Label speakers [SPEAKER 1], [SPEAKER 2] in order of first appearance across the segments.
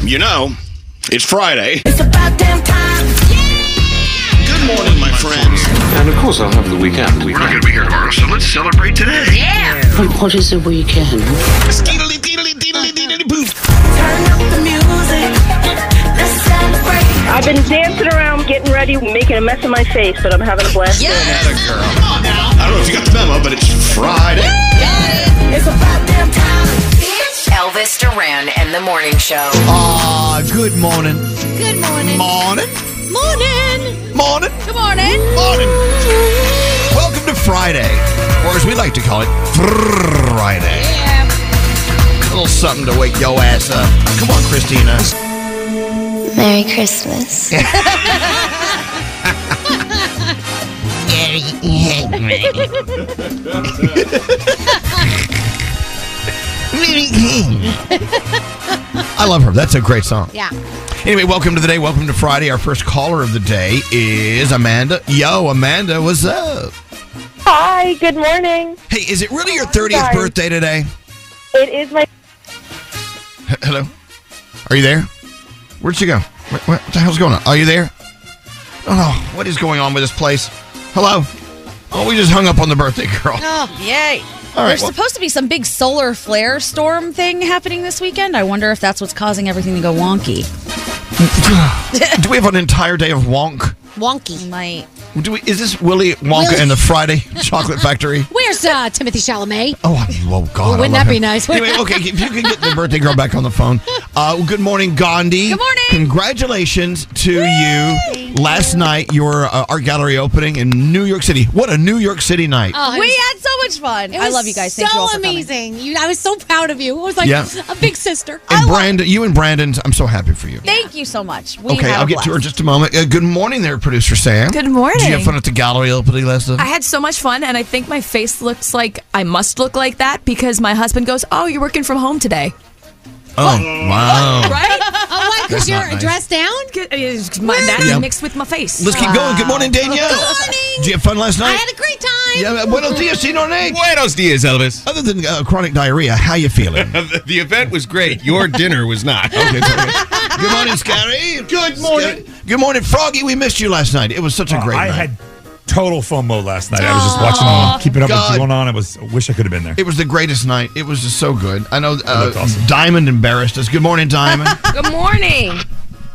[SPEAKER 1] You know, it's Friday.
[SPEAKER 2] It's about damn time.
[SPEAKER 1] Good morning, my friends.
[SPEAKER 3] And of course, I'll have the weekend.
[SPEAKER 4] We're not going to be here tomorrow, so let's celebrate today.
[SPEAKER 5] But what is a weekend?
[SPEAKER 1] Skeetily, deedily, deedily, deedily, poof.
[SPEAKER 2] Turn up the music. Let's celebrate.
[SPEAKER 6] I've been dancing around, getting ready, making a mess of my face, but I'm having a blast.
[SPEAKER 1] Atta girl. I don't know if you got the memo, but it's Friday.
[SPEAKER 2] It's about damn time.
[SPEAKER 7] Elvis Duran and the Morning Show.
[SPEAKER 8] Ah, good morning.
[SPEAKER 9] Good morning.
[SPEAKER 8] Morning.
[SPEAKER 9] Morning.
[SPEAKER 8] Morning.
[SPEAKER 9] Good morning.
[SPEAKER 8] Morning. Welcome to Friday, or as we like to call it, Friday. A little something to wake yo ass up. Come on, Christina.
[SPEAKER 5] Merry Christmas.
[SPEAKER 8] I love her. That's a great song.
[SPEAKER 10] Yeah.
[SPEAKER 8] Anyway, welcome to the day. Welcome to Friday. Our first caller of the day is Amanda. Yo, Amanda, what's up?
[SPEAKER 6] Hi, good morning.
[SPEAKER 8] Hey, is it really your 30th
[SPEAKER 6] Sorry.
[SPEAKER 8] birthday today?
[SPEAKER 6] It is my.
[SPEAKER 8] H- Hello? Are you there? Where'd she go? What, what the hell's going on? Are you there? Oh, what is going on with this place? Hello? Oh, we just hung up on the birthday girl.
[SPEAKER 9] Oh, yay.
[SPEAKER 8] All right,
[SPEAKER 9] There's
[SPEAKER 8] well-
[SPEAKER 9] supposed to be some big solar flare storm thing happening this weekend. I wonder if that's what's causing everything to go wonky.
[SPEAKER 8] Do we have an entire day of wonk?
[SPEAKER 10] Wonky.
[SPEAKER 9] Might.
[SPEAKER 8] Do we, is this Willy Wonka and the Friday Chocolate Factory?
[SPEAKER 10] Where's uh, Timothy Chalamet?
[SPEAKER 8] Oh, I, oh God! I
[SPEAKER 10] Wouldn't
[SPEAKER 8] love
[SPEAKER 10] that be
[SPEAKER 8] him.
[SPEAKER 10] nice?
[SPEAKER 8] Anyway, okay, if you can get the birthday girl back on the phone. Uh, well, good morning, Gandhi.
[SPEAKER 9] Good morning.
[SPEAKER 8] Congratulations to you. Last night, your uh, art gallery opening in New York City. What a New York City night!
[SPEAKER 10] Oh, it
[SPEAKER 9] We
[SPEAKER 10] was-
[SPEAKER 9] had so much fun.
[SPEAKER 10] it
[SPEAKER 9] I
[SPEAKER 10] was
[SPEAKER 9] love you guys.
[SPEAKER 10] So
[SPEAKER 9] Thank you all for coming.
[SPEAKER 10] amazing. You, I was so proud of you. It was like
[SPEAKER 8] Yeah.
[SPEAKER 10] a big sister.
[SPEAKER 8] and Brandon, you and Brandon, I'm so happy for you.
[SPEAKER 9] Thank you so much. We
[SPEAKER 8] Okay,
[SPEAKER 9] had a
[SPEAKER 8] I'll get to her in
[SPEAKER 9] blast.
[SPEAKER 8] just a moment. Uh, good morning, there, producer Sam.
[SPEAKER 11] Good morning.
[SPEAKER 8] Did you have fun at the gallery opening last night?
[SPEAKER 11] I had so much fun, and I think my face looks like I must look like that because my husband goes, "Oh, you're working from home today."
[SPEAKER 8] oh, wow!
[SPEAKER 11] Right?
[SPEAKER 10] Oh, what?
[SPEAKER 8] That's
[SPEAKER 10] Because you're
[SPEAKER 8] not nice.
[SPEAKER 10] dressed down?
[SPEAKER 11] my, that
[SPEAKER 8] Yeah.
[SPEAKER 11] mixed with my face.
[SPEAKER 8] Let's keep going. Good morning, Danielle. Good
[SPEAKER 10] morning.
[SPEAKER 8] Did you have fun last
[SPEAKER 10] I
[SPEAKER 8] night?
[SPEAKER 10] had a great time.
[SPEAKER 8] yeah, buenos dias, Sinone.
[SPEAKER 1] Buenos dias, Elvis.
[SPEAKER 8] Other than uh, chronic diarrhea, how you feeling?
[SPEAKER 1] The, the event was great. Your dinner was not.
[SPEAKER 8] Okay, so- Good morning, Scary. Good morning. Good morning, Froggy. We missed you last night. It was such a great
[SPEAKER 4] I
[SPEAKER 8] night.
[SPEAKER 4] had total FOMO last night. I was just watching, on, keeping up
[SPEAKER 8] God.
[SPEAKER 4] with going on. I was I wish I could have been there.
[SPEAKER 8] it was the greatest night. It was just so good. I know uh,
[SPEAKER 4] looked awesome.
[SPEAKER 8] Diamond embarrassed us. Good morning, Diamond.
[SPEAKER 11] Good morning.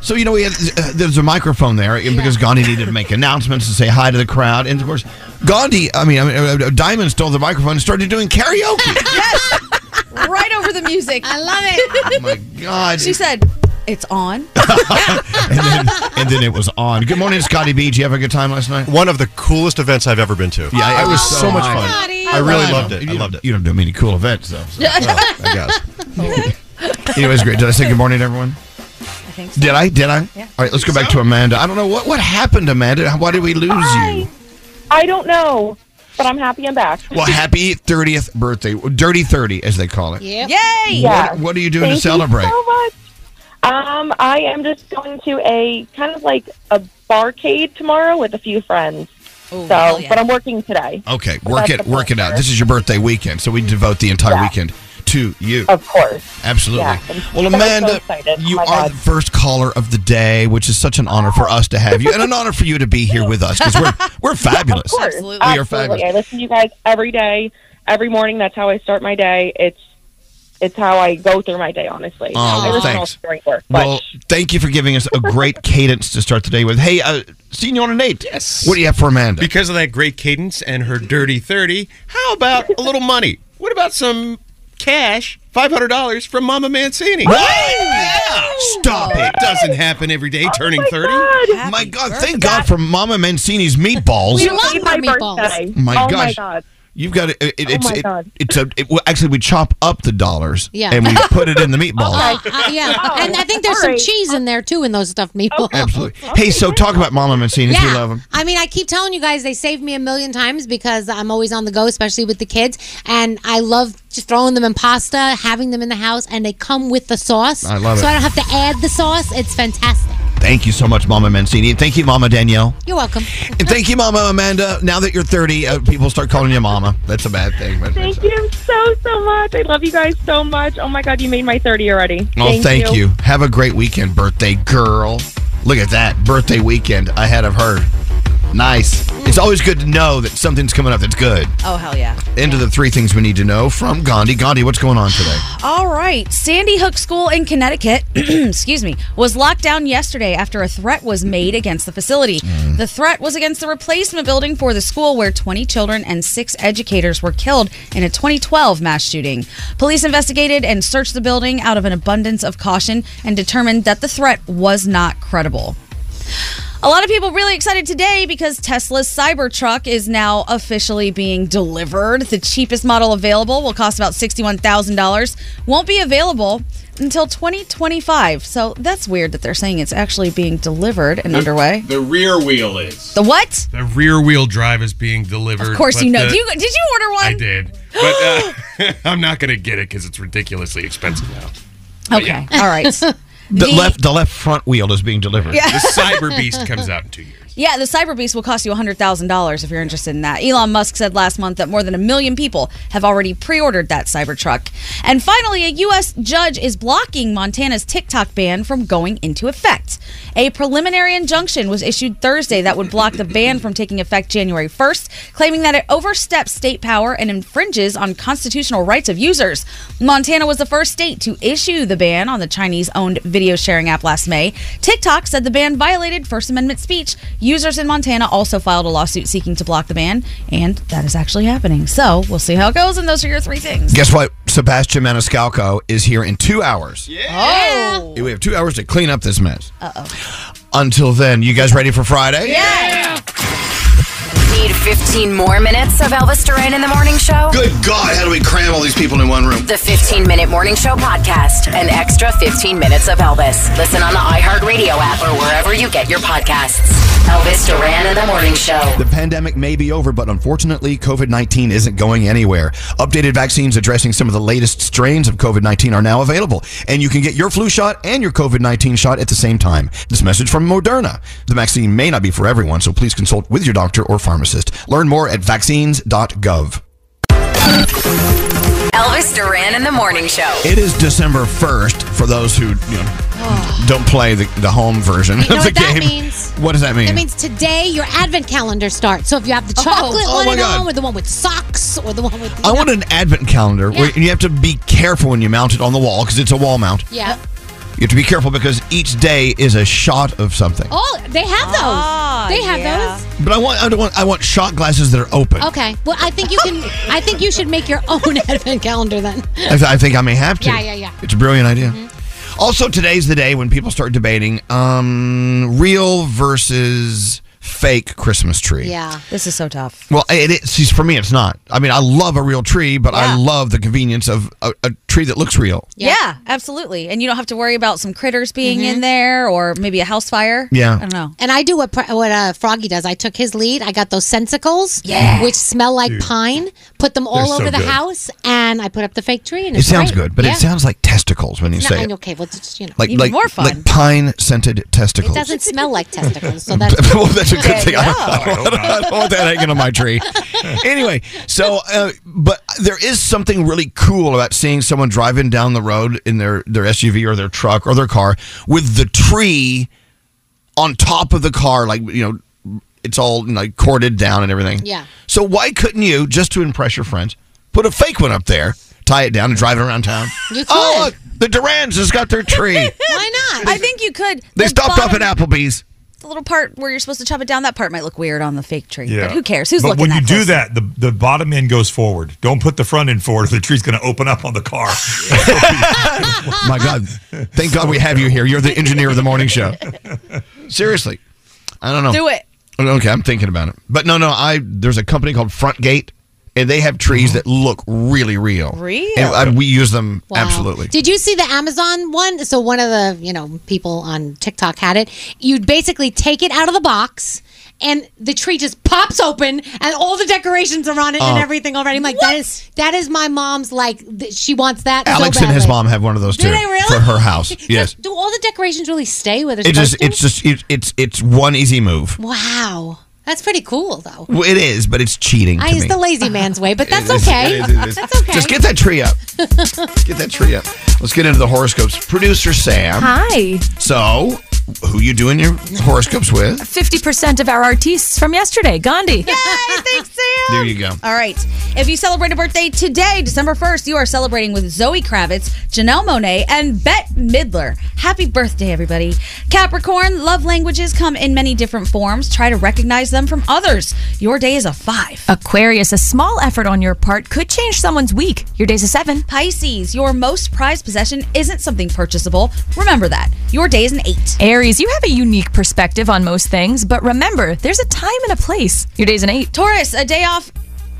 [SPEAKER 8] so you know we had uh, there's a microphone there and because Gandhi needed to make announcements and say hi to the crowd, and of course Gandhi. I mean, I mean uh, uh, Diamond stole the microphone and started doing karaoke.
[SPEAKER 9] right over the music.
[SPEAKER 10] I love it.
[SPEAKER 8] oh my God!
[SPEAKER 9] She said, "It's on."
[SPEAKER 8] and, then, and then it was on. Good morning, Scotty B. Did you have a good time last night?
[SPEAKER 1] One of the coolest events I've ever been to.
[SPEAKER 8] Yeah, it was
[SPEAKER 10] Oh,
[SPEAKER 8] so much fun.
[SPEAKER 10] Scotty.
[SPEAKER 1] I really
[SPEAKER 8] know.
[SPEAKER 1] loved it.
[SPEAKER 8] You
[SPEAKER 1] I
[SPEAKER 8] don't-
[SPEAKER 1] loved it.
[SPEAKER 8] You don't do many cool events though. So. Well, I guess. Anyways, great. Did I say good morning to everyone?
[SPEAKER 12] think so.
[SPEAKER 8] Did I? Did I?
[SPEAKER 12] Yeah.
[SPEAKER 8] All right, let's go back to Amanda. I don't know what what happened, Amanda. Why did we lose you?
[SPEAKER 13] I don't know, but I'm happy I'm back.
[SPEAKER 8] Well, happy 30th birthday, dirty 30 as they call it.
[SPEAKER 13] Yep.
[SPEAKER 8] What-
[SPEAKER 13] Yay!
[SPEAKER 8] What, are you doing to celebrate?
[SPEAKER 13] You so much. Um, I am just going to a kind of like a barcade tomorrow with a few friends. so, but I'm working today.
[SPEAKER 8] Okay,
[SPEAKER 13] Well,
[SPEAKER 8] work
[SPEAKER 13] that's
[SPEAKER 8] it
[SPEAKER 13] the
[SPEAKER 8] work it out. This is your birthday weekend, so we devote the entire weekend to you.
[SPEAKER 13] Of course.
[SPEAKER 8] Absolutely.
[SPEAKER 13] Yeah, I'm
[SPEAKER 8] well,
[SPEAKER 13] so, so
[SPEAKER 8] Amanda,
[SPEAKER 13] excited. Oh
[SPEAKER 8] you
[SPEAKER 13] my
[SPEAKER 8] are
[SPEAKER 13] God.
[SPEAKER 8] the first caller of the day, which is such an honor for us to have you and an honor for you to be here with us because we're we're
[SPEAKER 13] Of
[SPEAKER 8] fabulous.
[SPEAKER 13] course.
[SPEAKER 8] We are fabulous.
[SPEAKER 13] I listen to you guys every day, every morning. That's how I start my day. It's it's how I go through my day, honestly.
[SPEAKER 8] Oh,
[SPEAKER 13] I
[SPEAKER 8] well,
[SPEAKER 13] listen
[SPEAKER 8] thanks.
[SPEAKER 13] all during work. But
[SPEAKER 8] Well, thank you for giving us a great cadence to start the day with. Hey, uh, Senor Nate, yes. what do you have for Amanda?
[SPEAKER 1] Because of that great cadence and her dirty 30, how about a little money? What about some cash, $500 from Mama Mancini?
[SPEAKER 8] What?
[SPEAKER 1] Stop it. Doesn't happen every day turning 30.
[SPEAKER 8] My God, thank God for Mama Mancini's meatballs.
[SPEAKER 1] We love her meatballs.
[SPEAKER 8] My
[SPEAKER 1] Oh, my
[SPEAKER 8] gosh.
[SPEAKER 1] God.
[SPEAKER 8] You've got to, it, it,
[SPEAKER 1] Oh,
[SPEAKER 8] it's,
[SPEAKER 1] my
[SPEAKER 8] it-
[SPEAKER 1] God.
[SPEAKER 8] it's a, it, well, actually, we chop up the dollars
[SPEAKER 10] Yeah.
[SPEAKER 8] and we put it in the meatballs.
[SPEAKER 10] Uh, uh, yeah, and I think there's some cheese in there too in those stuffed meatballs.
[SPEAKER 8] Absolutely. Hey, so talk about Mama Mancini's. We love them.
[SPEAKER 10] I mean, I keep telling you guys they save me a million times because I'm always on the go, especially with the kids. And I love just throwing them in pasta, having them in the house, and they come with the sauce.
[SPEAKER 8] I love
[SPEAKER 10] so
[SPEAKER 8] it.
[SPEAKER 10] I don't have to add the sauce. It's fantastic.
[SPEAKER 8] Thank you so much, Mama Mancini. And thank you, Mama Danielle.
[SPEAKER 10] You're welcome.
[SPEAKER 8] And thank you, Mama Amanda. Now that you're 30, uh, people start calling you Mama. That's a bad thing. But
[SPEAKER 13] thank you so so much. I love you guys so much. Oh my God, you made my thirty already.
[SPEAKER 8] Oh, thank, you. Have a great weekend, birthday girl. Look at that birthday weekend ahead of her. Nice. It's always good to know that something's coming up that's good.
[SPEAKER 9] Oh, hell yeah.
[SPEAKER 8] Into the three things we need to know from Gandhi. Gandhi, what's going on today?
[SPEAKER 9] All right. Sandy Hook School in Connecticut, excuse me, was locked down yesterday after a threat was made against the facility.
[SPEAKER 8] Mm.
[SPEAKER 9] The threat was against the replacement building for the school where 20 children and six educators were killed in a 2012 mass shooting. Police investigated and searched the building out of an abundance of caution and determined that the threat was not credible. A lot of people really excited today because Tesla's Cybertruck is now officially being delivered. The cheapest model available will cost about $61,000. Won't be available until 2025. So that's weird that they're saying it's actually being delivered and underway.
[SPEAKER 1] The rear wheel is.
[SPEAKER 9] The what?
[SPEAKER 1] The rear wheel drive is being delivered.
[SPEAKER 9] Of course
[SPEAKER 1] but
[SPEAKER 9] you know.
[SPEAKER 1] the-
[SPEAKER 9] Do you, did you order one?
[SPEAKER 1] I did. But uh, I'm not going to get it because it's ridiculously expensive now.
[SPEAKER 9] Okay. All right.
[SPEAKER 8] The left, the left front wheel is being delivered.
[SPEAKER 9] Yeah.
[SPEAKER 1] The Cyber Beast comes out in two years.
[SPEAKER 9] Yeah, the Cyber Beast will cost you $100,000 if you're interested in that. Elon Musk said last month that more than a million people have already pre ordered that Cybertruck. And finally, a U.S. judge is blocking Montana's TikTok ban from going into effect. A preliminary injunction was issued Thursday that would block the ban from taking effect January 1st, claiming that it oversteps state power and infringes on constitutional rights of users. Montana was the first state to issue the ban on the Chinese owned video sharing app last May. TikTok said the ban violated First Amendment speech. Users in Montana also filed a lawsuit seeking to block the ban, and that is actually happening. So we'll see how it goes, and those are your three things.
[SPEAKER 8] Guess what? Sebastian Maniscalco is here in two hours.
[SPEAKER 9] Oh!
[SPEAKER 8] We have two hours to clean up this mess.
[SPEAKER 9] Uh oh.
[SPEAKER 8] Until then, you guys ready for Friday?
[SPEAKER 7] Yeah. Need 15 more minutes of Elvis Duran in the morning show?
[SPEAKER 8] Good God, how do we cram all these people in one room?
[SPEAKER 7] The 15 Minute Morning Show podcast. An extra 15 minutes of Elvis. Listen on the iHeartRadio app or wherever you get your podcasts. Elvis Duran in the morning show.
[SPEAKER 8] The pandemic may be over, but unfortunately, COVID 19 isn't going anywhere. Updated vaccines addressing some of the latest strains of COVID 19 are now available, and you can get your flu shot and your COVID 19 shot at the same time. This message from Moderna. The vaccine may not be for everyone, so please consult with your doctor or pharmacist. Learn more at vaccines.gov.
[SPEAKER 7] Elvis Duran in the morning show.
[SPEAKER 8] It is December 1st for those who you know, don't play the, the home version
[SPEAKER 10] You know
[SPEAKER 8] of the
[SPEAKER 10] what that
[SPEAKER 8] game.
[SPEAKER 10] means?
[SPEAKER 8] What does that mean?
[SPEAKER 10] It means today your advent calendar starts. So if you have the chocolate
[SPEAKER 8] Oh
[SPEAKER 10] one
[SPEAKER 8] my
[SPEAKER 10] at
[SPEAKER 8] God.
[SPEAKER 10] home, or the one with socks, or the one with
[SPEAKER 8] I want an advent calendar where you have to be careful when you mount it on the wall because it's a wall mount.
[SPEAKER 10] yeah.
[SPEAKER 8] You have to be careful because each day is a shot of something.
[SPEAKER 10] Oh, they have those. they have those.
[SPEAKER 8] But I want I don't want I want shot glasses that are open.
[SPEAKER 10] Okay. Well, I think you can. I think you should make your own advent calendar then.
[SPEAKER 8] I, th- I think I may have to.
[SPEAKER 10] Yeah, yeah, Mm-hmm. yeah.
[SPEAKER 8] It's a brilliant idea. Also, today's the day when people start debating um, real versus fake Christmas tree.
[SPEAKER 9] Yeah. This is so tough.
[SPEAKER 8] Well, it is. see, For me, it's not. I mean, I love a real tree, but I love the convenience of a, a tree that looks real.
[SPEAKER 9] Yeah. absolutely. And you don't have to worry about some critters being in there or maybe a house fire.
[SPEAKER 8] Yeah.
[SPEAKER 9] I don't know.
[SPEAKER 10] And I do what Pr- what uh, Froggy does. I took his lead. I got those sensicles, yeah. which smell like
[SPEAKER 8] Dude.
[SPEAKER 10] pine. Put them all
[SPEAKER 8] They're so
[SPEAKER 10] over the
[SPEAKER 8] good.
[SPEAKER 10] house, and I put up the fake tree. And
[SPEAKER 8] It
[SPEAKER 10] it's
[SPEAKER 8] sounds
[SPEAKER 10] great.
[SPEAKER 8] good, but
[SPEAKER 10] Yeah.
[SPEAKER 8] it sounds like testicles when you
[SPEAKER 10] No,
[SPEAKER 8] say
[SPEAKER 10] I
[SPEAKER 8] it.
[SPEAKER 10] know, okay, well, just, you know,
[SPEAKER 8] Like like like pine scented
[SPEAKER 10] it
[SPEAKER 8] testicles.
[SPEAKER 10] doesn't smell like testicles, so that's
[SPEAKER 8] well, that's a good
[SPEAKER 10] There
[SPEAKER 8] thing.
[SPEAKER 10] you
[SPEAKER 8] I don't, want- I don't want that hanging on my tree. anyway, so uh, but there is something really cool about seeing someone driving down the road in their their SUV or their truck or their car with the tree on top of the car, like you know, it's all like corded down and everything.
[SPEAKER 5] Yeah.
[SPEAKER 8] So why couldn't you just to impress your friends put a fake one up there, tie it down, and drive it around town?
[SPEAKER 9] You
[SPEAKER 8] Oh,
[SPEAKER 9] could.
[SPEAKER 8] look, the Durans has got their tree.
[SPEAKER 9] Why not? I think you could.
[SPEAKER 8] they
[SPEAKER 9] The
[SPEAKER 8] stopped
[SPEAKER 9] bottom-
[SPEAKER 8] up at Applebee's.
[SPEAKER 9] The little part where you're supposed to chop it down, that part might look weird on the fake tree. But who cares? Who's
[SPEAKER 4] but
[SPEAKER 9] looking
[SPEAKER 4] when
[SPEAKER 9] that
[SPEAKER 4] you
[SPEAKER 9] close?
[SPEAKER 4] do that, the, the bottom end goes forward. Don't put the front end forward. The tree's going to open up on the car.
[SPEAKER 8] My God. Thank God we have you here. You're the engineer of the morning show. Seriously. I don't know.
[SPEAKER 9] Do it.
[SPEAKER 8] Okay, I'm thinking about it. But no, no, I there's a company called Front Gate, and they have trees that look really real.
[SPEAKER 10] Uh-huh. Real?
[SPEAKER 8] And I- we use them
[SPEAKER 10] Wow.
[SPEAKER 8] absolutely.
[SPEAKER 10] Did you see the Amazon one? So one of the you know people on TikTok had it. You'd basically take it out of the box. And the tree just pops open, and all the decorations are on it,
[SPEAKER 8] Uh,
[SPEAKER 10] and everything already. I'm like, that is that is my mom's. Like, th- she wants that.
[SPEAKER 8] Alex
[SPEAKER 10] so
[SPEAKER 8] and his
[SPEAKER 10] badly.
[SPEAKER 8] mom have one of those
[SPEAKER 10] Do
[SPEAKER 8] too
[SPEAKER 10] they really?
[SPEAKER 8] for her house. Yes.
[SPEAKER 10] Do all the decorations really stay where they're
[SPEAKER 8] It just
[SPEAKER 10] supposed to?
[SPEAKER 8] it's just it, it's it's one easy move.
[SPEAKER 10] wow, that's pretty cool, though.
[SPEAKER 8] Well, It is, but it's cheating to
[SPEAKER 10] I, it's
[SPEAKER 8] me.
[SPEAKER 10] the lazy man's way, but that's
[SPEAKER 8] It is,
[SPEAKER 10] okay.
[SPEAKER 8] it is, it is.
[SPEAKER 10] That's okay.
[SPEAKER 8] Just get that tree up. Get that tree up. Let's get into the horoscopes. Producer Sam.
[SPEAKER 11] Hi.
[SPEAKER 8] So, who you doing your horoscopes with?
[SPEAKER 11] 50% of our artistes from yesterday. Gandhi.
[SPEAKER 8] There you go.
[SPEAKER 9] All right. If you celebrate a birthday today, December 1st, you are celebrating with Zoe Kravitz, Janelle Monet, and Bette Midler. Happy birthday, everybody. Capricorn, love languages come in many different forms. Try to recognize them from others. Your day is a five.
[SPEAKER 11] Aquarius, a small effort on your part could change someone's week. Your day's a seven.
[SPEAKER 9] Pisces, your most prized possession isn't something purchasable. Remember that. Your day is an eight.
[SPEAKER 11] Aries, you have a unique perspective on most things, but remember, there's a time and a place. Your day's an eight.
[SPEAKER 9] Taurus, a day off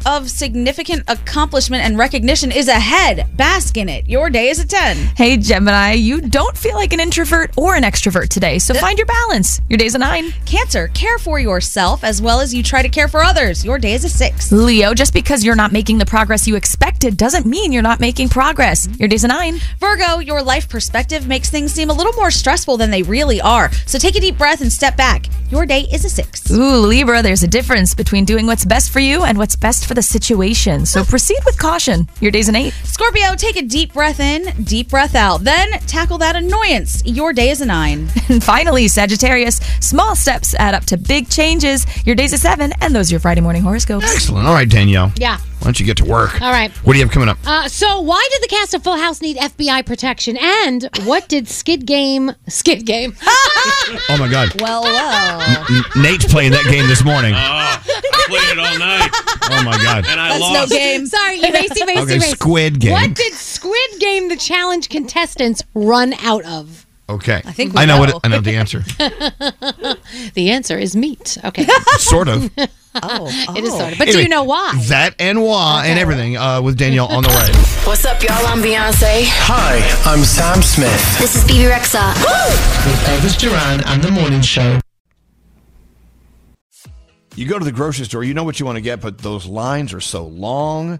[SPEAKER 9] of significant accomplishment and recognition is ahead. Bask in it. Your day is a 10.
[SPEAKER 11] Hey, Gemini, you don't feel like an introvert or an extrovert today, so find your balance. Your day's a nine.
[SPEAKER 9] Cancer, care for yourself as well as you try to care for others. Your day is a six.
[SPEAKER 11] Leo, just because you're not making the progress you expected doesn't mean you're not making progress.
[SPEAKER 9] Mm-hmm.
[SPEAKER 11] Your day's a nine.
[SPEAKER 9] Virgo, your life perspective makes things seem a little more stressful than they really are. So take a deep breath and step back. Your day is a six.
[SPEAKER 11] Ooh, Libra, there's a difference between doing what's best for you and what's best for the situation, so proceed with caution. Your day's an eight.
[SPEAKER 9] Scorpio, take a deep breath in, deep breath out. Then tackle that annoyance. Your day is a nine.
[SPEAKER 11] And finally, Sagittarius, small steps add up to big changes. Your day's a seven, and those are your Friday morning horoscopes.
[SPEAKER 8] Excellent. All right, Danielle.
[SPEAKER 10] Yeah.
[SPEAKER 8] Why don't you get to work?
[SPEAKER 10] All right.
[SPEAKER 8] What do you have coming up?
[SPEAKER 10] Uh, so why did the cast of Full House need FBI protection? And what did Skid Game Skid Game?
[SPEAKER 8] Oh my God.
[SPEAKER 9] well, well.
[SPEAKER 10] uh,
[SPEAKER 8] N- Nate's playing that game this morning.
[SPEAKER 14] Oh, played it all night.
[SPEAKER 8] Oh my God.
[SPEAKER 14] And I
[SPEAKER 10] That's
[SPEAKER 14] lost.
[SPEAKER 10] no game. Sorry, erase, erase,
[SPEAKER 8] Okay,
[SPEAKER 10] erase.
[SPEAKER 8] Squid Game.
[SPEAKER 10] What did Squid Game the challenge contestants run out of?
[SPEAKER 8] Okay.
[SPEAKER 10] I think we
[SPEAKER 8] I know,
[SPEAKER 10] know.
[SPEAKER 8] what I know the answer.
[SPEAKER 10] the answer is meat. Okay.
[SPEAKER 8] Sort of. Oh,
[SPEAKER 10] Uh, It is sort of. But do
[SPEAKER 8] Anyway,
[SPEAKER 10] you know why?
[SPEAKER 8] That and why and everything uh, with Danielle on the way.
[SPEAKER 7] What's up, y'all? I'm Beyonce.
[SPEAKER 15] Hi, I'm Sam Smith
[SPEAKER 7] This is BB Rexa.
[SPEAKER 15] with Elvis Uh, Duran and the Morning Show.
[SPEAKER 8] You go to the grocery store, you know what you want to get, but those lines are so long.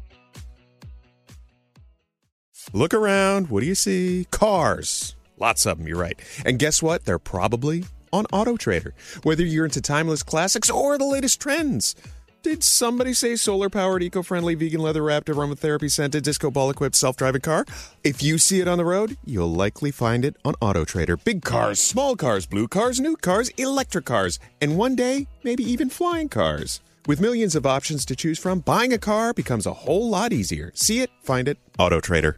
[SPEAKER 1] Look around. What do you see? Cars. Lots of them, you're right. And guess what? They're probably on Auto Trader. Whether you're into timeless classics or the latest trends. Did somebody say solar powered, eco friendly, vegan leather wrapped, aromatherapy scented, disco ball equipped, self driving car? If you see it on the road, you'll likely find it on Auto Trader. Big cars, small cars, blue cars, new cars, electric cars, and one day, maybe even flying cars. With millions of options to choose from, buying a car becomes a whole lot easier. See it, find it, Auto Trader.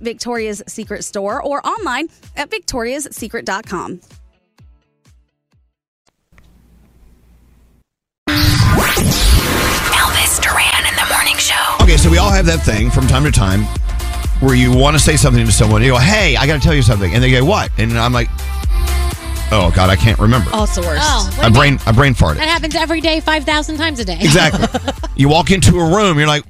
[SPEAKER 9] Victoria's Secret store or online at victoriassecret.com.
[SPEAKER 7] Elvis Duran in the morning show.
[SPEAKER 8] Okay, so we all have that thing from time to time where you want to say something to someone. You go, hey, I got to tell you something. And they go, what? And I'm like, oh, God, I can't remember.
[SPEAKER 10] Also worse. Oh, what
[SPEAKER 8] I
[SPEAKER 10] about-
[SPEAKER 8] brain, I brain farted.
[SPEAKER 10] That happens every day, 5,000 times a day.
[SPEAKER 8] Exactly. you walk into a room, you're like,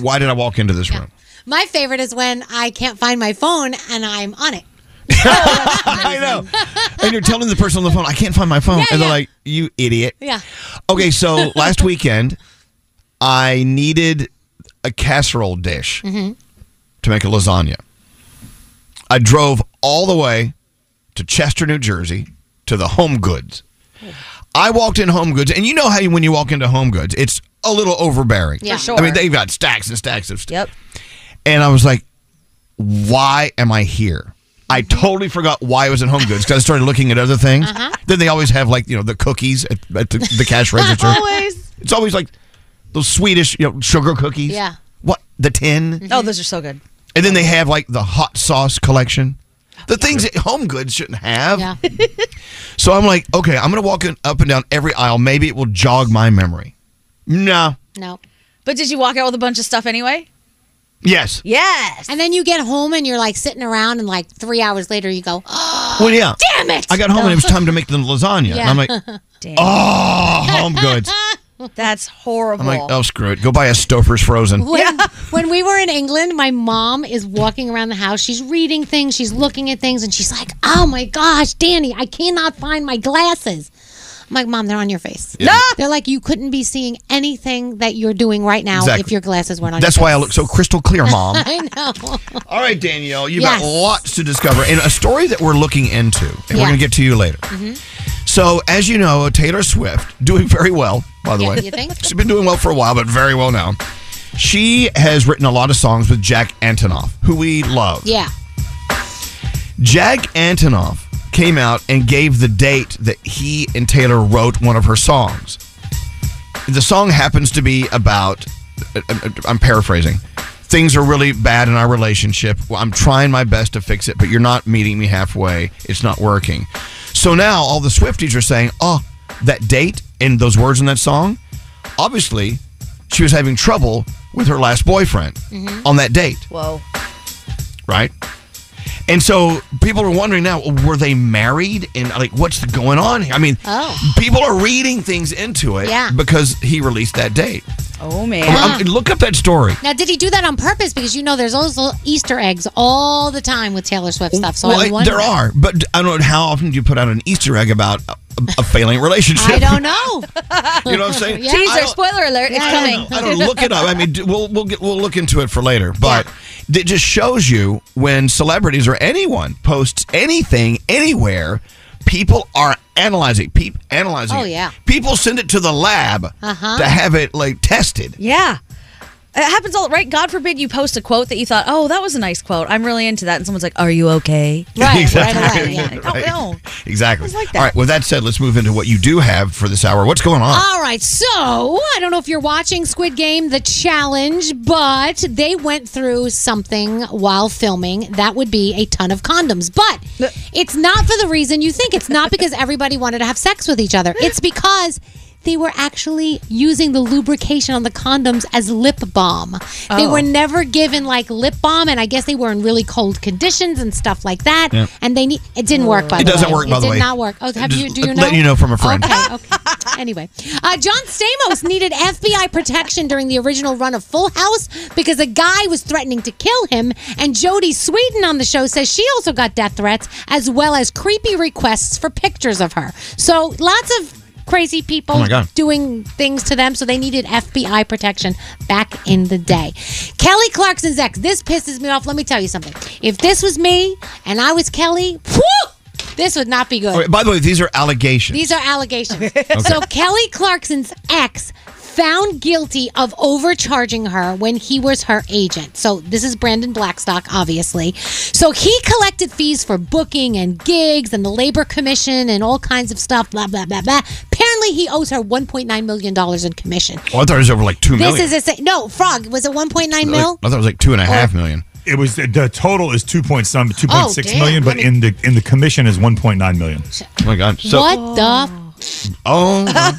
[SPEAKER 8] why did I walk into this room?
[SPEAKER 10] My favorite is when I can't find my phone and I'm on it.
[SPEAKER 8] I know. And you're telling the person on the phone, I can't find my phone. and they're like, you idiot.
[SPEAKER 10] Yeah.
[SPEAKER 8] Okay, so last weekend, I needed a casserole dish
[SPEAKER 15] Mhm.
[SPEAKER 8] to make a lasagna. I drove all the way to Chester, New Jersey, to the Home Goods. I walked in Home Goods, and you know how you, when you walk into Home Goods, it's a little overbearing.
[SPEAKER 15] Yeah. For
[SPEAKER 8] I mean,
[SPEAKER 15] sure.
[SPEAKER 8] they've got stacks and stacks of stuff. Yep. And I was like, why am I here? I totally forgot why I was in Home Goods because I started looking at other things.
[SPEAKER 15] Uh-huh.
[SPEAKER 8] Then they always have like you know the cookies at, at the, the cash register.
[SPEAKER 16] Always.
[SPEAKER 8] It's always like those Swedish you know sugar cookies.
[SPEAKER 16] Yeah.
[SPEAKER 8] What the tin?
[SPEAKER 16] Oh, those are so good.
[SPEAKER 8] And then they have like the hot sauce collection. The things that Home Goods shouldn't have. Yeah. so I'm like, okay, I'm gonna walk in, up and down every aisle. Maybe it will jog my memory. No.
[SPEAKER 10] No.
[SPEAKER 16] But did you walk out with a bunch of stuff anyway?
[SPEAKER 8] Yes.
[SPEAKER 16] Yes.
[SPEAKER 10] And then you get home and you're like sitting around, and like three hours later, you go, "Oh,
[SPEAKER 8] Well, yeah.
[SPEAKER 10] Damn it!
[SPEAKER 8] I got home and it was time to make the lasagna. And I'm like,
[SPEAKER 16] Damn.
[SPEAKER 8] oh, Home Goods.
[SPEAKER 16] That's horrible.
[SPEAKER 8] I'm like, oh, screw it. Go buy a Stouffer's frozen.
[SPEAKER 10] When, when we were in England, my mom is walking around the house. She's reading things, she's looking at things, and she's like, "Oh my gosh, Danny, I cannot find my glasses." I'm like, "Mom, they're on your face."
[SPEAKER 8] Yeah.
[SPEAKER 10] They're like, "You couldn't be seeing anything that you're doing right now if
[SPEAKER 8] Exactly.
[SPEAKER 10] your glasses weren't on."
[SPEAKER 8] That's
[SPEAKER 10] your
[SPEAKER 8] why I look so crystal clear, Mom.
[SPEAKER 10] I know.
[SPEAKER 8] All right, Danielle, you've got
[SPEAKER 10] Yes.
[SPEAKER 8] lots to discover and a story that we're looking into, and we're
[SPEAKER 10] Yeah.
[SPEAKER 8] going to get to you later.
[SPEAKER 10] Mhm.
[SPEAKER 8] So, as you know, Taylor Swift doing very well. By the
[SPEAKER 15] Yeah,
[SPEAKER 8] way,
[SPEAKER 15] you think?
[SPEAKER 8] she's been doing well for a while, but very well now. She has written a lot of songs with Jack Antonoff, who we love.
[SPEAKER 10] Yeah.
[SPEAKER 8] Jack Antonoff came out and gave the date that he and Taylor wrote one of her songs. The song happens to be about, I'm paraphrasing, things are really bad in our relationship. Well, I'm trying my best to fix it, but you're not meeting me halfway. It's not working. So now all the Swifties are saying, oh, that date and those words in that song, obviously she was having trouble with her last boyfriend
[SPEAKER 9] Mm-hmm.
[SPEAKER 15] Mhm.
[SPEAKER 8] on that date
[SPEAKER 16] Whoa.
[SPEAKER 8] right? And so people are wondering now, were they married? And like, what's going on? here? I mean,
[SPEAKER 15] Oh.
[SPEAKER 8] people are reading things into it
[SPEAKER 10] Yeah.
[SPEAKER 8] because he released that date.
[SPEAKER 16] Oh man!
[SPEAKER 8] I mean, look up that story.
[SPEAKER 10] Now, did he do that on purpose? Because you know, there's those little Easter eggs all the time with Taylor Swift stuff. So I
[SPEAKER 8] well,
[SPEAKER 10] wonder.
[SPEAKER 8] there are, but I don't know how often do you put out an Easter egg about a, a failing relationship.
[SPEAKER 10] I don't know.
[SPEAKER 8] You know what I'm saying? Yeah. I
[SPEAKER 16] Teaser,
[SPEAKER 8] don't-
[SPEAKER 16] spoiler alert, it's coming.
[SPEAKER 8] I don't know. look it up. I mean, d- we'll we'll get, we'll look into it for later. But it just shows you when celebrities or anyone posts anything anywhere, people are analyzing. Peep analyzing.
[SPEAKER 16] Oh,
[SPEAKER 8] it.
[SPEAKER 16] yeah.
[SPEAKER 8] People send it to the lab
[SPEAKER 16] Uh-huh.
[SPEAKER 8] to have it like tested.
[SPEAKER 16] Yeah.
[SPEAKER 9] It happens all right. God forbid you post a quote that you thought, "Oh, that was a nice quote. I'm really into that," and someone's like, "Are you okay?"
[SPEAKER 8] exactly.
[SPEAKER 10] Oh,
[SPEAKER 8] Right. Exactly.
[SPEAKER 10] like that.
[SPEAKER 8] All right. With that said, let's move into what you do have for this hour. What's going on?
[SPEAKER 10] All right, so I don't know if you're watching Squid Game, the challenge, but they went through something while filming. That would be a ton of condoms. But it's not for the reason you think. It's not because everybody wanted to have sex with each other, it's because. They were actually using the lubrication on the condoms as lip balm. They
[SPEAKER 17] Oh.
[SPEAKER 10] were never given like lip balm, and I guess they were in really cold conditions and stuff like that.
[SPEAKER 8] Yeah.
[SPEAKER 10] And they need it didn't work by the
[SPEAKER 8] It
[SPEAKER 10] way.
[SPEAKER 8] doesn't work, by the way.
[SPEAKER 10] It did not work. Oh, have
[SPEAKER 8] Just
[SPEAKER 10] you? Do you know?
[SPEAKER 8] letting you know from a friend.
[SPEAKER 10] Okay, Anyway, uh, John Stamos needed FBI protection during the original run of Full House because a guy was threatening to kill him. And Jodie Sweden on the show says she also got death threats as well as creepy requests for pictures of her. So lots of crazy people
[SPEAKER 8] Oh my God.
[SPEAKER 10] doing things to them. So they needed FBI protection back in the day. Kelly Clarkson's ex. This pisses me off. Let me tell you something. If this was me and I was Kelly, whew, this would not be good.
[SPEAKER 8] All right, by the way, these are allegations.
[SPEAKER 10] These are allegations. So Kelly Clarkson's ex found guilty of overcharging her when he was her agent. So this is Brandon Blackstock, obviously. So he collected fees for booking and gigs and the labor commission and all kinds of stuff, blah, blah, blah, blah. Apparently he owes her $1.9 million in commission.
[SPEAKER 8] oh, I thought it was over like two million.
[SPEAKER 10] This is a, sa- no, Frog, was it 1.9 mil?
[SPEAKER 8] I thought it was like two and a half million.
[SPEAKER 4] oh, It was the, the total is two point some two
[SPEAKER 9] Oh,
[SPEAKER 4] point six
[SPEAKER 10] damn.
[SPEAKER 4] million,
[SPEAKER 10] Let me-
[SPEAKER 4] but in the in the commission is one point nine million.
[SPEAKER 8] Oh my God! So
[SPEAKER 10] what the?
[SPEAKER 8] Oh. my-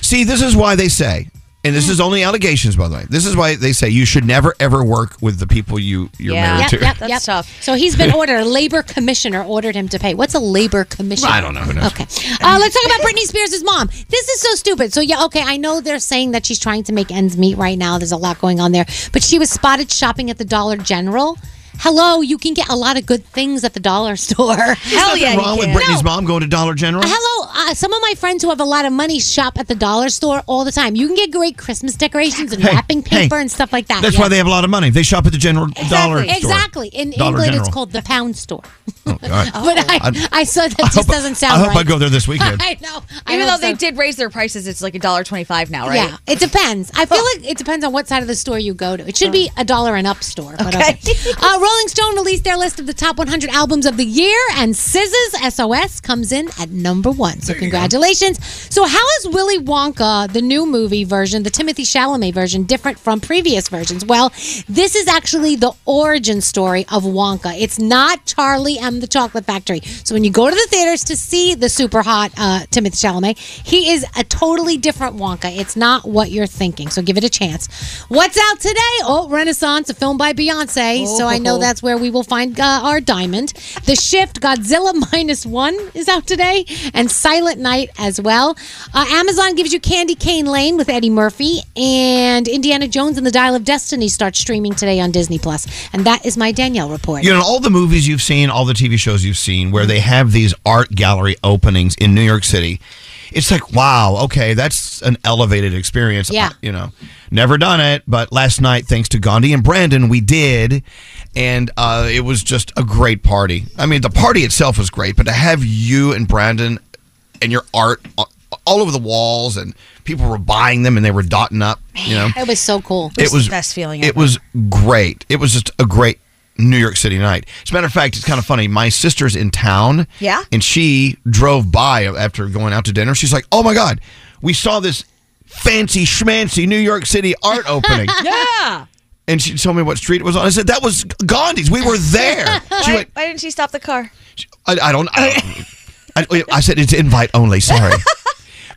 [SPEAKER 8] See, this is why they say, and this is only allegations, by the way. This is why they say you should never ever work with the people you you're married
[SPEAKER 10] Yep,
[SPEAKER 8] to.
[SPEAKER 10] yep, yep. So he's been ordered. A labor commissioner ordered him to pay. What's a labor commissioner?
[SPEAKER 8] I don't know. Who knows?
[SPEAKER 10] Okay. Uh, let's talk about Britney Spears' mom. This is so stupid. So, yeah, okay, I know they're saying that she's trying to make ends meet right now. There's a lot going on there. But she was spotted shopping at the Dollar General. Hello, you can get a lot of good things at the dollar store. Hell
[SPEAKER 8] Nothing wrong with Britney's mom going to Dollar General.
[SPEAKER 10] Hello, uh, some of my friends who have a lot of money shop at the dollar store all the time. You can get great Christmas decorations and
[SPEAKER 8] Hey,
[SPEAKER 10] wrapping
[SPEAKER 8] hey.
[SPEAKER 10] paper and stuff like that.
[SPEAKER 8] That's
[SPEAKER 10] Yeah.
[SPEAKER 8] why they have a lot of money. They shop at the General Dollar store.
[SPEAKER 10] Exactly. In
[SPEAKER 8] Dollar
[SPEAKER 10] England,
[SPEAKER 8] General.
[SPEAKER 10] it's called the pound store.
[SPEAKER 8] Oh, God.
[SPEAKER 10] But I,
[SPEAKER 8] I-
[SPEAKER 10] I saw that
[SPEAKER 8] I
[SPEAKER 10] just
[SPEAKER 8] hope-
[SPEAKER 10] doesn't sound
[SPEAKER 8] I hope
[SPEAKER 10] right.
[SPEAKER 8] I go there this weekend.
[SPEAKER 10] I know. I
[SPEAKER 9] Even though
[SPEAKER 10] hope
[SPEAKER 9] they
[SPEAKER 10] so.
[SPEAKER 9] did raise their prices, it's like a dollar twenty-five now, right?
[SPEAKER 10] Yeah, it depends. I feel like it depends on what side of the store you go to. It should be a dollar and up store. But okay. uh, Rolling Stone released their list of the top 100 albums of the year, and SZA's SOS comes in at number one. So congratulations. So how is Willy Wonka, the new movie version, the Timothy Chalamet version, different from previous versions? Well, this is actually the origin story of Wonka. It's not Charlie and the Chocolate Factory. So when you go to the theaters to see the super hot uh, Timothy Chalamet, he is a totally different Wonka. It's not what you're thinking. So give it a chance. What's out today? Oh, Renaissance, a film by Beyonce. So I know that's where we will find uh, our diamond. The Shift, Godzilla Minus One is out today, and Silent Night as well. Uh, Amazon gives you Candy Cane Lane with Eddie Murphy, and Indiana Jones and the Dial of Destiny starts streaming today on Disney Plus. And that is my Danielle report.
[SPEAKER 8] You know, all the movies you've seen, all the TV shows you've seen, where they have these art gallery openings in New York City, it's like, wow, okay, that's an elevated experience.
[SPEAKER 10] Yeah.
[SPEAKER 8] I- you know, never done it, but last night, thanks to Gandhi and Brandon, we did. And uh, it was just a great party. I mean, the party itself was great, but to have you and Brandon and your art a- all over the walls and people were buying them and they were dotting up, you know.
[SPEAKER 10] It was so cool.
[SPEAKER 8] It was It was great. It was just a great New York City night. As a matter of fact, it's kind of funny. My sister's in town.
[SPEAKER 5] Yeah?
[SPEAKER 8] And she drove by after going out to dinner. She's like, "Oh my god, we saw this fancy schmancy New York City art opening."
[SPEAKER 9] yeah.
[SPEAKER 8] And she told me what street it was on. I said, "That was Gandhi's. We were there." She
[SPEAKER 9] why,
[SPEAKER 8] went,
[SPEAKER 9] why didn't she stop the car?
[SPEAKER 8] I, I don't. I, I, I said it's invite only. Sorry.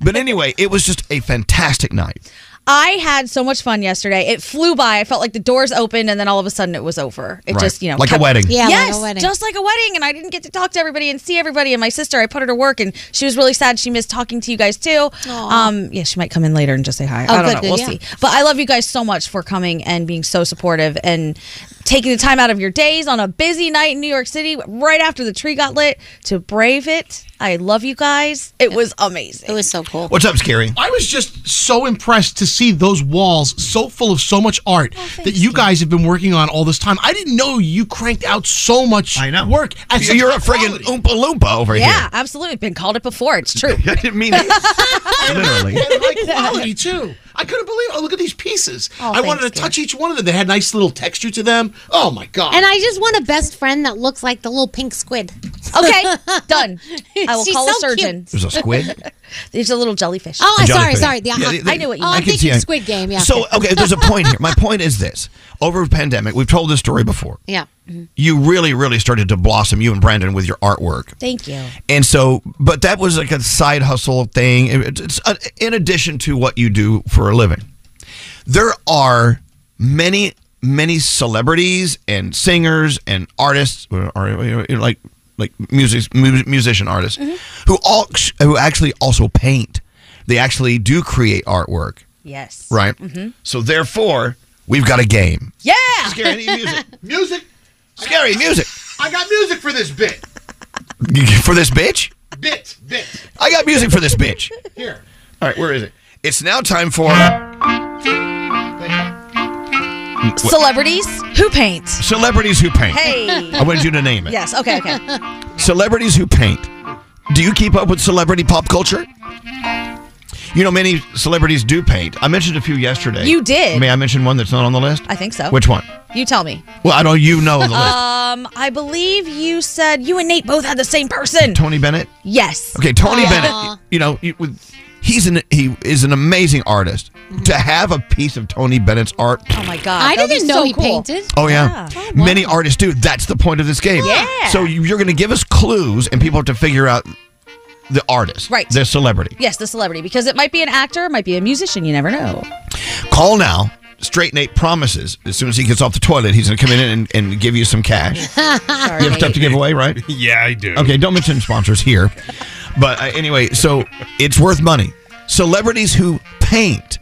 [SPEAKER 8] But anyway, it was just a fantastic night.
[SPEAKER 9] I had so much fun yesterday. It flew by. I felt like the doors opened and then all of a sudden it was over. It
[SPEAKER 8] Right.
[SPEAKER 9] just, you know,
[SPEAKER 8] Like a wedding. Yeah, like a
[SPEAKER 9] yes,
[SPEAKER 8] wedding.
[SPEAKER 9] just like a wedding. And I didn't get to talk to everybody and see everybody. And my sister, I put her to work, and she was really sad. She missed talking to you guys too. Um, yeah, she might come in later and just say hi.
[SPEAKER 18] Oh,
[SPEAKER 9] I don't
[SPEAKER 18] good,
[SPEAKER 9] know.
[SPEAKER 18] good,
[SPEAKER 9] We'll
[SPEAKER 18] yeah.
[SPEAKER 9] see. But I love you guys so much for coming and being so supportive and taking the time out of your days on a busy night in New York City right after the tree got lit to brave it. I love you guys. It was amazing. It was
[SPEAKER 10] so cool.
[SPEAKER 8] What's up, Scary?
[SPEAKER 19] I was just so impressed to see those walls so full of so much art
[SPEAKER 10] Oh,
[SPEAKER 19] that you guys have been working on all this time. I didn't know you cranked out so much I know. work. at such
[SPEAKER 8] You're a
[SPEAKER 19] quality.
[SPEAKER 8] friggin' Oompa Loompa over
[SPEAKER 9] yeah,
[SPEAKER 8] here.
[SPEAKER 9] absolutely. Been called it before. It's true.
[SPEAKER 8] I didn't mean it. Literally.
[SPEAKER 19] And high quality too. I couldn't believe. Oh, look at these pieces!
[SPEAKER 10] Oh,
[SPEAKER 19] I wanted to
[SPEAKER 10] thanks,
[SPEAKER 19] touch each one of them. They had nice little texture to them. Oh my god!
[SPEAKER 10] And I just want a best friend that looks like the little pink squid.
[SPEAKER 9] Okay, done. I will
[SPEAKER 10] She's
[SPEAKER 9] call a
[SPEAKER 10] so
[SPEAKER 9] surgeon.
[SPEAKER 10] cute.
[SPEAKER 8] There's a squid.
[SPEAKER 9] There's a little jellyfish.
[SPEAKER 10] Oh, sorry,
[SPEAKER 8] A jellyfish.
[SPEAKER 10] sorry. The,
[SPEAKER 8] Yeah, they-
[SPEAKER 10] I knew what you
[SPEAKER 8] I
[SPEAKER 10] meant.
[SPEAKER 8] can
[SPEAKER 10] I'm
[SPEAKER 8] see
[SPEAKER 10] thinking
[SPEAKER 8] it.
[SPEAKER 10] Squid Game. Yeah.
[SPEAKER 8] So okay, there's a point here. My point is this: over the pandemic, we've told this story before.
[SPEAKER 10] yeah.
[SPEAKER 8] You really, really started to blossom, you and Brandon, with your artwork.
[SPEAKER 9] Thank you.
[SPEAKER 8] And so, but that was like a side hustle thing. It- It's uh in addition to what you do for a living. There are many, many celebrities and singers and artists, or, or, you know, like like music mu- musician artists, who all who actually also paint. They actually do create artwork,
[SPEAKER 9] Yes.
[SPEAKER 8] right?
[SPEAKER 9] Mhm.
[SPEAKER 8] So therefore, we've got a game.
[SPEAKER 9] Yeah.
[SPEAKER 19] Scary I need music. music.
[SPEAKER 8] Scary music
[SPEAKER 19] I got music for this bit.
[SPEAKER 8] for this bitch.
[SPEAKER 19] Bit. Bit.
[SPEAKER 8] I got music for this bitch.
[SPEAKER 19] Here.
[SPEAKER 8] All right, where is it? It's now time for
[SPEAKER 9] Celebrities who paint.
[SPEAKER 8] celebrities who paint.
[SPEAKER 9] Hey.
[SPEAKER 8] I wanted you to name it.
[SPEAKER 9] Yes. Okay. Okay.
[SPEAKER 8] Celebrities who paint. Do you keep up with celebrity pop culture? You know, many celebrities do paint. I mentioned a few yesterday.
[SPEAKER 9] You did.
[SPEAKER 8] May I mention one that's not on the list?
[SPEAKER 9] I think so.
[SPEAKER 8] Which one?
[SPEAKER 9] You tell me.
[SPEAKER 8] Well, I don't. You know the list.
[SPEAKER 9] Um, I believe you said you and Nate both had the same person.
[SPEAKER 8] Tony Bennett.
[SPEAKER 9] Yes. Uh, oh
[SPEAKER 8] Okay, Tony
[SPEAKER 9] Aw.
[SPEAKER 8] Bennett. You know, you, with, he's an he is an amazing artist.
[SPEAKER 9] Mm-hmm.
[SPEAKER 8] To have a piece of Tony Bennett's art.
[SPEAKER 9] Oh my god.
[SPEAKER 10] I
[SPEAKER 9] that'd be
[SPEAKER 10] didn't
[SPEAKER 9] so
[SPEAKER 10] know he
[SPEAKER 9] cool.
[SPEAKER 10] painted.
[SPEAKER 8] Oh yeah, many artists do. That's the point of this game.
[SPEAKER 9] Yeah.
[SPEAKER 8] So you- you're going to give us clues, and people have to figure out the artist,
[SPEAKER 9] Right.
[SPEAKER 8] Their celebrity.
[SPEAKER 9] Yes, the celebrity because it might be an actor, it might be a musician. You never know.
[SPEAKER 8] Call now. Straight Nate promises as soon as he gets off the toilet, he's going to come in and, and give you some cash.
[SPEAKER 9] Sorry,
[SPEAKER 8] You have stuff to give away, right?
[SPEAKER 14] Yeah, I do.
[SPEAKER 8] Okay, don't mention sponsors here. But uh, anyway, so it's worth money. Celebrities who paint.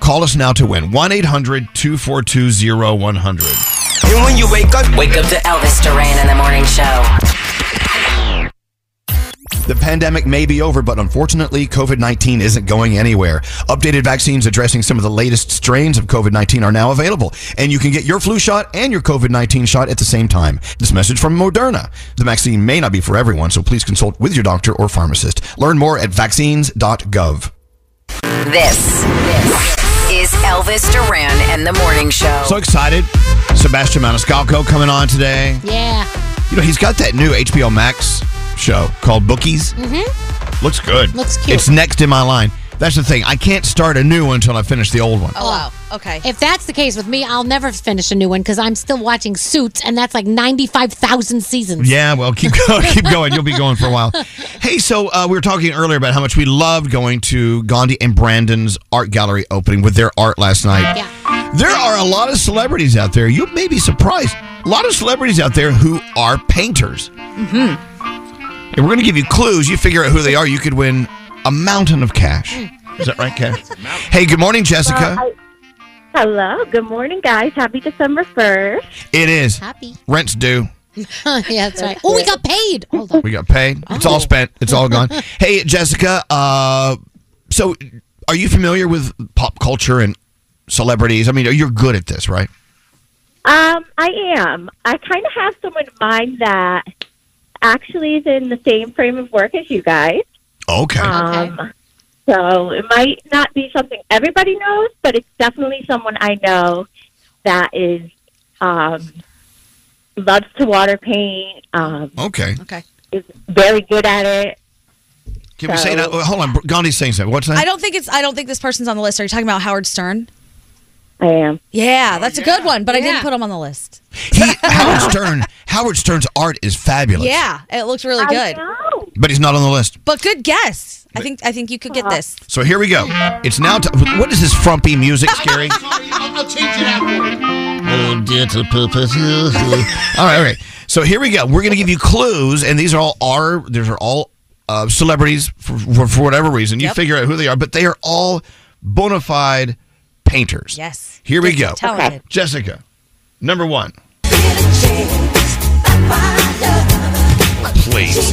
[SPEAKER 8] Call us now to win 1 800 242 0100.
[SPEAKER 7] And when you wake up, wake up to Elvis Duran in the morning show.
[SPEAKER 8] The pandemic may be over, but unfortunately, COVID 19 isn't going anywhere. Updated vaccines addressing some of the latest strains of COVID 19 are now available, and you can get your flu shot and your COVID 19 shot at the same time. This message from Moderna. The vaccine may not be for everyone, so please consult with your doctor or pharmacist. Learn more at vaccines.gov.
[SPEAKER 7] This, this is Elvis Duran and the morning show.
[SPEAKER 8] So excited. Sebastian Maniscalco coming on today.
[SPEAKER 10] Yeah.
[SPEAKER 8] You know, he's got that new HBO Max show called Bookies.
[SPEAKER 10] Mm-hmm.
[SPEAKER 8] Looks good.
[SPEAKER 10] Looks cute.
[SPEAKER 8] It's next in my line. That's the thing. I can't start a new one until I finish the old one.
[SPEAKER 9] Oh,
[SPEAKER 10] Oh,
[SPEAKER 9] wow. Okay.
[SPEAKER 10] If that's the case with me, I'll never finish a new one because I'm still watching Suits, and that's like 95,000 seasons.
[SPEAKER 8] Yeah, well, keep going, keep going. You'll be going for a while. Hey, so uh, we were talking earlier about how much we loved going to Gandhi and Brandon's art gallery opening with their art last night. Yeah. There are a lot of celebrities out there. You may be surprised. A lot of celebrities out there who are painters.
[SPEAKER 5] Mm-hmm.
[SPEAKER 8] And we're going to give you clues. You figure out who they are. You could win a mountain of cash. Is that right, Cash? Hey, good morning, Jessica.
[SPEAKER 20] Well, Uh, I- hello. Good morning, guys. Happy December 1st.
[SPEAKER 8] It is.
[SPEAKER 10] Happy.
[SPEAKER 8] Rent's due.
[SPEAKER 10] yeah, that's right. Oh, we got paid. Hold on.
[SPEAKER 8] We got paid. It's
[SPEAKER 9] Oh.
[SPEAKER 8] all spent. It's all gone. hey, Jessica. Uh, so, are you familiar with pop culture and celebrities? I mean, you're good at this, right?
[SPEAKER 20] Um, I am. I kind of have someone in mind that actually is in the same frame of work as you guys.
[SPEAKER 8] Okay.
[SPEAKER 20] Um, so it might not be something everybody knows, but it's definitely someone I know that is um, loves to water paint. Um,
[SPEAKER 8] Okay.
[SPEAKER 9] Okay.
[SPEAKER 20] Is very good at it.
[SPEAKER 8] Can we say that? Well, Hold on. Gandhi's saying something. What's that?
[SPEAKER 9] I don't think it's. I don't think this person's on the list. Are you talking about Howard Stern?
[SPEAKER 20] I am.
[SPEAKER 9] Yeah, that's a good one, but I
[SPEAKER 20] Yeah.
[SPEAKER 9] didn't put him on the list.
[SPEAKER 8] Howard Stern. Howard Stern's art is fabulous,
[SPEAKER 9] Yeah, it looked really
[SPEAKER 20] I
[SPEAKER 9] good.
[SPEAKER 8] but he's not on the list.
[SPEAKER 9] But good guess. I think. I think you could get this.
[SPEAKER 8] So here we go. It's now. T- what is this frumpy music, Scary?
[SPEAKER 19] Sorry, I'll, I'll change it out for you.
[SPEAKER 8] Oh, dear to purpose. all right, all right. So here we go. We're going to give you clues, and these are all our. These are all uh, celebrities for, for, for whatever reason. You
[SPEAKER 9] Yep.
[SPEAKER 8] figure out who they are, but they are all bona fide painters.
[SPEAKER 9] Yes.
[SPEAKER 8] Here we go.
[SPEAKER 9] Talented.
[SPEAKER 8] Jessica, number one. Please.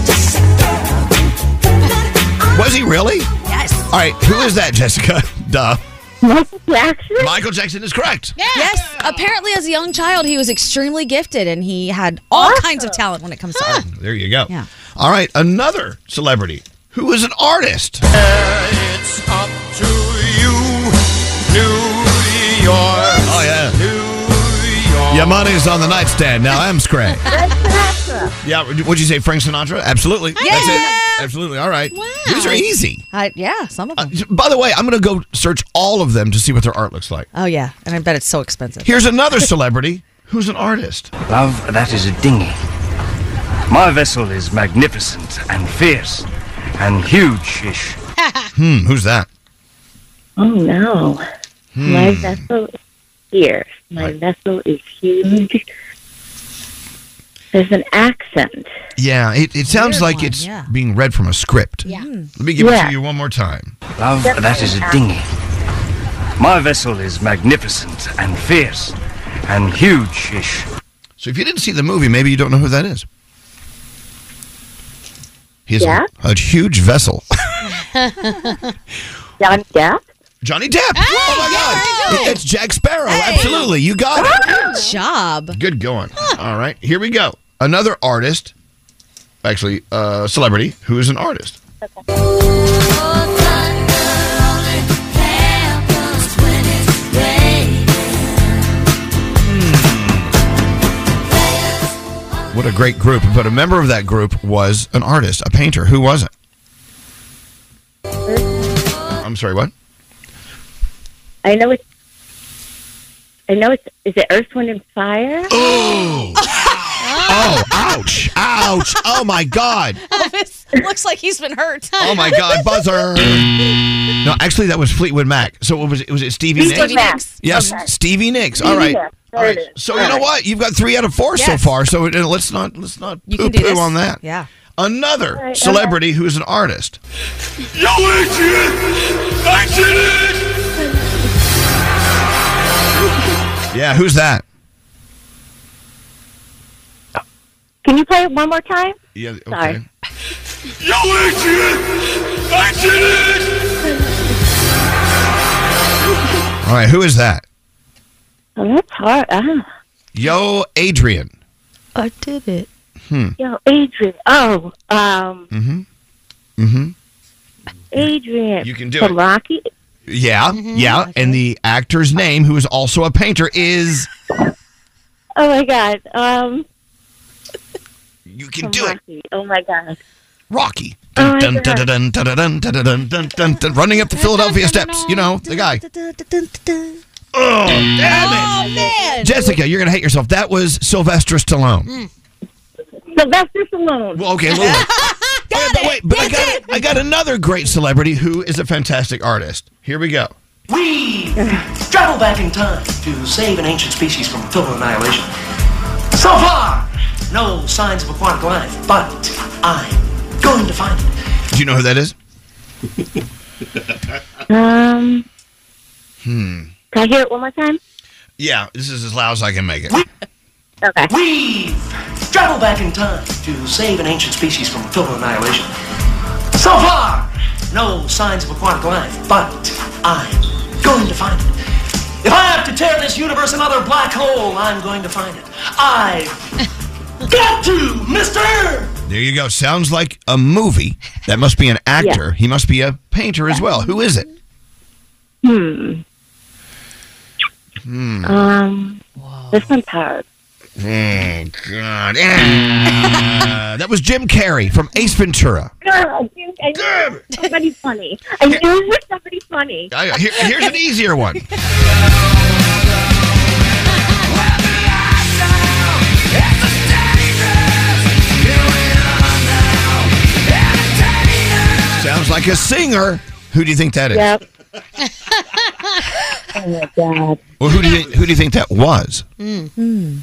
[SPEAKER 8] Was he really? Yes. All right, who is that, Jessica? Duh.
[SPEAKER 20] Michael Jackson?
[SPEAKER 8] Michael Jackson is correct.
[SPEAKER 9] Yes. Apparently, as a young child, he was extremely gifted and he had all kinds of talent when it comes to art.
[SPEAKER 8] There you go. Yeah. All right, another celebrity who is an artist.
[SPEAKER 5] It's up to you, New York.
[SPEAKER 8] Oh, yeah. Your money's on the nightstand. Now I'm Scray. yeah, would you say Frank Sinatra? Absolutely. That's it. Absolutely. All right. Wow. These are easy. Uh,
[SPEAKER 9] I, yeah, some of them.
[SPEAKER 8] By the way, I'm going to go search all of them to see what their art looks like.
[SPEAKER 9] oh, yeah. And I bet it's so expensive.
[SPEAKER 8] Here's another celebrity who's an artist.
[SPEAKER 21] Love, that is a dinghy. My vessel is magnificent and fierce and huge-ish.
[SPEAKER 8] Hmm, who's that?
[SPEAKER 20] Oh no, my
[SPEAKER 8] Hmm.
[SPEAKER 20] vessel is here. My vessel is huge. There's an accent.
[SPEAKER 8] Yeah, it, it sounds like it's being read from a script.
[SPEAKER 20] Yeah.
[SPEAKER 8] Let me give it
[SPEAKER 21] Yeah.
[SPEAKER 8] to you one more time.
[SPEAKER 21] Love, that is a dinghy. My vessel is magnificent and fierce and huge-ish.
[SPEAKER 8] So if you didn't see the movie, maybe you don't know who that is. He has a-
[SPEAKER 5] Yeah?
[SPEAKER 8] a, huge vessel.
[SPEAKER 20] John Depp?
[SPEAKER 8] Johnny Depp. oh my God. It- It's Jack Sparrow. Absolutely. You got it.
[SPEAKER 9] Good job.
[SPEAKER 8] Good going. All right. Here we go. Another artist, actually, uh, celebrity who is an artist. What a great group. But a member of that group was an artist, a painter. Who was it? I'm sorry, what?
[SPEAKER 20] I know it's. I know it's. Is it Earth, Wind, and Fire?
[SPEAKER 8] Oh. Oh, ouch. Ouch. Oh, my God.
[SPEAKER 9] Elvis looks like he's been hurt.
[SPEAKER 8] Oh my God, buzzer! no, actually, that was Fleetwood Mac. So what was it? Was it Stevie Nicks?
[SPEAKER 5] Stevie Nicks.
[SPEAKER 8] Yes,
[SPEAKER 5] Okay.
[SPEAKER 8] Stevie Nicks.
[SPEAKER 5] Stevie
[SPEAKER 8] All right.
[SPEAKER 5] Nicks.
[SPEAKER 8] All
[SPEAKER 5] There
[SPEAKER 8] right.
[SPEAKER 5] it is.
[SPEAKER 8] So
[SPEAKER 5] All
[SPEAKER 8] you know
[SPEAKER 5] right.
[SPEAKER 8] what? You've got three out of four so
[SPEAKER 5] Yes.
[SPEAKER 8] far. So uh, let's not let's not
[SPEAKER 5] You
[SPEAKER 8] poo
[SPEAKER 5] can do
[SPEAKER 8] poo
[SPEAKER 5] this.
[SPEAKER 8] on that.
[SPEAKER 5] Yeah.
[SPEAKER 8] Another
[SPEAKER 5] All right,
[SPEAKER 8] celebrity who is an artist.
[SPEAKER 5] Yo, I did it! I did it!
[SPEAKER 8] Yeah, who's that?
[SPEAKER 20] Can you play it one more time?
[SPEAKER 8] Yeah. Okay.
[SPEAKER 20] Sorry.
[SPEAKER 5] Yo, I did it! I did it!
[SPEAKER 8] All right. Who is that?
[SPEAKER 20] Oh, that's hard. Ah.
[SPEAKER 8] Yo, Adrian.
[SPEAKER 20] I did it.
[SPEAKER 8] Hmm.
[SPEAKER 20] Yo, Adrian. Oh, um,
[SPEAKER 8] Mm-hmm. Mm-hmm.
[SPEAKER 20] Adrian.
[SPEAKER 8] You can do
[SPEAKER 20] from
[SPEAKER 8] it.
[SPEAKER 20] Rocky.
[SPEAKER 8] Yeah.
[SPEAKER 20] Mhm.
[SPEAKER 8] Yeah. And the actor's name, who is also a painter, is
[SPEAKER 20] Oh my God. Um,
[SPEAKER 8] you can
[SPEAKER 20] do it. Oh my God.
[SPEAKER 8] Rocky.
[SPEAKER 20] Oh my
[SPEAKER 8] Dun,
[SPEAKER 20] God.
[SPEAKER 8] dun, dun, dun, dun, dun, dun, dun, dun, dun, dun, running up the Philadelphia steps. You know, the guy. Oh, damn it.
[SPEAKER 9] man.
[SPEAKER 8] Jessica, you're going to hate yourself. That was Sylvester Stallone.
[SPEAKER 20] Sylvester Stallone.
[SPEAKER 8] Well, okay, Lulu. Okay, but wait, but I got, I got another great celebrity who is a fantastic artist. Here we go.
[SPEAKER 15] We travel back in time to save an ancient species from total annihilation. So far, no signs of aquatic life, but I'm going to find it.
[SPEAKER 8] Do you know who that is?
[SPEAKER 20] Um,
[SPEAKER 8] Hmm.
[SPEAKER 20] can I hear it one more time?
[SPEAKER 8] Yeah, this is as loud as I can make it.
[SPEAKER 20] Okay.
[SPEAKER 15] We've traveled back in time to save an ancient species from total annihilation. So far, no signs of aquatic life, but I'm going to find it. If I have to tear this universe another black hole, I'm going to find it. I've got to, mister!
[SPEAKER 8] There you go. Sounds like a movie. That must be an actor. He must be a painter as well. Who is it?
[SPEAKER 20] Hmm.
[SPEAKER 8] Hmm.
[SPEAKER 20] Um, this one's hard.
[SPEAKER 8] Oh, God. Ah. that was Jim Carrey from Ace Ventura.
[SPEAKER 20] No, dude, I knew it was somebody funny. I knew it was somebody funny.
[SPEAKER 8] I- here- here's an easier one. Sounds like a singer. Who do you think that is?
[SPEAKER 20] Yep. oh my god.
[SPEAKER 8] Or who do you who do you think that was?
[SPEAKER 20] Mm.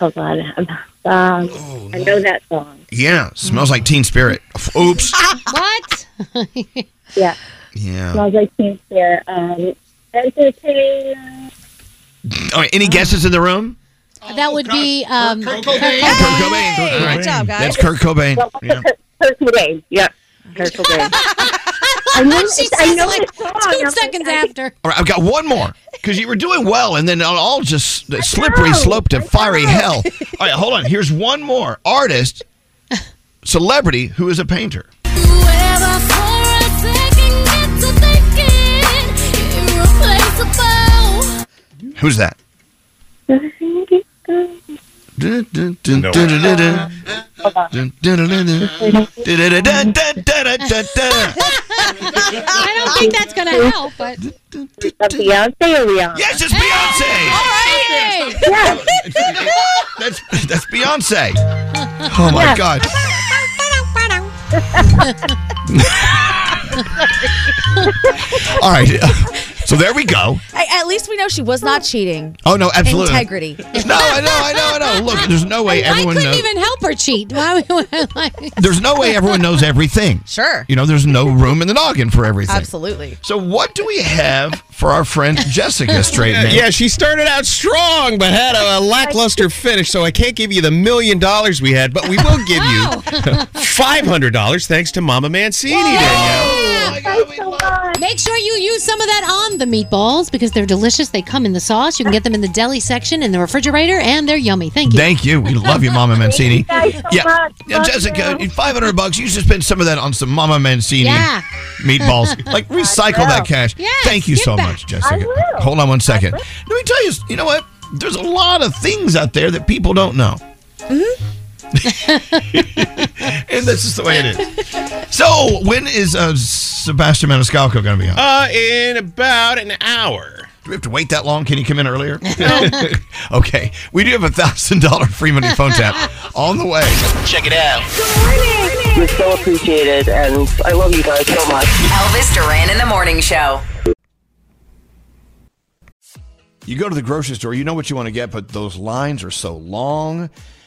[SPEAKER 20] Oh god. Um,
[SPEAKER 8] Oh,
[SPEAKER 20] I know that song.
[SPEAKER 8] Yeah, smells like Teen Spirit. Oops.
[SPEAKER 20] What? yeah.
[SPEAKER 8] Yeah.
[SPEAKER 20] Smells like Teen Spirit. Um, entertain.
[SPEAKER 8] All right. Any guesses in the room?
[SPEAKER 10] that would be um, Oh, Kurt Cobain.
[SPEAKER 8] Kurt Cobain. All right, That's Kurt Cobain. Yeah.
[SPEAKER 20] Kurt Cobain. Yeah. Herschel Gage. I know,
[SPEAKER 10] She
[SPEAKER 20] it's- I
[SPEAKER 10] says
[SPEAKER 20] know
[SPEAKER 10] like
[SPEAKER 20] it's wrong.
[SPEAKER 10] two
[SPEAKER 20] I'm like,
[SPEAKER 10] seconds
[SPEAKER 20] I-
[SPEAKER 10] after.
[SPEAKER 8] All right, I've got one more because you were doing well, and then it all just slippery slope to fiery hell. All right, hold on. Here's one more artist, celebrity who is a painter. Who's that?
[SPEAKER 10] I don't think that's going to help, but.
[SPEAKER 20] Beyonce or Rihanna?
[SPEAKER 8] Yes, it's Beyonce.
[SPEAKER 20] Yes.
[SPEAKER 8] That's that's Beyonce. Oh my
[SPEAKER 20] Yeah.
[SPEAKER 8] God. All right. uh, So there we go.
[SPEAKER 22] I, at least we know she was not cheating.
[SPEAKER 8] Oh no, absolutely.
[SPEAKER 22] Integrity.
[SPEAKER 8] No, I know, I know, I know. Look, there's no way everyone knows.
[SPEAKER 10] help her cheat. Why would
[SPEAKER 8] there's no way everyone knows everything.
[SPEAKER 22] Sure.
[SPEAKER 8] You know, there's no room in the noggin for everything.
[SPEAKER 22] Absolutely.
[SPEAKER 8] So what do we have for our friend Jessica straight
[SPEAKER 1] Yeah,
[SPEAKER 8] now?
[SPEAKER 1] yeah, she started out strong, but had a, a lackluster finish. So I can't give you the million dollars we had, but we will give you five hundred dollars thanks to Mama Mancini. Danielle.
[SPEAKER 9] Oh
[SPEAKER 10] Make sure you use some of that on the meatballs because they're delicious. They come in the sauce. You can get them in the deli section, in the refrigerator, and they're yummy. Thank you.
[SPEAKER 8] Thank you. We love you, Mama Mancini.
[SPEAKER 10] Thank you guys so
[SPEAKER 8] yeah.
[SPEAKER 10] much.
[SPEAKER 8] yeah,
[SPEAKER 10] Love
[SPEAKER 8] Jessica, five hundred bucks. You should spend some of that on some Mama Mancini
[SPEAKER 10] Yeah.
[SPEAKER 8] meatballs. Like recycle that cash. Thank you so much, Jessica. Hold on one second. Let me tell you. You know what? There's a lot of things out there that people don't know.
[SPEAKER 10] Mm-hmm.
[SPEAKER 8] and that's just the way it is. So, when is uh, Sebastian Maniscalco going to be on?
[SPEAKER 1] Uh, in about an hour.
[SPEAKER 8] Do we have to wait that long? Can you come in earlier? okay. We do have a $1,000 free money phone tap on the way.
[SPEAKER 5] Check it out. You're so appreciated, and I love you guys so much.
[SPEAKER 7] Elvis Duran in the morning show.
[SPEAKER 8] You go to the grocery store, you know what you want to get, but those lines are so long.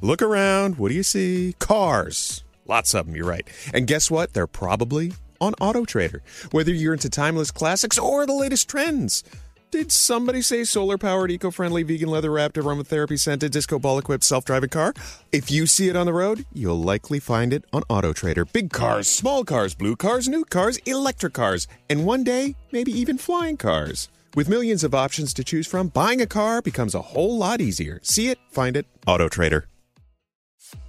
[SPEAKER 1] Look around. What do you see? Cars. Lots of them, you're right. And guess what? They're probably on Auto Trader. Whether you're into timeless classics or the latest trends. Did somebody say solar powered, eco friendly, vegan leather wrapped, aromatherapy scented, disco ball equipped, self driving car? If you see it on the road, you'll likely find it on Auto Trader. Big cars, small cars, blue cars, new cars, electric cars, and one day, maybe even flying cars. With millions of options to choose from, buying a car becomes a whole lot easier. See it, find it, Auto Trader.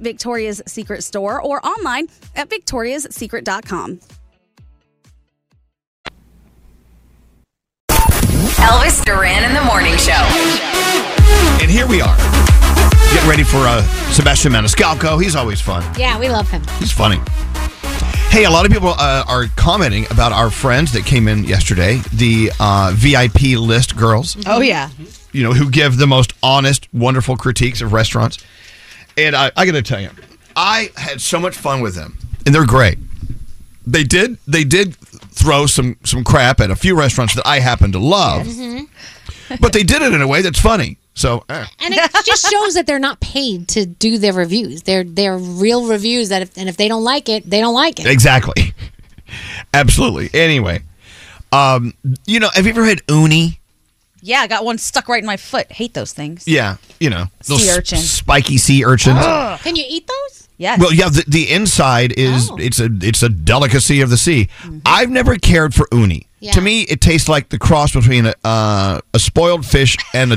[SPEAKER 9] Victoria's Secret store or online at victoriassecret.com.
[SPEAKER 7] Elvis Duran in the morning show.
[SPEAKER 8] And here we are. Get ready for uh, Sebastian Maniscalco. He's always fun.
[SPEAKER 10] Yeah, we love him.
[SPEAKER 8] He's funny. Hey, a lot of people uh, are commenting about our friends that came in yesterday, the uh, VIP list girls. Mm-hmm.
[SPEAKER 9] Oh, yeah.
[SPEAKER 8] You know, who give the most honest, wonderful critiques of restaurants. And I, I got to tell you, I had so much fun with them, and they're great. They did they did throw some some crap at a few restaurants that I happen to love,
[SPEAKER 9] Mm-hmm.
[SPEAKER 8] but they did it in a way that's funny. So, eh.
[SPEAKER 10] And it just shows that they're not paid to do their reviews. They're they're real reviews that if, and if they don't like it, they don't like it.
[SPEAKER 8] Exactly. Absolutely. Anyway, um, you know, have you ever had uni?
[SPEAKER 9] Yeah, I got one stuck right in my foot. Hate those things.
[SPEAKER 8] Yeah, you know, those
[SPEAKER 9] Sea
[SPEAKER 8] s-
[SPEAKER 9] urchin.
[SPEAKER 8] spiky sea urchins.
[SPEAKER 10] Can you eat those?
[SPEAKER 9] Yes.
[SPEAKER 8] Well, yeah, the, the inside is it's a it's a delicacy of the sea. I've never cared for uni.
[SPEAKER 10] Yeah.
[SPEAKER 8] To me, it tastes like the cross between a uh, a spoiled fish and a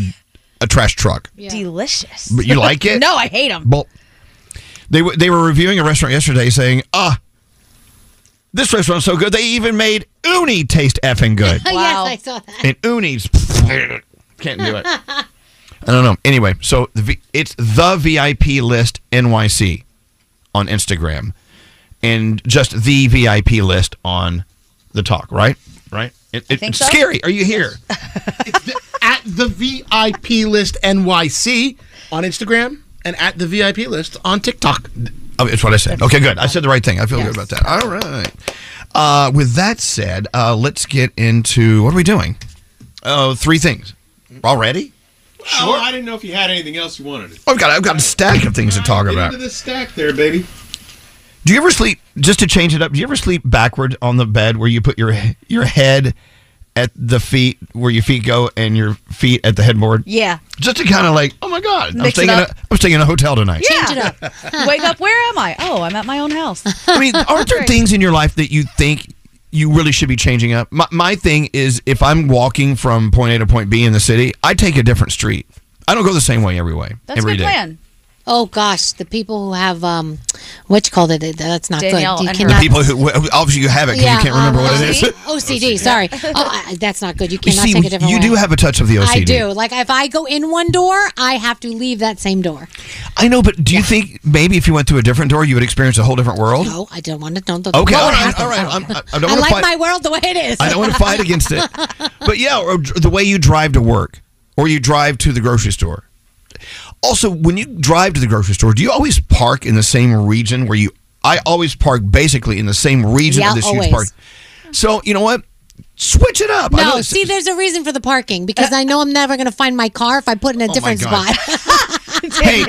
[SPEAKER 8] a trash truck.
[SPEAKER 9] Delicious.
[SPEAKER 8] But you like it?
[SPEAKER 9] no, I hate them.
[SPEAKER 8] Well, they w- they were reviewing a restaurant yesterday, saying, "Ah, this restaurant's so good they even made uni taste effing good."
[SPEAKER 10] yes, I saw that.
[SPEAKER 8] and uni's can't do it. I don't know. Anyway, so the v- it's the VIP list NYC on Instagram, and just the VIP list on the talk. Right, right. It, it-
[SPEAKER 19] think
[SPEAKER 8] it's
[SPEAKER 19] so.
[SPEAKER 8] scary. Are you here?
[SPEAKER 19] at the VIP list NYC on Instagram and at the VIP list on TikTok.
[SPEAKER 8] Oh, it's what I said. Okay, good. I said the right thing. I feel good about that. All right. Uh, with that said, uh, let's get into what are we doing? Oh, three things already.
[SPEAKER 14] Sure. Oh, I didn't know if you had anything else you wanted.
[SPEAKER 8] I've got I've got a stack of things to talk
[SPEAKER 14] Get
[SPEAKER 8] about.
[SPEAKER 14] into this stack there, baby.
[SPEAKER 8] Do you ever sleep just to change it up? Do you ever sleep backward on the bed where you put your your head at the feet where your feet go and your feet at the headboard?
[SPEAKER 9] Yeah.
[SPEAKER 8] Just to kind of like, oh my god, I'm
[SPEAKER 9] Mix it
[SPEAKER 8] staying in a,
[SPEAKER 9] up.
[SPEAKER 8] I'm staying in a hotel tonight.
[SPEAKER 9] Yeah. Change it up. Wake up. Where am I? Oh, I'm at my own house.
[SPEAKER 8] I mean, aren't there things in your life that you think you really should be changing up? My, my thing is if I'm walking from point A to point B in the city, I take a different street. I don't go the same way every way. every day.
[SPEAKER 10] Oh gosh, the people who have um, what you call it? uh, That's not
[SPEAKER 9] Danielle
[SPEAKER 10] good. You
[SPEAKER 9] and her-
[SPEAKER 8] The people who who- obviously you have it because you can't remember
[SPEAKER 10] um,
[SPEAKER 8] what it is.
[SPEAKER 10] OCD, OCD, sorry. Oh, I, that's not good. You
[SPEAKER 8] You
[SPEAKER 10] cannot
[SPEAKER 8] see,
[SPEAKER 10] take a different
[SPEAKER 8] you
[SPEAKER 10] way.
[SPEAKER 8] do have a touch of the OCD.
[SPEAKER 10] I do. Like if I go in one door, I have to leave that same door.
[SPEAKER 8] I know, but do you think maybe if you went through a different door, you would experience a whole different world?
[SPEAKER 10] No, I don't want to. Don't. don't
[SPEAKER 8] Okay,
[SPEAKER 10] don't
[SPEAKER 8] all
[SPEAKER 10] let it
[SPEAKER 8] right,
[SPEAKER 10] happen.
[SPEAKER 8] all right.
[SPEAKER 10] don't-
[SPEAKER 8] I'm- I- I don't wanna
[SPEAKER 10] like
[SPEAKER 8] fight-
[SPEAKER 10] my world the way it is.
[SPEAKER 8] I don't want to fight against it. But yeah, or dr- the way you drive to work or you drive to the grocery store. Also, when you drive to the grocery store, do you always park in the same region where you? I always park basically in the same region
[SPEAKER 10] Yeah,
[SPEAKER 8] of this
[SPEAKER 10] always.
[SPEAKER 8] huge park. So you know what? Switch it up. I know
[SPEAKER 10] No,
[SPEAKER 8] it's-
[SPEAKER 10] see, there's a reason for the parking because I know I'm never going to find my car if I put it in a
[SPEAKER 8] Oh my
[SPEAKER 10] different
[SPEAKER 8] God.
[SPEAKER 10] spot.
[SPEAKER 8] hey,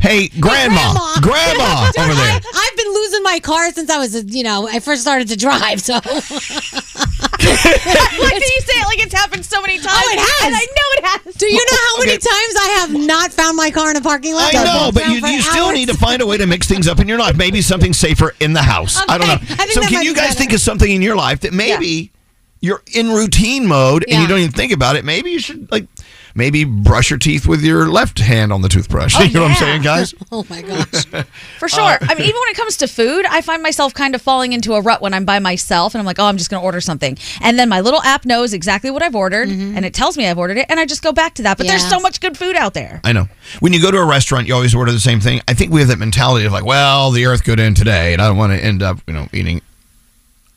[SPEAKER 8] hey, grandma, grandma, over there.
[SPEAKER 10] I've been losing my car since I was, uh, you know, I first started to drive. So
[SPEAKER 9] Why do you say it like it's happened so many times?
[SPEAKER 8] Oh,
[SPEAKER 10] it has.
[SPEAKER 9] And I know it has.
[SPEAKER 10] Do you know how many
[SPEAKER 8] Okay.
[SPEAKER 10] times I have not found my car in a parking lot?
[SPEAKER 8] I know, but you, you still need to find a way to mix things up in your life. Maybe something safer in the house. I don't
[SPEAKER 10] Okay, I
[SPEAKER 8] know.
[SPEAKER 10] think
[SPEAKER 8] So,
[SPEAKER 10] that
[SPEAKER 8] can
[SPEAKER 10] might
[SPEAKER 8] you
[SPEAKER 10] be
[SPEAKER 8] guys
[SPEAKER 10] better.
[SPEAKER 8] think of something in your life that maybe you're in routine mode and
[SPEAKER 10] Yeah.
[SPEAKER 8] you don't even think about it? Maybe you should like maybe brush your teeth with your left hand on the toothbrush.
[SPEAKER 9] Oh,
[SPEAKER 8] you know what I'm
[SPEAKER 9] yeah.
[SPEAKER 8] saying, guys?
[SPEAKER 10] Oh my gosh.
[SPEAKER 9] For sure.
[SPEAKER 8] Uh,
[SPEAKER 9] I mean, even when it comes to food, I find myself kind of falling into a rut when I'm by myself and I'm like, oh, I'm just going to order something. And then my little app knows exactly what I've ordered
[SPEAKER 10] Mm-hmm.
[SPEAKER 9] and it tells me I've ordered it and I just go back to that. But there's so much good food out there.
[SPEAKER 8] I know. When you go to a restaurant, you always order the same thing. I think we have that mentality of like, well, the earth could end today, and I don't want to end up, you know, eating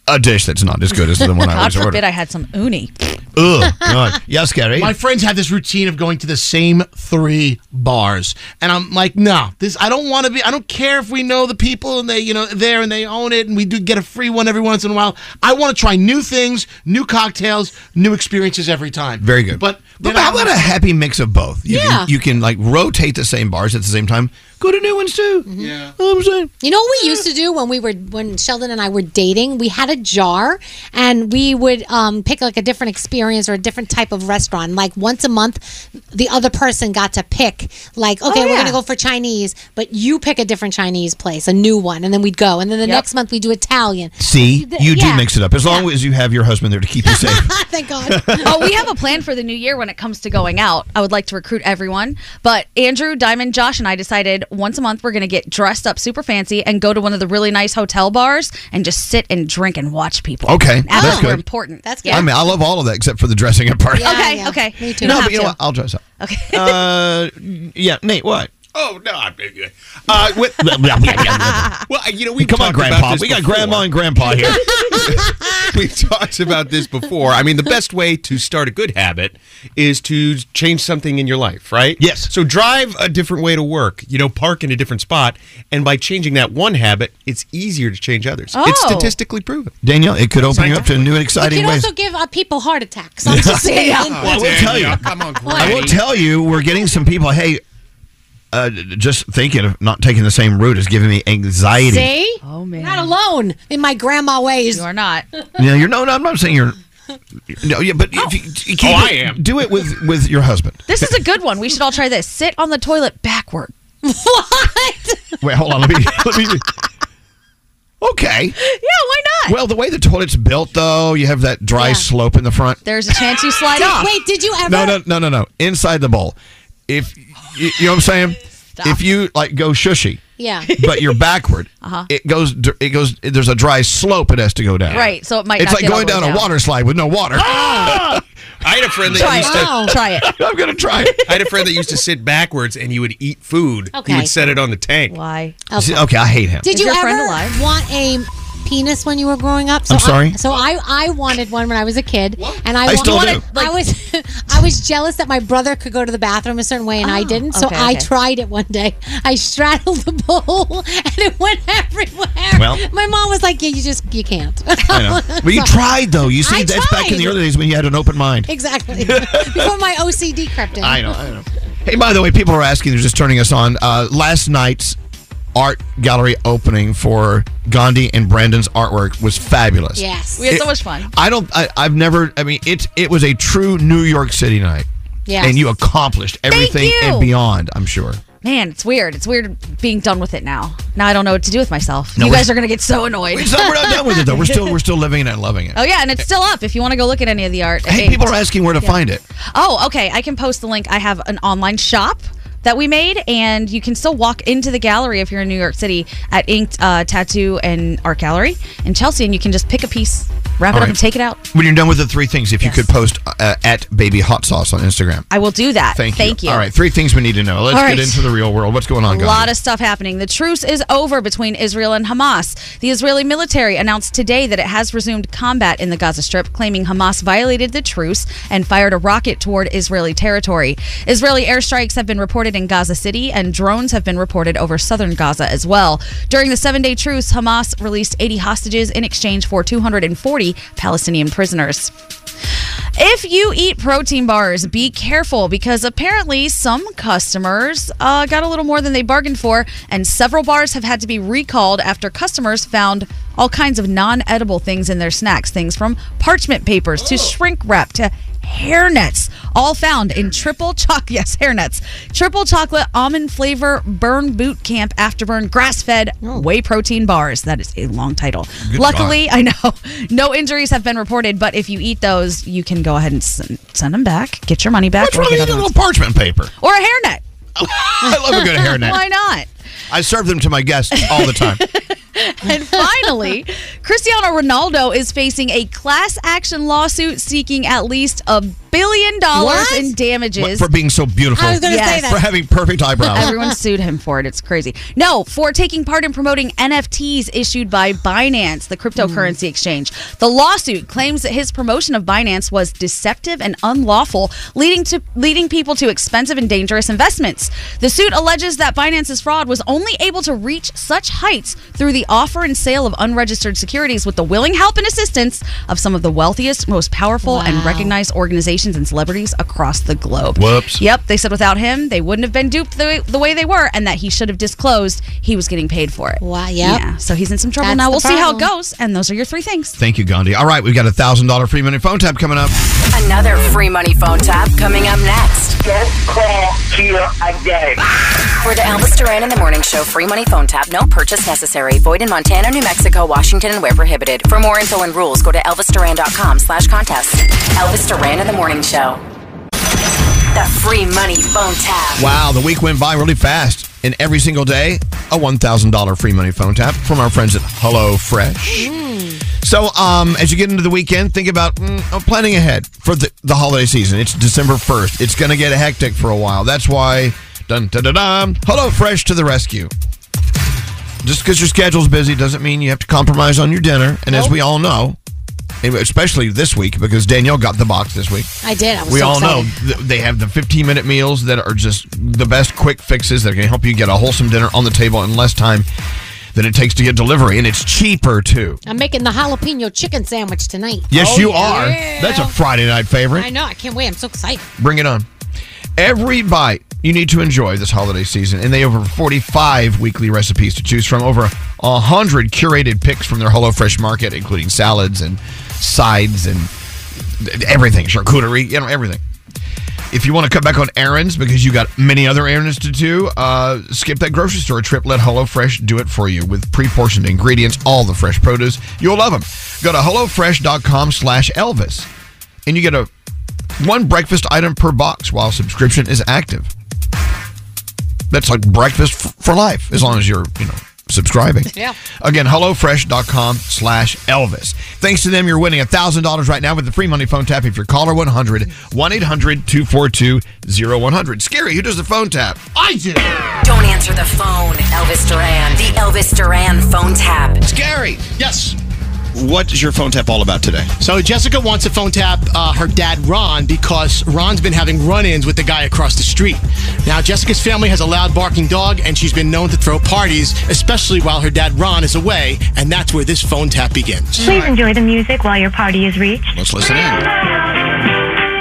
[SPEAKER 8] a dish that's not as good as the one I
[SPEAKER 9] God
[SPEAKER 8] always
[SPEAKER 9] forbid
[SPEAKER 8] ordered.
[SPEAKER 9] I had some uni.
[SPEAKER 8] Ugh, God. Yes, Gary.
[SPEAKER 19] My friends have this routine of going to the same three bars, and I'm like, no, this I don't want to be. I don't care if we know the people and they, you know, there and they own it, and we do get a free one every once in a while. I want to try new things, new cocktails, new experiences every time.
[SPEAKER 8] Very good.
[SPEAKER 19] But
[SPEAKER 8] But how about a happy mix of both? You
[SPEAKER 19] Yeah.
[SPEAKER 8] Can, you can like rotate the same bars at the same time. Go to new ones too.
[SPEAKER 14] Mm-hmm.
[SPEAKER 8] Yeah. I'm saying.
[SPEAKER 10] You know what we used to do when we were when Sheldon and I were dating? We had a jar and we would um, pick like a different experience or a different type of restaurant. Like once a month, the other person got to pick like,
[SPEAKER 8] Oh,
[SPEAKER 10] okay, we're
[SPEAKER 9] yeah.
[SPEAKER 10] gonna go for Chinese, but you pick a different Chinese place, a new one, and then we'd go. And then the next month we do Italian.
[SPEAKER 8] See,
[SPEAKER 10] Th-
[SPEAKER 8] you
[SPEAKER 10] yeah.
[SPEAKER 8] do mix it up as long as you have your husband there to keep you safe.
[SPEAKER 10] Thank God.
[SPEAKER 9] oh, we have a plan for the new year when it comes to going out. I would like to recruit everyone, but Andrew, Diamond, Josh, and I decided once a month we're going to get dressed up super fancy and go to one of the really nice hotel bars and just sit and drink and watch people.
[SPEAKER 8] Okay,
[SPEAKER 9] Apps
[SPEAKER 8] that's
[SPEAKER 9] were
[SPEAKER 8] good.
[SPEAKER 9] important. That's
[SPEAKER 8] I mean, I love all of that except for the dressing up part.
[SPEAKER 9] okay, okay.
[SPEAKER 8] No, but you know what? I'll dress up. Okay. Uh, yeah, Nate. What?
[SPEAKER 14] Oh no! I, uh, what, well, you know we
[SPEAKER 8] Come on,
[SPEAKER 14] talked
[SPEAKER 8] Grandpa.
[SPEAKER 14] About this
[SPEAKER 8] We got
[SPEAKER 14] before.
[SPEAKER 8] Grandma and Grandpa here.
[SPEAKER 14] We've talked about this before. I mean, the best way to start a good habit is to change something in your life, right? Yes. So drive a different way to work. You know, park in a different spot, and by changing that one habit, it's easier to change others. It's
[SPEAKER 10] Oh.
[SPEAKER 14] statistically proven.
[SPEAKER 8] Danielle, it could open you up to new and
[SPEAKER 10] It
[SPEAKER 8] exciting
[SPEAKER 10] can
[SPEAKER 8] ways.
[SPEAKER 10] also give uh, people heart attacks. I'm just saying.
[SPEAKER 8] Well, I will tell you.
[SPEAKER 14] Come on,
[SPEAKER 8] I will tell you, we're getting some people. Hey, uh, just thinking of not taking the same route is giving me anxiety.
[SPEAKER 10] See? Oh man. Not alone in my grandma ways. You
[SPEAKER 9] are not.
[SPEAKER 8] Yeah, you're no, no. I'm not saying you're. No, yeah, but if you, you can't
[SPEAKER 9] Oh, I am.
[SPEAKER 8] do it with with your husband.
[SPEAKER 9] This is a good one. We should all try this. Sit on the toilet backward.
[SPEAKER 8] Wait, hold on. Let me. Let me okay.
[SPEAKER 9] Yeah, why not?
[SPEAKER 8] Well, the way the toilet's built, though, you have that dry slope in the front.
[SPEAKER 9] There's a chance you slide
[SPEAKER 10] Did-
[SPEAKER 9] off.
[SPEAKER 10] Wait, did you ever?
[SPEAKER 8] No, no, no, no, no. Inside the bowl. If you, you know what I'm saying. If you like go shushy,
[SPEAKER 9] Yeah.
[SPEAKER 8] but you're backward.
[SPEAKER 9] Uh-huh.
[SPEAKER 8] It goes. It goes. There's a dry slope. It has to go down.
[SPEAKER 9] Right, so it might
[SPEAKER 8] It's
[SPEAKER 9] not
[SPEAKER 8] like
[SPEAKER 9] get Ah! all
[SPEAKER 8] going
[SPEAKER 9] the way
[SPEAKER 8] down, a
[SPEAKER 9] down.
[SPEAKER 8] water slide with no water.
[SPEAKER 14] I had a friend that
[SPEAKER 9] Try
[SPEAKER 14] used
[SPEAKER 9] it.
[SPEAKER 14] to
[SPEAKER 9] Wow. Try it.
[SPEAKER 8] I'm gonna try it.
[SPEAKER 14] I had a friend that used to sit backwards, and he would eat food.
[SPEAKER 10] Okay.
[SPEAKER 14] He would set it on the tank.
[SPEAKER 9] Why?
[SPEAKER 8] See, okay, I hate him.
[SPEAKER 10] Did you
[SPEAKER 9] your
[SPEAKER 10] ever
[SPEAKER 9] friend alive?
[SPEAKER 10] want a penis when you were growing up?
[SPEAKER 8] I'm sorry?
[SPEAKER 10] I, so I, I wanted one when I was a kid, and I,
[SPEAKER 8] I
[SPEAKER 10] wa-
[SPEAKER 8] still
[SPEAKER 10] wanted-
[SPEAKER 8] do.
[SPEAKER 10] I was I was jealous that my brother could go to the bathroom a certain way and I didn't. So
[SPEAKER 8] okay,
[SPEAKER 10] I
[SPEAKER 8] okay.
[SPEAKER 10] tried it one day. I straddled the bowl and it went everywhere.
[SPEAKER 8] Well-
[SPEAKER 10] my mom was like, "Yeah, you just you can't."
[SPEAKER 8] I know. But you
[SPEAKER 10] So-
[SPEAKER 8] tried though. You see,
[SPEAKER 10] I
[SPEAKER 8] that's back in the
[SPEAKER 10] tried.
[SPEAKER 8] early days when you had an open mind.
[SPEAKER 10] Exactly. Before my OCD crept in.
[SPEAKER 8] I know. I know. Hey, by the way, people are asking. They're just turning us on. Uh, last night's art gallery opening for Gandhi and Brandon's artwork was fabulous.
[SPEAKER 10] Yes.
[SPEAKER 9] We had so
[SPEAKER 8] It-
[SPEAKER 9] much fun.
[SPEAKER 8] I don't. I, I've never. I mean, it. It was a true New York City night.
[SPEAKER 9] Yes.
[SPEAKER 8] And you accomplished
[SPEAKER 9] Thank
[SPEAKER 8] everything
[SPEAKER 9] you.
[SPEAKER 8] and beyond. I'm sure.
[SPEAKER 9] Man, it's weird. It's weird being done with it now. Now I don't know what to do with myself.
[SPEAKER 8] No,
[SPEAKER 9] you
[SPEAKER 8] we're-
[SPEAKER 9] guys are going to get so annoyed.
[SPEAKER 8] We're not, we're not done with it though. We're still. We're still living it and loving it.
[SPEAKER 9] Oh yeah, and it's still up if you want to go look at any of the art.
[SPEAKER 8] Hey, people are asking where to
[SPEAKER 9] Yeah.
[SPEAKER 8] find it.
[SPEAKER 9] Oh, okay. I can post the link. I have an online shop that we made, and you can still walk into the gallery if you're in New York City at Inked uh, Tattoo and Art Gallery in Chelsea, and you can just pick a piece, wrap it
[SPEAKER 8] All
[SPEAKER 9] up,
[SPEAKER 8] right.
[SPEAKER 9] and take it out.
[SPEAKER 8] When you're done with the three things, if you could post uh, at Baby Hot Sauce on Instagram.
[SPEAKER 9] I will do that.
[SPEAKER 8] Thank you.
[SPEAKER 9] Uh, Thank you.
[SPEAKER 8] All right, three things we need to know. Let's
[SPEAKER 9] All
[SPEAKER 8] get
[SPEAKER 9] right.
[SPEAKER 8] into the real world. What's going on,
[SPEAKER 9] A
[SPEAKER 8] guys?
[SPEAKER 9] lot of stuff happening. The truce is over between Israel and Hamas. The Israeli military announced today that it has resumed combat in the Gaza Strip, claiming Hamas violated the truce and fired a rocket toward Israeli territory. Israeli airstrikes have been reported in Gaza City, and drones have been reported over southern Gaza as well. During the seven day truce, Hamas released 80 hostages in exchange for 240 Palestinian prisoners. If you eat protein bars, be careful because apparently some customers uh, got a little more than they bargained for, and several bars have had to be recalled after customers found all kinds of non edible things in their snacks things from parchment papers
[SPEAKER 23] Oh.
[SPEAKER 9] to shrink wrap to hairnets, all found in triple choc Yes, hairnets. Triple chocolate almond flavor burn boot camp afterburn grass fed whey protein bars. That is a long title.
[SPEAKER 23] Oh. Good
[SPEAKER 9] Luckily,
[SPEAKER 23] God.
[SPEAKER 9] I know no injuries have been reported, but if you eat those, you can go ahead and send, send them back, get your money back,
[SPEAKER 8] What's wrong with
[SPEAKER 9] get
[SPEAKER 8] eating
[SPEAKER 9] other
[SPEAKER 8] a little
[SPEAKER 9] ones.
[SPEAKER 8] parchment paper?
[SPEAKER 9] or a hairnet.
[SPEAKER 8] I love a good hairnet.
[SPEAKER 9] Why not?
[SPEAKER 8] I serve them to my guests all the time.
[SPEAKER 9] And finally, Cristiano Ronaldo is facing a class action lawsuit seeking at least a billion dollars
[SPEAKER 8] What?
[SPEAKER 9] in damages.
[SPEAKER 8] for being so beautiful.
[SPEAKER 9] I was gonna say Yes. that.
[SPEAKER 8] For having perfect eyebrows.
[SPEAKER 9] Everyone sued him for it. It's crazy. No, for taking part in promoting NFTs issued by Binance, the cryptocurrency exchange. The lawsuit claims that his promotion of Binance was deceptive and unlawful, leading to leading people to expensive and dangerous investments. The suit alleges that Binance's fraud was only able to reach such heights through the offer and sale of unregistered securities with the willing help and assistance of some of the wealthiest, most powerful, and recognized organizations and celebrities across the globe.
[SPEAKER 8] Whoops.
[SPEAKER 9] Yep, they said without him, they wouldn't have been duped the, the way they were, and that he should have disclosed he was getting paid for it. Wow,
[SPEAKER 8] yep.
[SPEAKER 9] yeah. So he's in some trouble
[SPEAKER 10] That's
[SPEAKER 9] now.
[SPEAKER 10] the
[SPEAKER 9] We'll see how it
[SPEAKER 10] problem.
[SPEAKER 9] goes. And those are your three things.
[SPEAKER 8] Thank you, Gandhi. All right, we've got a thousand dollar free minute phone tap coming up.
[SPEAKER 7] Another free money phone tap coming up next. Don't call here again. We're the Elvis Duran in the Morning Show free money phone tap. No purchase necessary. Void in Montana, New Mexico, Washington, and where prohibited. For more info and rules, go to elvisduran.com slash contest. Elvis Duran in the Morning Show. The free money phone tap.
[SPEAKER 8] Wow, the week went by really fast. And every single day, a $1,000 free money phone tap from our friends at Hello Fresh. So, um, as you get into the weekend, think about mm, uh, planning ahead for the, the holiday season. It's December 1st. It's going to get hectic for a while. That's why Dun da da dum. Hello Fresh to the rescue. Just because your schedule's busy doesn't mean you have to compromise on your dinner. And as we all know, especially this week because Danielle got the box this week.
[SPEAKER 10] I did. I was
[SPEAKER 8] we
[SPEAKER 10] so
[SPEAKER 8] all
[SPEAKER 10] excited.
[SPEAKER 8] know th- they have the 15 minute meals that are just the best quick fixes that can help you get a wholesome dinner on the table in less time than it takes to get delivery. And it's cheaper, too.
[SPEAKER 10] I'm making the jalapeno chicken sandwich tonight.
[SPEAKER 8] Yes,
[SPEAKER 10] Oh,
[SPEAKER 8] you
[SPEAKER 10] yeah.
[SPEAKER 8] are. That's a Friday night favorite.
[SPEAKER 10] I know. I can't wait. I'm so excited.
[SPEAKER 8] Bring it on. Every bite you need to enjoy this holiday season, and they have over 45 weekly recipes to choose from, over 100 curated picks from their HelloFresh market, including salads and sides and everything, charcuterie, you know, everything. If you want to cut back on errands because you got many other errands to do, uh, skip that grocery store trip. Let HelloFresh do it for you with pre-portioned ingredients, all the fresh produce. You'll love them. Go to HelloFresh.com slash Elvis, and you get a one breakfast item per box while subscription is active. That's like breakfast f- for life, as long as you're, you know, subscribing.
[SPEAKER 5] Yeah.
[SPEAKER 8] Again, HelloFresh.com slash Elvis. Thanks to them, you're winning $1,000 right now with the free money phone tap if you're caller 100 1-800-242-0100. Scary, who does the phone tap? I do.
[SPEAKER 7] Don't answer the phone, Elvis Duran. The Elvis Duran phone tap.
[SPEAKER 8] Scary.
[SPEAKER 23] Yes.
[SPEAKER 8] What is your phone tap all about today?
[SPEAKER 23] So Jessica wants to phone tap uh, her dad Ron because Ron's been having run-ins with the guy across the street. Now Jessica's family has a loud barking dog, and she's been known to throw parties, especially while her dad Ron is away, and that's where this phone tap begins.
[SPEAKER 24] Please enjoy the music while your party is reached.
[SPEAKER 8] Let's listen in.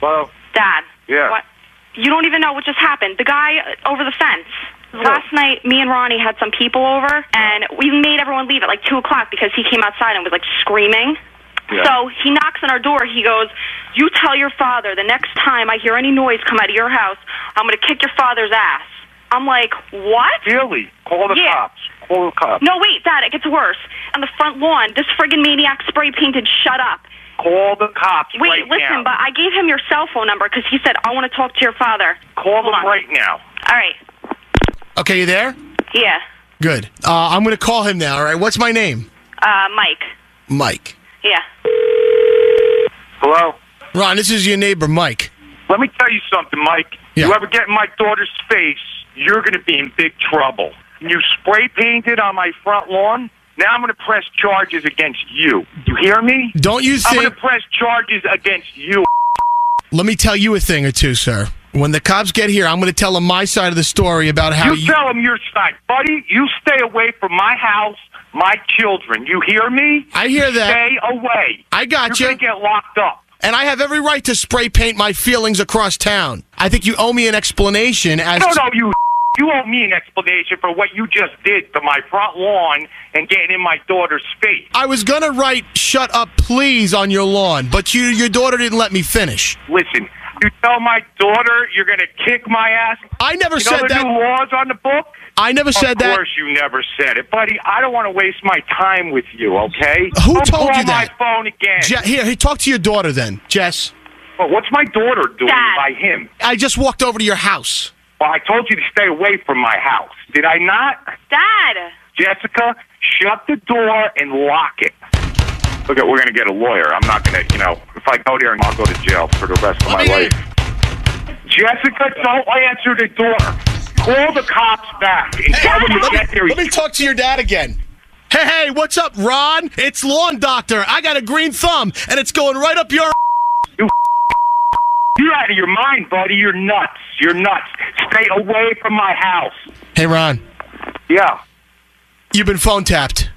[SPEAKER 24] Hello? Dad.
[SPEAKER 25] Yeah.
[SPEAKER 24] What? You don't even know what just happened. The guy uh, over the fence. Last night, me and Ronnie had some people over, and we made everyone leave at like 2 o'clock because he came outside and was like screaming.
[SPEAKER 25] Yeah.
[SPEAKER 24] So he knocks on our door. He goes, You tell your father the next time I hear any noise come out of your house, I'm going to kick your father's ass. I'm like, What?
[SPEAKER 25] Really? Call the
[SPEAKER 24] Yeah.
[SPEAKER 25] cops. Call the cops.
[SPEAKER 24] No, wait, Dad, it gets worse. On the front lawn, this friggin' maniac spray painted shut up.
[SPEAKER 25] Call the cops
[SPEAKER 24] Wait,
[SPEAKER 25] right
[SPEAKER 24] listen,
[SPEAKER 25] now.
[SPEAKER 24] but I gave him your cell phone number because he said, I want to talk to your father.
[SPEAKER 25] Call
[SPEAKER 24] Hold
[SPEAKER 25] them
[SPEAKER 24] on.
[SPEAKER 25] right now.
[SPEAKER 24] All right,
[SPEAKER 23] Okay, you there?
[SPEAKER 24] yeah.
[SPEAKER 23] Good. Uh, I'm going to call him now. All right. What's my name?
[SPEAKER 24] Uh, Mike,
[SPEAKER 23] Mike.
[SPEAKER 24] yeah.
[SPEAKER 25] Hello?
[SPEAKER 23] Ron, this is your neighbor Mike.
[SPEAKER 25] Let me tell you something, Mike. You ever get in my daughter's face, you're going to be in big trouble. You spray painted on my front lawn. Now I'm going to press charges against you. You hear me?
[SPEAKER 23] Don't you
[SPEAKER 25] I'm going
[SPEAKER 23] think-
[SPEAKER 25] to press charges against you.
[SPEAKER 23] Let me tell you a thing or two, sir. When the cops get here, I'm going to tell them my side of the story about how
[SPEAKER 25] you, tell him your side, buddy. You stay away from my house, my children. You hear me?
[SPEAKER 23] I hear that.
[SPEAKER 25] Stay away.
[SPEAKER 23] I got
[SPEAKER 25] You're you. Gonna get locked up.
[SPEAKER 23] And I have every right to spray paint my feelings across town. I think you owe me an explanation as
[SPEAKER 25] no,
[SPEAKER 23] to-
[SPEAKER 25] no, you. You owe me an explanation for what you just did to my front lawn and getting in my daughter's face.
[SPEAKER 23] I was gonna write "Shut up, please" on your lawn, but you, your daughter didn't let me finish.
[SPEAKER 25] Listen, you tell my daughter you're going to kick my ass.
[SPEAKER 23] I never
[SPEAKER 25] you
[SPEAKER 23] said
[SPEAKER 25] know the
[SPEAKER 23] that.
[SPEAKER 25] New laws on the book.
[SPEAKER 23] I never said that.
[SPEAKER 25] Of course, you never said it, buddy. I don't want to waste my time with you. Okay?
[SPEAKER 23] Who
[SPEAKER 25] Don't
[SPEAKER 23] told
[SPEAKER 25] call
[SPEAKER 23] you that?
[SPEAKER 25] my phone again.
[SPEAKER 23] Je- here, here, talk to your daughter then, Jess.
[SPEAKER 25] Well, what's my daughter doing by him?
[SPEAKER 23] I just walked over to your house.
[SPEAKER 25] Well, I told you to stay away from my house. Did I not?
[SPEAKER 24] Dad!
[SPEAKER 25] Jessica, shut the door and lock it. Look, we're going to get a lawyer. I'm not going to, you know, if I go there, I'll go to jail for the rest of my life. Jessica, don't answer the door. Call the cops back and tell them to get there.
[SPEAKER 23] Let me talk to your dad again. Hey, hey, what's up, Ron? It's Lawn Doctor. I got a green thumb, and it's going right up your.
[SPEAKER 25] You're out of your mind, buddy. You're nuts. You're nuts. Stay away from my house.
[SPEAKER 23] Hey, Ron.
[SPEAKER 25] Yeah.
[SPEAKER 23] You've been phone tapped.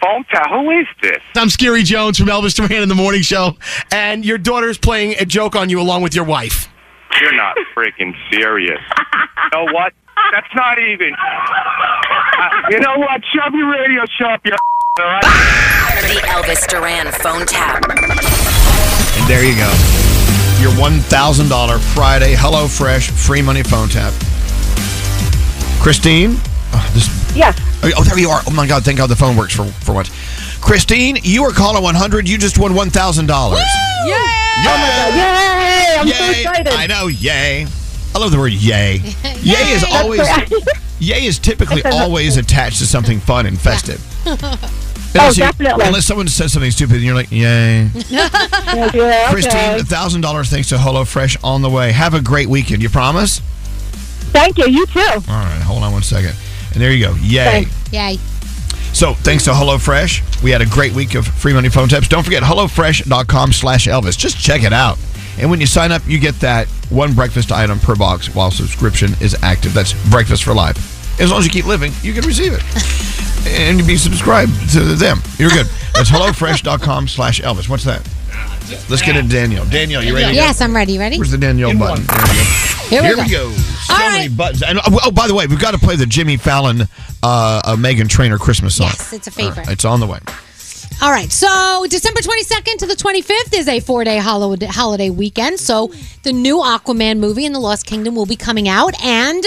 [SPEAKER 25] Phone tap? Who is this?
[SPEAKER 23] I'm Scary Jones from Elvis Duran in the Morning Show, and your daughter is playing a joke on you along with your wife.
[SPEAKER 25] You're not freaking serious. You know what? That's not even. Uh, you know what? Shove your radio show up your all right?
[SPEAKER 7] The Elvis Duran phone tap.
[SPEAKER 8] And there you go. Your $1,000 Friday HelloFresh free money phone tap. Christine? Oh, this,
[SPEAKER 26] yes.
[SPEAKER 8] Oh, there you are. Oh, my God. Thank God the phone works for, for once. Christine, you are caller 100. You just won $1,000.
[SPEAKER 5] Yay!
[SPEAKER 8] Yay!
[SPEAKER 5] I'm so
[SPEAKER 8] Yay!
[SPEAKER 5] excited.
[SPEAKER 8] I know, yay. I love the word yay. Yay is
[SPEAKER 5] That's
[SPEAKER 8] always
[SPEAKER 5] right.
[SPEAKER 8] yay is typically
[SPEAKER 5] That's right.
[SPEAKER 8] always attached to something fun and festive.
[SPEAKER 5] oh,
[SPEAKER 8] you-
[SPEAKER 5] definitely.
[SPEAKER 8] unless someone says something stupid and you're like, yay.
[SPEAKER 5] yeah, okay.
[SPEAKER 8] Christine, thousand dollars thanks to HelloFresh on the way. Have a great weekend. You promise?
[SPEAKER 20] Thank you. You too.
[SPEAKER 8] All right, hold on one second. And there you go. Yay.
[SPEAKER 10] Yay.
[SPEAKER 8] So thanks to HelloFresh, we had a great week of free money phone tips. Don't forget HelloFresh.com slash Elvis. Just check it out. And when you sign up, you get that one breakfast item per box while subscription is active. That's breakfast for life. As long as you keep living, you can receive it. and you be subscribed to them. You're good. That's HelloFresh.com slash Elvis. What's that? Let's get into Danielle. Danielle, you ready? to go?
[SPEAKER 10] Yes, I'm ready. You ready?
[SPEAKER 8] Where's the Danielle button? There we go.
[SPEAKER 10] Here we go.
[SPEAKER 8] So many buttons. And oh, oh, by the way, we've got to play the Jimmy Fallon, uh, uh, Megan Trainor Christmas song.
[SPEAKER 10] Yes, it's a favorite.
[SPEAKER 8] All right, it's on the way.
[SPEAKER 10] All right, so December 22nd to the 25th is a four day holiday, holiday weekend. So the new Aquaman movie and the Lost Kingdom will be coming out, and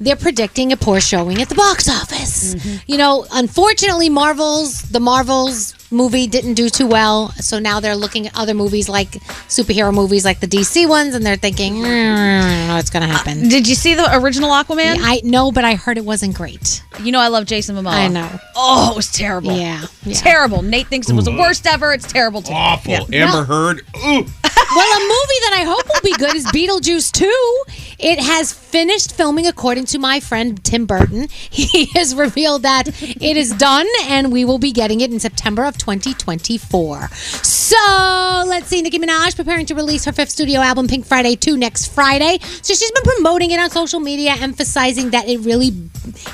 [SPEAKER 10] they're predicting a poor showing at the box office. You know, unfortunately, Marvel's, the Marvel's movie didn't do too well. So now they're looking at other movies like superhero movies like the DC ones, and they're thinking, mm, I don't know what's going to happen.
[SPEAKER 9] Did you see the original Aquaman?
[SPEAKER 10] I know, but I heard it wasn't great.
[SPEAKER 9] You know, I love Jason Momoa.
[SPEAKER 10] I know.
[SPEAKER 9] Oh, it was terrible.
[SPEAKER 10] Yeah,
[SPEAKER 9] Terrible. Nate thinks it was the
[SPEAKER 14] Ooh.
[SPEAKER 9] worst ever. It's terrible. Too.
[SPEAKER 14] Awful. Amber Heard. Ooh.
[SPEAKER 10] well, a movie that I hope will be good is Beetlejuice 2. It has finished filming, according to my friend Tim Burton. He has revealed that it is done, and we will be getting it in September of 2024. So let's see. Nicki Minaj preparing to release her fifth studio album, Pink Friday 2, next Friday. So she's been promoting it on social media, emphasizing that it really,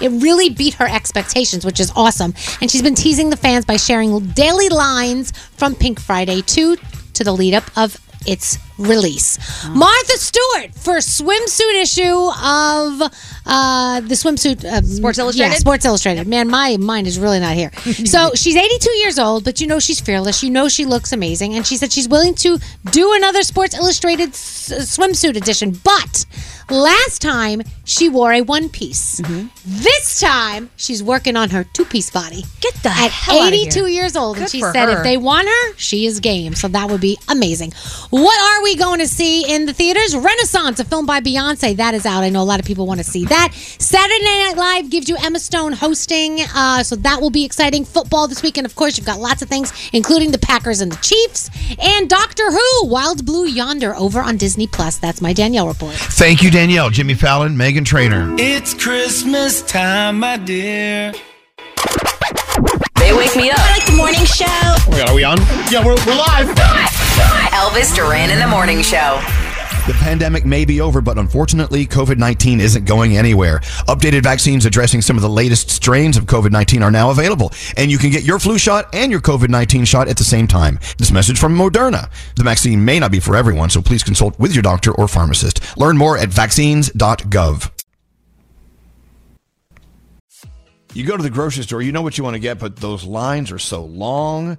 [SPEAKER 10] it really beat her expectations, which is awesome. And she's been teasing the fans by sharing daily lines from Pink Friday 2 to the lead up of its release. Martha Stewart for swimsuit issue of uh, the swimsuit uh, Sports
[SPEAKER 9] Illustrated?
[SPEAKER 10] Yeah, Sports Illustrated. Man, my mind is really not here. so she's 82 years old, but you know she's fearless. You know she looks amazing, and she said she's willing to do another Sports Illustrated s- uh, swimsuit edition. But last time she wore a one piece.
[SPEAKER 9] Mm-hmm.
[SPEAKER 10] This time she's working on her two piece body. Get the at
[SPEAKER 9] hell outta
[SPEAKER 10] 82
[SPEAKER 9] here.
[SPEAKER 10] years old, and
[SPEAKER 9] Good
[SPEAKER 10] she
[SPEAKER 9] for
[SPEAKER 10] said
[SPEAKER 9] her.
[SPEAKER 10] if they want her, she is game. So that would be amazing. What are we going to see in the theaters? Renaissance, a film by Beyonce. That is out. I know a lot of people want to see that. Saturday Night Live gives you Emma Stone hosting. Uh, so that will be exciting. Football this weekend, of course, you've got lots of things, including the Packers and the Chiefs. And Doctor Who, Wild Blue Yonder, over on Disney Plus. That's my Danielle report.
[SPEAKER 8] Thank you, Danielle, Jimmy Fallon, Megan Trainor.
[SPEAKER 27] It's Christmas time, my dear.
[SPEAKER 7] They wake me up. I like the morning show.
[SPEAKER 8] Oh my God, are we on? Yeah, we're, we're live.
[SPEAKER 7] Elvis Duran in the morning show.
[SPEAKER 8] The pandemic may be over, but unfortunately, COVID 19 isn't going anywhere. Updated vaccines addressing some of the latest strains of COVID 19 are now available, and you can get your flu shot and your COVID 19 shot at the same time. This message from Moderna. The vaccine may not be for everyone, so please consult with your doctor or pharmacist. Learn more at vaccines.gov. You go to the grocery store, you know what you want to get, but those lines are so long.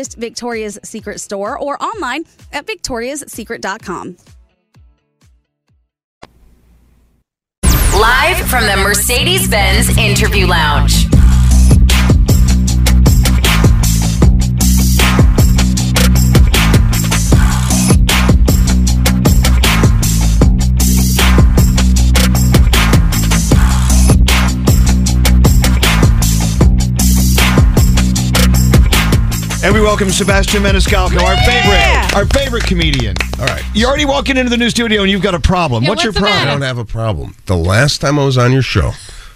[SPEAKER 9] Victoria's Secret store or online at victoriassecret.com.
[SPEAKER 7] Live from the Mercedes Benz Interview Lounge.
[SPEAKER 8] And we welcome Sebastian Maniscalco, our favorite, our favorite comedian. All right, you're already walking into the new studio and you've got a problem. what's, your problem?
[SPEAKER 28] I don't have a problem. The last time I was on your show,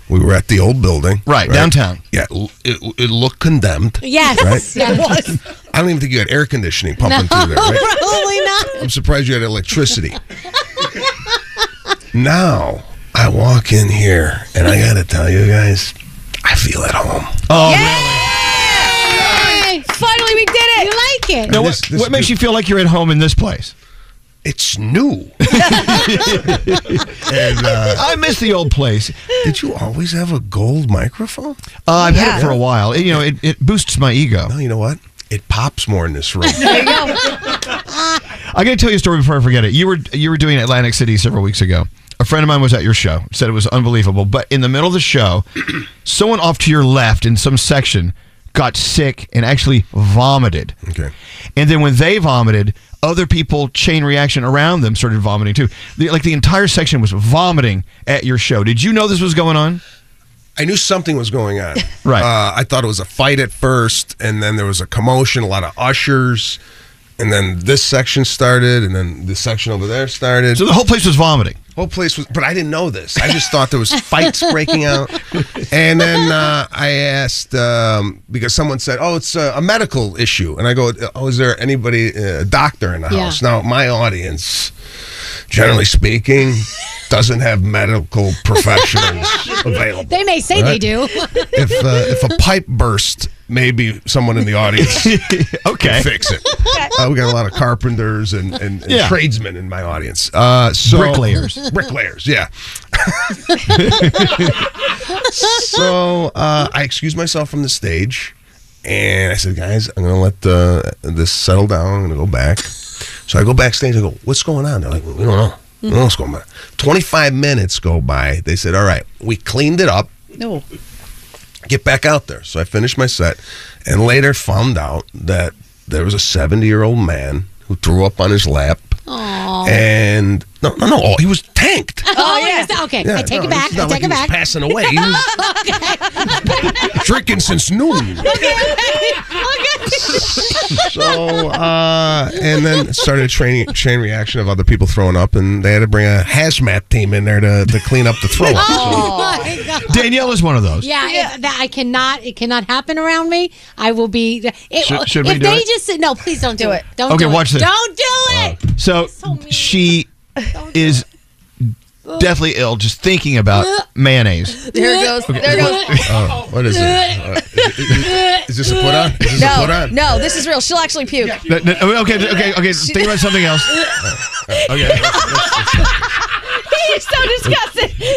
[SPEAKER 28] we were at the old building,
[SPEAKER 8] Right, downtown.
[SPEAKER 28] Yeah, it, it, it looked condemned.
[SPEAKER 10] Yes.
[SPEAKER 28] right?
[SPEAKER 10] yes.
[SPEAKER 28] I don't even think you had air conditioning
[SPEAKER 10] No,
[SPEAKER 28] pumping through there. Right?
[SPEAKER 10] probably not.
[SPEAKER 28] I'm surprised you had electricity. now I walk in here, and I gotta tell you guys, I feel at home.
[SPEAKER 8] Oh,
[SPEAKER 10] Finally, we did it. You like it?
[SPEAKER 8] Now, what, what makes you feel like you're at home in this place? Uh,
[SPEAKER 28] It's new. and uh,
[SPEAKER 8] I miss the old place.
[SPEAKER 28] Did you always have a gold microphone?
[SPEAKER 8] Uh, I've had it for a while. It- you know, it, it boosts my ego.
[SPEAKER 28] No, you know what? It pops more in this room.
[SPEAKER 8] I got to tell you a story before I forget it. You were you were doing Atlantic City several weeks ago. A friend of mine was at your show. Said it was unbelievable. But in the middle of the show, someone off to your left in some section got sick and actually vomited.
[SPEAKER 28] Okay.
[SPEAKER 8] And then when they vomited, other people chain reaction around them started vomiting too. The, like the entire section was vomiting at your show. Did you know this was going on?
[SPEAKER 28] I knew something was going on.
[SPEAKER 8] Right.
[SPEAKER 28] Uh, I thought it was a fight at first, and then there was a commotion, a lot of ushers, and then this section started, and then this section over there started.
[SPEAKER 8] So the whole place was vomiting.
[SPEAKER 28] Whole place was, but I didn't know this. I just thought there was fights breaking out, and then uh, I asked um, because someone said, "Oh, it's a, a medical issue," and I go, "Oh, is there anybody, uh, a doctor in the
[SPEAKER 1] Yeah.
[SPEAKER 28] house?" Now my audience, generally speaking, doesn't have medical professionals available.
[SPEAKER 10] They may say they
[SPEAKER 28] Right.
[SPEAKER 10] do.
[SPEAKER 28] if uh, if a pipe burst, maybe someone in the audience
[SPEAKER 8] okay.
[SPEAKER 28] can fix it. Uh, we got a lot of carpenters and, and, and
[SPEAKER 1] Yeah.
[SPEAKER 28] tradesmen in my audience. Uh, so
[SPEAKER 1] Bricklayers.
[SPEAKER 28] bricklayers, yeah. so uh, I excused myself from the stage, and I said, "Guys, I'm gonna let uh, this settle down. I'm gonna go back." So I go backstage. I go, "What's going on?" They're like, "We don't know. We don't know what's going on." Twenty-five minutes go by. They said, "All right, we cleaned it up."
[SPEAKER 1] No.
[SPEAKER 28] get back out there. So I finished my set and later found out that there was a 70 year old man who threw up on his lap.
[SPEAKER 10] Aw.
[SPEAKER 28] And no, no, no, he was tanked.
[SPEAKER 10] Oh, yeah. Okay, I
[SPEAKER 28] Yeah,
[SPEAKER 10] take
[SPEAKER 28] no,
[SPEAKER 10] it back.
[SPEAKER 28] it's not
[SPEAKER 10] I take
[SPEAKER 28] like he
[SPEAKER 10] it
[SPEAKER 28] was
[SPEAKER 10] back.
[SPEAKER 28] passing away. He Drinking since noon. so, uh, and then started a train, chain reaction of other people throwing up, and they had to bring a hazmat team in there to, to clean up the throw up.
[SPEAKER 10] Oh my god.
[SPEAKER 8] Danielle is one of those.
[SPEAKER 10] Yeah, It, that I cannot. It cannot happen around me. I will be. It,
[SPEAKER 8] Should- should
[SPEAKER 10] if
[SPEAKER 8] we do
[SPEAKER 10] they
[SPEAKER 8] it?
[SPEAKER 10] just said no, please don't do it. Don't.
[SPEAKER 8] Okay,
[SPEAKER 10] do
[SPEAKER 8] watch
[SPEAKER 10] it.
[SPEAKER 8] this.
[SPEAKER 10] Don't do it.
[SPEAKER 8] So, she is deathly ill just thinking about mayonnaise.
[SPEAKER 5] There it goes. There it goes.
[SPEAKER 28] Oh, what is it? Uh, is- is- is this a put on? Is this
[SPEAKER 5] no,
[SPEAKER 28] a put on?
[SPEAKER 5] no, this is real. She'll actually puke.
[SPEAKER 8] No, no, okay, okay, okay. Think about something else. Okay.
[SPEAKER 5] He
[SPEAKER 10] They're so disgusting.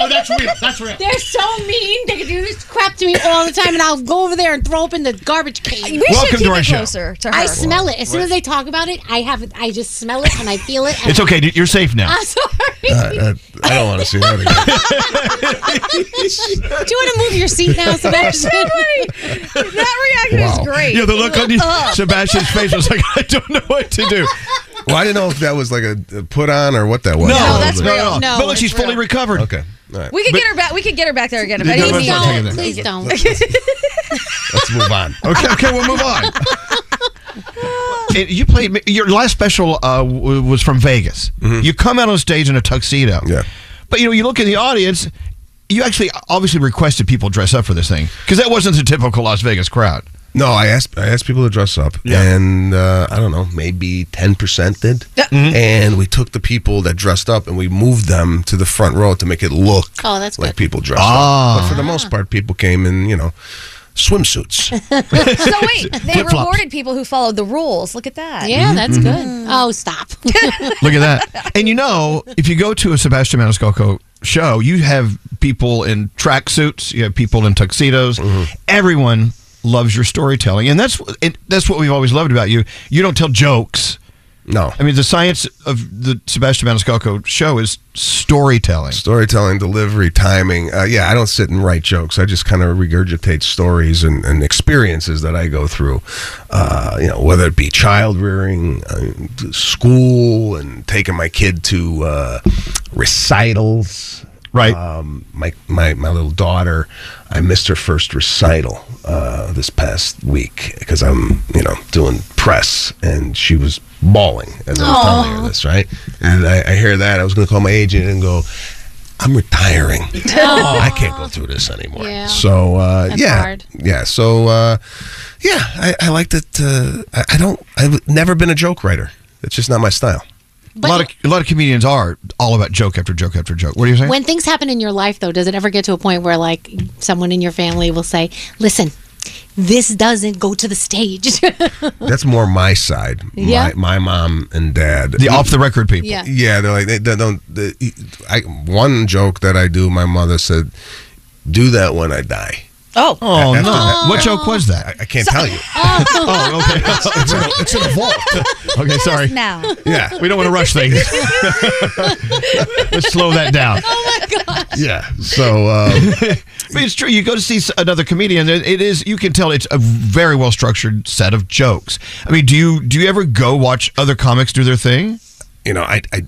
[SPEAKER 19] oh, that's real. That's real.
[SPEAKER 10] They're so mean. They can do this crap to me all the time, and I'll go over there and throw up in the garbage can.
[SPEAKER 9] We should Welcome to keep our it show. closer to
[SPEAKER 10] I
[SPEAKER 9] her.
[SPEAKER 10] smell it as soon as they talk about it. I have. I just smell it and I feel it. and-
[SPEAKER 8] It's okay. You're safe now.
[SPEAKER 10] I'm sorry.
[SPEAKER 28] I, I, I don't want to see that again.
[SPEAKER 10] Do you want to move your seat now, Sebastian?
[SPEAKER 9] that reaction
[SPEAKER 28] Wow.
[SPEAKER 9] is great.
[SPEAKER 8] Yeah, the look on Sebastian's face was like, I don't know what to do.
[SPEAKER 28] Well, I didn't know if that was like a, a put on or what that was.
[SPEAKER 8] No, No, that's
[SPEAKER 28] But-
[SPEAKER 8] real. No, But look, it's she's fully real. recovered.
[SPEAKER 28] Okay, all right.
[SPEAKER 9] We could get her back. We could get her back there again. if
[SPEAKER 28] Please
[SPEAKER 9] anything.
[SPEAKER 28] don't, please
[SPEAKER 10] don't.
[SPEAKER 28] Let's move on.
[SPEAKER 8] Okay, okay, we'll move on. And you played your last special uh, w- was from Vegas. You come out on stage in a tuxedo. Yeah. But you know, you look in the audience. You actually obviously requested people dress up for this thing because that wasn't the typical Las Vegas crowd.
[SPEAKER 28] No, I asked I asked people to dress up, and uh, I don't know, maybe ten percent did.
[SPEAKER 10] Mm-hmm.
[SPEAKER 28] And we took the people that dressed up and we moved them to the front row to make it look
[SPEAKER 10] Oh, that's
[SPEAKER 28] like
[SPEAKER 10] good.
[SPEAKER 28] people dressed
[SPEAKER 8] Ah.
[SPEAKER 28] up. But for the most part, people came in, you know, swimsuits.
[SPEAKER 9] so wait, they
[SPEAKER 28] Flip-flops. Mm-hmm,
[SPEAKER 9] rewarded people who followed the rules. Look at that.
[SPEAKER 10] Yeah, Mhm, that's mhm.
[SPEAKER 9] good.
[SPEAKER 10] Oh, stop.
[SPEAKER 8] Look at that. And you know, if you go to a Sebastian Maniscalco show, you have people in tracksuits, you have people in tuxedos. Everyone loves your storytelling, and that's and that's what we've always loved about you. You don't tell jokes.
[SPEAKER 28] No.
[SPEAKER 8] I mean, the science of the Sebastian Maniscalco show is storytelling.
[SPEAKER 28] Storytelling, delivery, timing. Uh, yeah, I don't sit and write jokes. I just kind of regurgitate stories and, and experiences that I go through. Uh, you know, whether it be child rearing, uh, school, and taking my kid to uh, recitals.
[SPEAKER 8] Right.
[SPEAKER 28] Um, my, my my little daughter, I missed her first recital uh, this past week because I'm you know doing press and she was bawling as I was telling her
[SPEAKER 5] Aw.
[SPEAKER 28] this this, right? And I, I hear that. I was going to call my agent and go, I'm retiring.
[SPEAKER 5] Aw.
[SPEAKER 28] I can't go through this anymore.
[SPEAKER 5] Oh. Yeah.
[SPEAKER 28] So, uh,
[SPEAKER 5] That's
[SPEAKER 28] yeah.
[SPEAKER 5] hard.
[SPEAKER 28] Yeah. So, uh, yeah, I, I like that. Uh, I, I don't, I've never been a joke writer. It's just not my style.
[SPEAKER 8] a lot of a lot of comedians are all about joke after joke after joke. What are you saying?
[SPEAKER 10] When things happen in your life, though, does it ever get to a point where, like, someone in your family will say, "Listen, this doesn't go to the stage."
[SPEAKER 28] That's more my side.
[SPEAKER 10] Yeah.
[SPEAKER 28] My, my mom and dad.
[SPEAKER 8] The off the record people.
[SPEAKER 10] Yeah.
[SPEAKER 28] Yeah, they're like they, they don't. They, I one joke that I do, my mother said, "Do that when I die."
[SPEAKER 9] Oh.
[SPEAKER 8] Oh, no. What joke was that?
[SPEAKER 28] I, I can't tell you.
[SPEAKER 8] Oh, okay. it's, in a, it's in a vault. Okay, sorry.
[SPEAKER 9] Now.
[SPEAKER 28] Yeah,
[SPEAKER 8] we don't want to rush things. Let's slow that down. uh,
[SPEAKER 28] Yeah. So, um,
[SPEAKER 8] but it's true. You go to see s- another comedian. and It is. You can tell it's a very well structured set of jokes. I mean, do you do you ever go watch other comics do their thing?
[SPEAKER 28] you know, I, I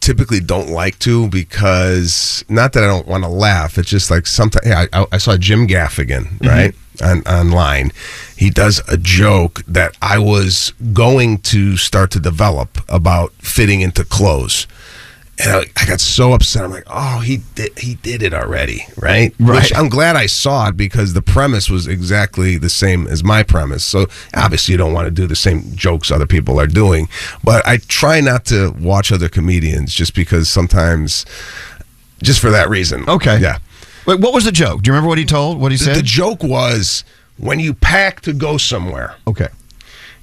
[SPEAKER 28] typically don't like to because not that I don't want to laugh. It's just like sometimes yeah, I, I saw Jim
[SPEAKER 8] Mm-hmm.
[SPEAKER 28] Gaffigan right on online. He does a joke that I was going to start to develop about fitting into clothes. And I, I got so upset. I'm like, oh, he did, he did it already, right?
[SPEAKER 8] Right.
[SPEAKER 28] Which I'm glad I saw it because the premise was exactly the same as my premise. So obviously, you don't want to do the same jokes other people are doing. But I try not to watch other comedians just because sometimes, just for that reason.
[SPEAKER 8] Okay.
[SPEAKER 28] Yeah.
[SPEAKER 8] Wait, what was the joke? Do you remember what he told? What he
[SPEAKER 28] said? The joke was when you pack to go somewhere.
[SPEAKER 8] Okay.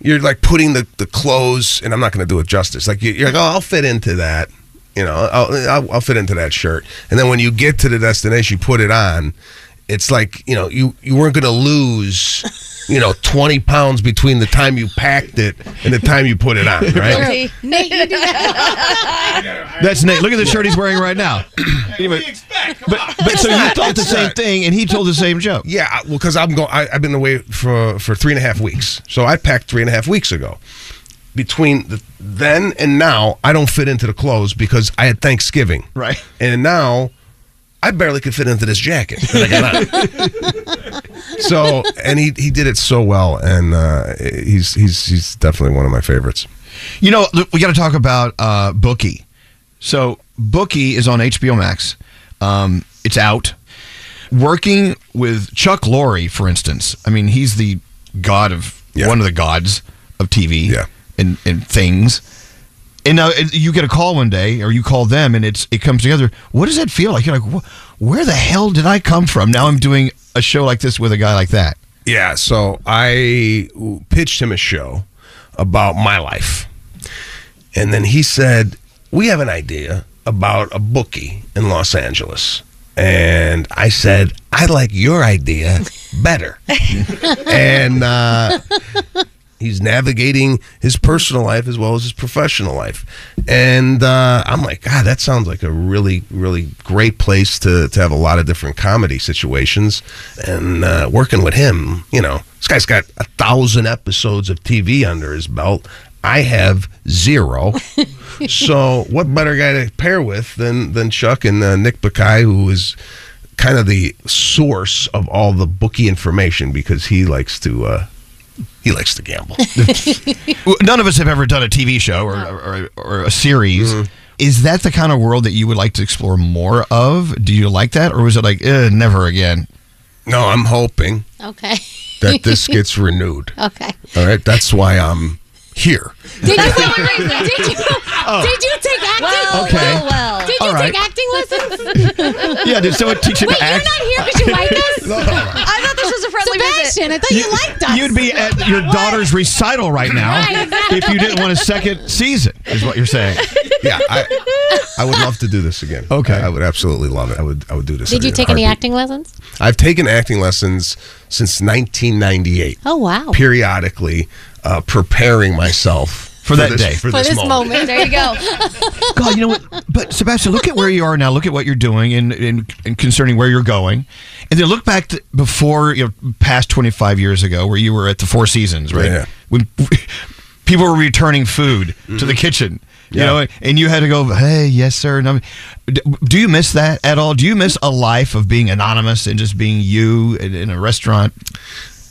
[SPEAKER 28] You're like putting the, the clothes, and I'm not going to do it justice. Like you- you're like, oh, I'll fit into that. You know, I'll, I'll, I'll fit into that shirt. And then when you get to the destination, you put it on. It's like you know you you weren't going to lose. You know, twenty pounds between the time you packed it and the time you put it on, right?
[SPEAKER 10] Nate, you do that.
[SPEAKER 8] That's Nate. Look at the shirt he's wearing right now. Anyway, but, but so you thought the same thing, and he told the same joke.
[SPEAKER 28] Yeah, I- well, because I'm going. I've been away for for three and a half weeks, so I packed three and a half weeks ago. Between the, then and now, I don't fit into the clothes because I had Thanksgiving,
[SPEAKER 8] right?
[SPEAKER 28] And now, I barely could fit into this jacket. that I got on. so, and he he did it so well, and uh, he's he's he's definitely one of my favorites.
[SPEAKER 8] You know, look, we got to talk about uh, Bookie. So Bookie is on HBO Max. Um, it's out. Working with Chuck Lorre, for instance. I mean, he's the god of one of the gods of TV and, and things. And now it- you get a call one day, or you call them, and it's it comes together. What does that feel like? You're like, "Wh- where the hell did I come from? Now I'm doing a show like this with a guy like that.
[SPEAKER 28] Yeah, so I pitched him a show about my life. And then he said, We have an idea about a bookie in Los Angeles. And I said, I like your idea better. and uh, he's navigating his personal life as well as his professional life. And uh, I'm like, God, that sounds like a really, really great place to, to have a lot of different comedy situations. And uh, working with him, you know, this guy's got a thousand episodes of TV under his belt. I have zero. so, what better guy to pair with than than Chuck and uh, Nick Bakai, who is kind of the source of all the bookie information because he likes to uh, he likes to gamble.
[SPEAKER 8] None of us have ever done a TV show or, or, or a series.
[SPEAKER 28] Mm-hmm.
[SPEAKER 8] Is that the kind of world that you would like to explore more of? Do you like that, or was it like eh, never again?
[SPEAKER 28] No, I'm hoping
[SPEAKER 10] Okay.
[SPEAKER 28] that this gets renewed.
[SPEAKER 10] Okay.
[SPEAKER 28] All right, that's why I'm here.
[SPEAKER 10] Did you, wait, wait, wait, did you,
[SPEAKER 28] Oh.
[SPEAKER 10] did you take acting?
[SPEAKER 28] Well, Okay. well,
[SPEAKER 10] Did you
[SPEAKER 8] All right.
[SPEAKER 10] take acting lessons?
[SPEAKER 8] Yeah, did someone teach you to
[SPEAKER 10] wait,
[SPEAKER 8] act?
[SPEAKER 10] you're not here because you like us?
[SPEAKER 8] No, no, no.
[SPEAKER 10] I
[SPEAKER 9] thought this was a friendly
[SPEAKER 10] Sebastian, I thought you, liked us.
[SPEAKER 8] You'd be at your daughter's recital right now
[SPEAKER 10] Right, exactly.
[SPEAKER 8] if you didn't want a second season, is what you're saying.
[SPEAKER 28] Yeah, I, I would love to do this again. Okay, I, I would absolutely love it. I would I would do this.
[SPEAKER 10] Did
[SPEAKER 28] in
[SPEAKER 10] you
[SPEAKER 28] a
[SPEAKER 10] take any
[SPEAKER 28] heartbeat.
[SPEAKER 10] acting lessons?
[SPEAKER 28] I've taken acting lessons since 1998.
[SPEAKER 10] Oh, wow.
[SPEAKER 28] Periodically, uh, preparing myself for,
[SPEAKER 8] that
[SPEAKER 28] this,
[SPEAKER 8] day.
[SPEAKER 28] for, this, moment.
[SPEAKER 9] There you go.
[SPEAKER 8] God, you know what? But Sebastian, look at where you are now. Look at what you're doing, and, and, and concerning where you're going, and then look back to before you know, past 25 years ago, where you were at the Four Seasons, right?
[SPEAKER 28] Yeah.
[SPEAKER 8] When people were returning food to the kitchen, you
[SPEAKER 28] Mm-hmm. Yeah.
[SPEAKER 8] know, and you had to go, "Hey, yes, sir." And I'm- d- do you miss that at all? Do you miss a life of being anonymous and just being you in, in a restaurant?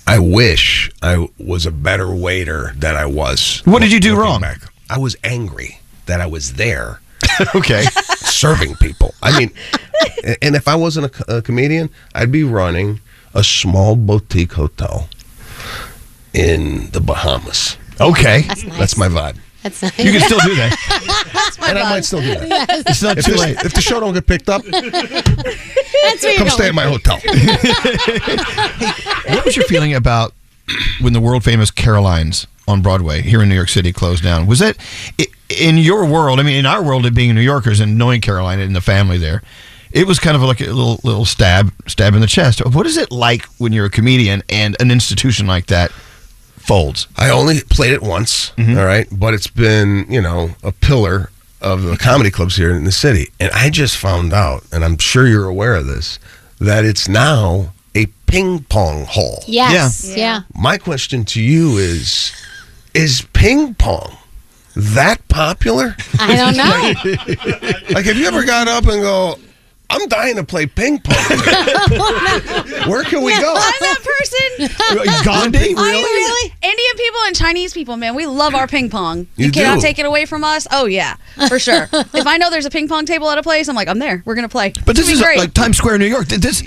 [SPEAKER 28] I wish I was a better waiter than I was.
[SPEAKER 8] What did you do wrong?
[SPEAKER 28] I was angry that I was there.
[SPEAKER 8] okay.
[SPEAKER 28] Serving people. I mean, a- and if I wasn't a, co- a comedian, I'd be running a small boutique hotel in the Bahamas.
[SPEAKER 8] Okay.
[SPEAKER 28] That's, my vibe.
[SPEAKER 10] That's nice.
[SPEAKER 28] You can still do that.
[SPEAKER 10] That's my
[SPEAKER 28] And I
[SPEAKER 10] vibe.
[SPEAKER 28] might still do that.
[SPEAKER 10] Yes.
[SPEAKER 8] It's not
[SPEAKER 28] if
[SPEAKER 8] too
[SPEAKER 28] this-
[SPEAKER 8] late.
[SPEAKER 28] If the show don't get picked up,
[SPEAKER 10] That's where you're
[SPEAKER 28] come
[SPEAKER 10] going.
[SPEAKER 28] stay at my hotel.
[SPEAKER 8] What was your feeling about when the world famous Carolines on Broadway here in New York City closed down? Was that i- in your world? I mean, in our world of being New Yorkers and knowing Carolina and the family there, it was kind of like a little little stab stab in the chest. What is it like when you're a comedian and an institution like that folds?
[SPEAKER 28] I only played it once, all right, but it's been, you know, a pillar of the comedy clubs here in the city. And I just found out, and I'm sure you're aware of this, that it's now a ping pong hall.
[SPEAKER 10] Yes. Yeah.
[SPEAKER 28] My question to you is is ping pong that popular?
[SPEAKER 10] I don't know.
[SPEAKER 28] Like have you ever got up and go, I'm dying to play ping pong. Where can we go?
[SPEAKER 9] I'm that person.
[SPEAKER 28] Gandhi,
[SPEAKER 9] I
[SPEAKER 28] really?
[SPEAKER 9] really? Indian people and Chinese people, man, we love our ping pong.
[SPEAKER 28] You
[SPEAKER 9] cannot
[SPEAKER 28] do.
[SPEAKER 9] take it away from us. Oh yeah, for sure. if I know there's a ping pong table at a place, I'm like, I'm there. We're gonna play.
[SPEAKER 8] But
[SPEAKER 9] It'll
[SPEAKER 8] this
[SPEAKER 9] be
[SPEAKER 8] is
[SPEAKER 9] great.
[SPEAKER 8] like Times Square, New York. Th- This,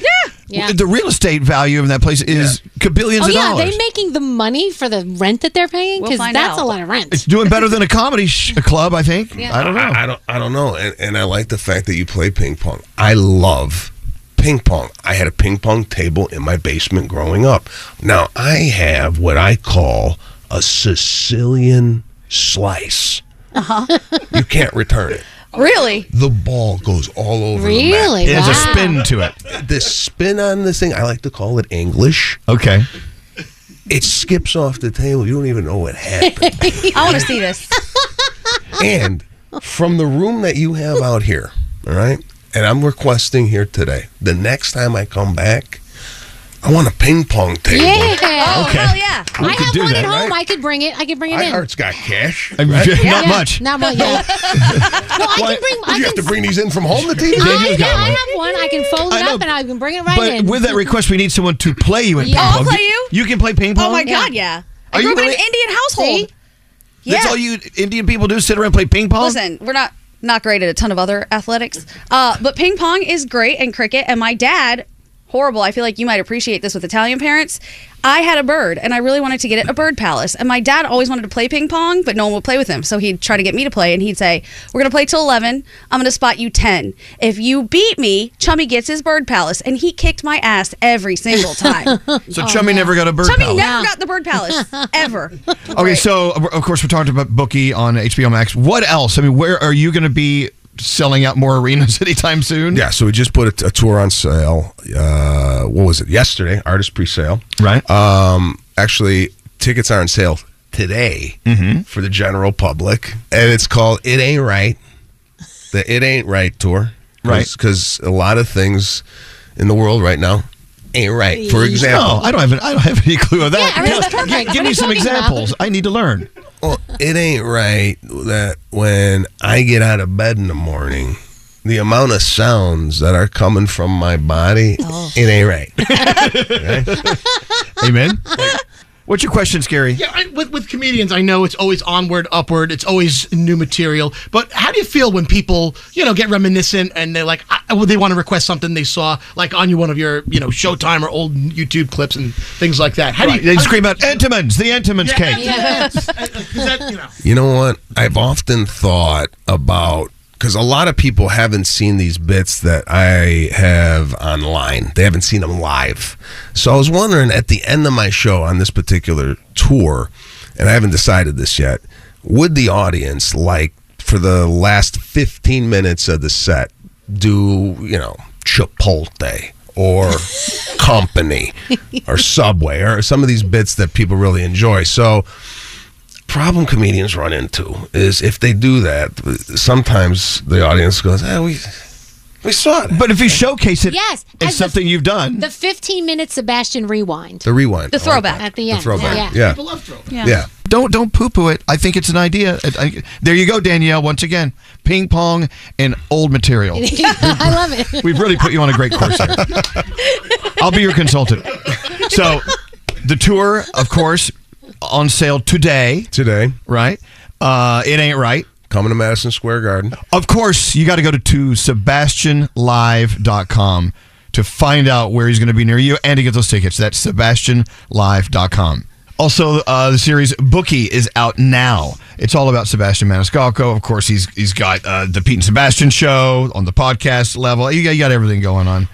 [SPEAKER 10] Yeah.
[SPEAKER 8] the real estate value in that place is billions
[SPEAKER 10] oh,
[SPEAKER 8] of
[SPEAKER 10] yeah.
[SPEAKER 8] dollars.
[SPEAKER 10] They making the money for the rent that they're paying?
[SPEAKER 9] We'll
[SPEAKER 10] Because
[SPEAKER 9] find
[SPEAKER 10] that's
[SPEAKER 9] out.
[SPEAKER 10] a lot of rent.
[SPEAKER 8] it's doing better than a comedy sh- club, I think. I don't know.
[SPEAKER 28] I, I don't. I don't know. And, and I like the fact that you play ping pong. I love ping pong. I had a ping pong table in my basement growing up. Now I have what I call a Sicilian slice. Uh-huh. you can't return it.
[SPEAKER 9] really?
[SPEAKER 28] The ball goes all over. the map.
[SPEAKER 9] Really? It has a Wow. spin
[SPEAKER 8] to it.
[SPEAKER 28] The spin on this thing, I like to call it English.
[SPEAKER 8] Okay.
[SPEAKER 28] It skips off the table. You don't even know what happened.
[SPEAKER 9] I want to see this.
[SPEAKER 28] and from the room that you have out here, all right, and I'm requesting here today, the next time I come back, I want a ping pong table.
[SPEAKER 10] Yeah. Oh,
[SPEAKER 28] Okay.
[SPEAKER 10] hell yeah.
[SPEAKER 28] We
[SPEAKER 10] I
[SPEAKER 28] could
[SPEAKER 10] have
[SPEAKER 28] do
[SPEAKER 10] one
[SPEAKER 28] that,
[SPEAKER 10] at home.
[SPEAKER 28] right?
[SPEAKER 10] I could bring it. I could bring it in.
[SPEAKER 28] iHeart's got cash.
[SPEAKER 8] I mean,
[SPEAKER 28] right?
[SPEAKER 8] not Yeah. much.
[SPEAKER 10] Not much. Yeah. no, I
[SPEAKER 28] Why-
[SPEAKER 10] can bring.
[SPEAKER 28] Would
[SPEAKER 10] I
[SPEAKER 28] you have
[SPEAKER 10] can,
[SPEAKER 28] to bring these in from home to TV?
[SPEAKER 10] I, know, I have one. I can fold it
[SPEAKER 8] I know,
[SPEAKER 10] up and I can bring it right
[SPEAKER 8] but
[SPEAKER 10] in.
[SPEAKER 8] with that request, we need someone to play you in
[SPEAKER 10] Yeah.
[SPEAKER 8] ping
[SPEAKER 10] I'll
[SPEAKER 8] pong.
[SPEAKER 10] play
[SPEAKER 9] you.
[SPEAKER 8] You can play ping pong.
[SPEAKER 9] Oh my god, yeah. I
[SPEAKER 8] Are
[SPEAKER 9] grew
[SPEAKER 8] you
[SPEAKER 9] up in an
[SPEAKER 8] really-
[SPEAKER 9] Indian household.
[SPEAKER 8] That's
[SPEAKER 9] Yeah.
[SPEAKER 8] all you Indian people do: sit around and play ping pong.
[SPEAKER 9] Listen, we're not not great at a ton of other athletics, uh, but ping pong is great and cricket. And my dad, horrible. I feel like you might appreciate this with Italian parents. I had a bird, and I really wanted to get it a bird palace. And my dad always wanted to play ping pong, but no one would play with him. So he'd try to get me to play, and he'd say, "We're gonna play till eleven. I'm gonna spot you ten. If you beat me, Chummy gets his bird palace." And he kicked my ass every single time.
[SPEAKER 8] So Chummy never got a bird
[SPEAKER 9] Chummy
[SPEAKER 8] palace.
[SPEAKER 9] never got the bird palace ever.
[SPEAKER 8] Okay, so of of course we're talking about Bookie on HBO Max. What else? I mean, where are you going to be selling out more arenas anytime soon.
[SPEAKER 28] Yeah, so we just put a, a tour on sale. Uh, what was it? Yesterday, artist pre-sale.
[SPEAKER 8] Right.
[SPEAKER 28] Um, actually, tickets are on sale today
[SPEAKER 8] Mm-hmm.
[SPEAKER 28] for the general public, and it's called "It Ain't Right." The "It Ain't Right" tour,
[SPEAKER 8] Right.
[SPEAKER 28] Because a lot of things in the world right now ain't right. For example,
[SPEAKER 8] No, I don't have an, I don't have any clue of that.
[SPEAKER 28] Yeah, I
[SPEAKER 8] Give-
[SPEAKER 28] remember,
[SPEAKER 8] give,
[SPEAKER 28] like, what
[SPEAKER 8] give
[SPEAKER 28] are
[SPEAKER 8] me
[SPEAKER 28] you
[SPEAKER 8] some
[SPEAKER 28] talking about?
[SPEAKER 8] examples. I need to learn.
[SPEAKER 28] Well, it ain't right that when I get out of bed in the morning, the amount of sounds that are coming from my body,
[SPEAKER 8] Oh.
[SPEAKER 28] it ain't right.
[SPEAKER 8] Amen. What's your question, Scary?
[SPEAKER 19] Yeah, I, with with comedians, I know it's always onward, upward. It's always new material. But how do you feel when people, you know, get reminiscent and they're like, I, well, they want to request something they saw, like on you one of your, you know, Showtime or old YouTube clips and things like that. How
[SPEAKER 8] Right.
[SPEAKER 19] do you?
[SPEAKER 8] They scream out Entenmann's, the Entenmann's cake.
[SPEAKER 28] You know what? I've often thought about because a lot of people haven't seen these bits that I have online. They haven't seen them live. So I was wondering at the end of my show on this particular tour, and I haven't decided this yet, would the audience like for the last 15 minutes of the set do, you know, Chipotle or Company or Subway or some of these bits that people really enjoy? So problem comedians run into is if they do that, sometimes the audience goes, eh, we, we saw it.
[SPEAKER 8] But if you showcase it,
[SPEAKER 10] Yes,
[SPEAKER 8] it's
[SPEAKER 10] as the-
[SPEAKER 8] something you've done.
[SPEAKER 10] The 15 minute Sebastian rewind.
[SPEAKER 28] The rewind.
[SPEAKER 8] The throwback.
[SPEAKER 10] At the end.
[SPEAKER 8] throwback.
[SPEAKER 10] Yeah.
[SPEAKER 8] Yeah.
[SPEAKER 10] People love throwback. Yeah.
[SPEAKER 8] Don't don't poo poo it. I think it's an idea. I- I- there you go, Danielle. Once again, ping pong and old material.
[SPEAKER 10] I love it.
[SPEAKER 8] We've really put you on a great course here. I'll be your consultant. So, the tour, of course, on sale today.
[SPEAKER 28] Today,
[SPEAKER 8] right? Uh, it ain't right.
[SPEAKER 28] Coming to Madison Square Garden.
[SPEAKER 8] Of course, you got to go to, to sebastianlive.com to find out where he's going to be near you and to get those tickets. That's sebastianlive.com. Also, uh, the series Bookie is out now. It's all about Sebastian Maniscalco. Of course, he's he's got uh, the Pete and Sebastian show on the podcast level. You got, you got everything going on.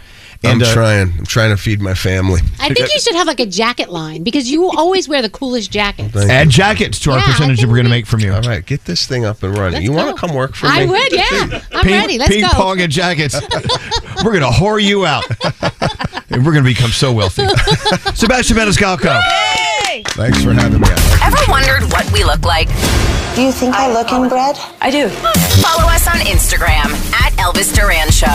[SPEAKER 8] uh,
[SPEAKER 28] I'm trying. I'm trying to feed my family.
[SPEAKER 10] I think you should have like a jacket line because you always wear the coolest jacket.
[SPEAKER 8] Add jackets to our percentage that we're going to make from you. All
[SPEAKER 28] right, get this thing up and running.
[SPEAKER 10] Let's
[SPEAKER 28] you want
[SPEAKER 10] go.
[SPEAKER 28] to come work for
[SPEAKER 10] I
[SPEAKER 28] me?
[SPEAKER 10] would, yeah. I'm
[SPEAKER 8] ping,
[SPEAKER 10] ready. Let's
[SPEAKER 8] ping
[SPEAKER 10] go.
[SPEAKER 8] pong and jackets. we're gonna whore you out, and we're gonna become so wealthy. Sebastian Maniscalco.
[SPEAKER 28] Thanks for having me.
[SPEAKER 7] Ever wondered what we look like? Do you think I, look inbred? I do. Follow us on Instagram at Elvis Duran Show.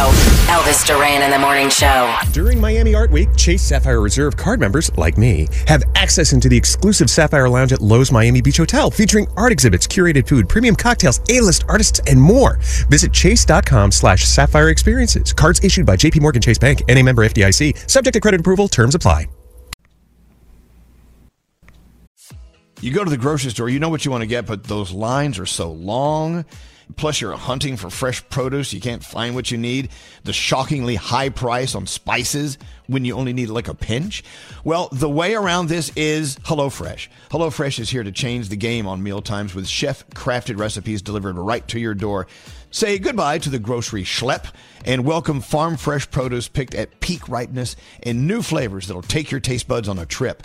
[SPEAKER 7] Elvis Duran in the Morning Show.
[SPEAKER 1] During Miami Art Week, Chase Sapphire Reserve card members, like me, have access into the exclusive Sapphire Lounge at Lowe's Miami Beach Hotel, featuring art exhibits, curated food, premium cocktails, A-list artists, and more. Visit chase.com slash sapphire experiences. Cards issued by JP Morgan Chase Bank, NA member FDIC, subject to credit approval, terms apply.
[SPEAKER 8] You go to the grocery store, you know what you want to get, but those lines are so long. Plus, you're hunting for fresh produce. You can't find what you need. The shockingly high price on spices when you only need like a pinch. Well, the way around this is HelloFresh. HelloFresh is here to change the game on mealtimes with chef crafted recipes delivered right to your door. Say goodbye to the grocery schlep and welcome farm fresh produce picked at peak ripeness and new flavors that'll take your taste buds on a trip.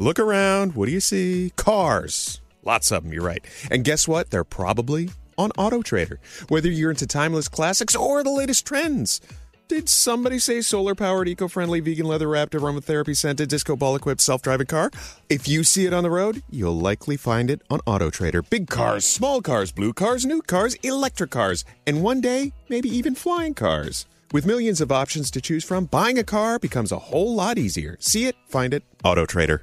[SPEAKER 1] Look around. What do you see? Cars. Lots of them, you're right. And guess what? They're probably on Auto Trader. Whether you're into timeless classics or the latest trends. Did somebody say solar powered, eco friendly, vegan leather wrapped, aromatherapy scented, disco ball equipped, self driving car? If you see it on the road, you'll likely find it on Auto Trader. Big cars, small cars, blue cars, new cars, electric cars, and one day, maybe even flying cars. With millions of options to choose from, buying a car becomes a whole lot easier. See it, find it, Auto Trader.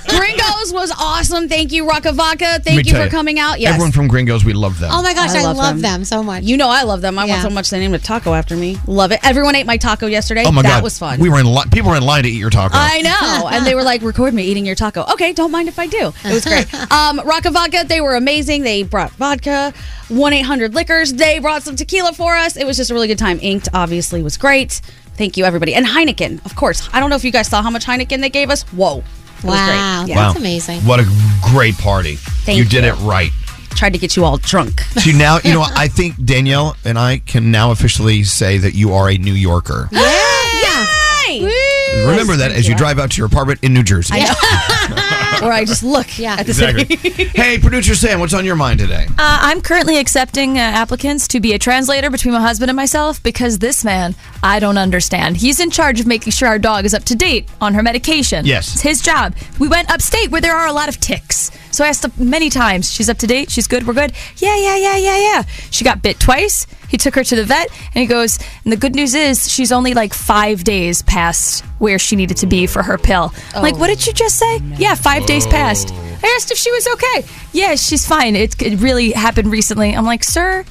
[SPEAKER 9] Gringos was awesome. Thank you, Rocka Vaca.
[SPEAKER 8] Let me
[SPEAKER 9] Thank you
[SPEAKER 8] tell
[SPEAKER 9] for coming out. Yes.
[SPEAKER 8] Everyone from Gringos, we love them.
[SPEAKER 9] Oh my gosh, I, love, them. so much. You know I love them. I want so much they named a taco after me. Love it. Everyone ate my taco yesterday.
[SPEAKER 8] Oh my
[SPEAKER 9] that
[SPEAKER 8] God.
[SPEAKER 9] was fun.
[SPEAKER 8] We were in line. People were in line to to eat your taco.
[SPEAKER 9] I know. and they were like, record me eating your taco. Okay, don't mind if I do. It was great. Um, Rocka Vodka, they were amazing. They brought vodka, 1 800 Liquors. They brought some tequila for us. It was just a really good time. Inked, obviously, was great. Thank you, everybody. And Heineken, of course. I don't know if you guys saw how much Heineken they gave us. Whoa. It was great.
[SPEAKER 10] Wow,
[SPEAKER 9] Oh, Yeah.
[SPEAKER 8] Wow. What a great party.
[SPEAKER 9] Thank
[SPEAKER 8] you did
[SPEAKER 9] you.
[SPEAKER 8] it right.
[SPEAKER 9] Tried to get you all drunk.
[SPEAKER 8] So now, you know, I think Danielle and I can now officially say that you are a New Yorker.
[SPEAKER 9] Yay!
[SPEAKER 8] Remember that as you drive out to your apartment in New Jersey.
[SPEAKER 9] I know. or I just look at the city.
[SPEAKER 8] hey, producer Sam, what's on your mind today?
[SPEAKER 11] Uh, I'm currently accepting uh, applicants to be a translator between my husband and myself because this man, I don't understand. He's in charge of making sure our dog is up to date on her medication.
[SPEAKER 8] Yes.
[SPEAKER 11] It's his job. We went upstate where there are a lot of ticks. So I asked him many times, she's up to date, she's good, we're good. Yeah, yeah, yeah, yeah, yeah. She got bit twice. He took her to the vet and he goes, and the good news is she's only like five days past where she needed to be for her pill. I'm like, what did you just say? Yeah, five days past. I asked if she was okay. Yeah, she's fine. It, it really happened recently. I'm like, sir,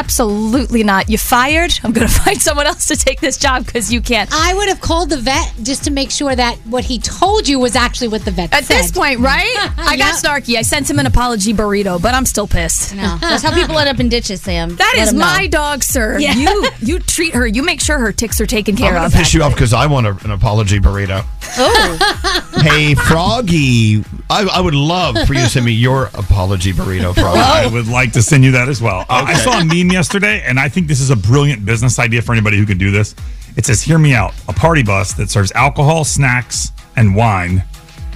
[SPEAKER 11] absolutely not. You fired. I'm going to find someone else to take this job because you can't.
[SPEAKER 10] I would have called the vet just to make sure that what he told you was actually what the vet
[SPEAKER 11] At
[SPEAKER 10] said.
[SPEAKER 11] this point, right? I got snarky. I sent him an apology burrito, but I'm still pissed.
[SPEAKER 9] No, that's how people end up in ditches, Sam.
[SPEAKER 11] That
[SPEAKER 9] Let
[SPEAKER 11] is
[SPEAKER 9] 'em know.
[SPEAKER 11] my dog, sir.
[SPEAKER 9] Yeah.
[SPEAKER 11] You you treat her. You make sure her ticks are taken care
[SPEAKER 8] I'm
[SPEAKER 11] of.
[SPEAKER 8] to piss you off because I want a, an apology burrito.
[SPEAKER 10] Oh.
[SPEAKER 8] hey, Froggy, I, I would love for you to send me your apology burrito, Froggy.
[SPEAKER 4] I would like to send you that as well. Uh, I
[SPEAKER 8] Okay.
[SPEAKER 4] saw a meme yesterday, and I think this is a brilliant business idea for anybody who can do this. It says, Hear me out. A party bus that serves alcohol, snacks, and wine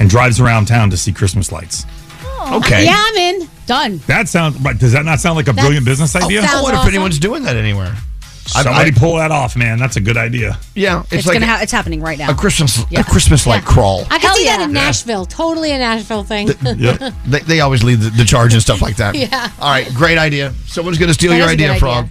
[SPEAKER 4] and drives around town to see Christmas lights.
[SPEAKER 10] Oh.
[SPEAKER 4] Okay.
[SPEAKER 10] Yeah, I'm in. Done.
[SPEAKER 4] That sounds right. Does that not sound like a
[SPEAKER 10] That
[SPEAKER 4] brilliant business
[SPEAKER 10] sounds
[SPEAKER 4] idea?
[SPEAKER 10] I wonder if awesome. anyone's
[SPEAKER 8] doing that anywhere. I've-
[SPEAKER 4] Somebody
[SPEAKER 8] I-
[SPEAKER 4] pull that off, man. That's a good idea.
[SPEAKER 8] Yeah, it's,
[SPEAKER 9] It's
[SPEAKER 8] like
[SPEAKER 9] gonna ha- it's happening right now.
[SPEAKER 8] a Christmas a Christmas light crawl.
[SPEAKER 10] I could see that in
[SPEAKER 8] Yeah.
[SPEAKER 10] Nashville. Totally a Nashville thing.
[SPEAKER 8] they, they always lead the, the charge and stuff like that.
[SPEAKER 10] Yeah.
[SPEAKER 8] All right, great idea. Someone's going to steal
[SPEAKER 10] That
[SPEAKER 8] your
[SPEAKER 10] is a
[SPEAKER 8] idea,
[SPEAKER 10] good
[SPEAKER 8] Frog.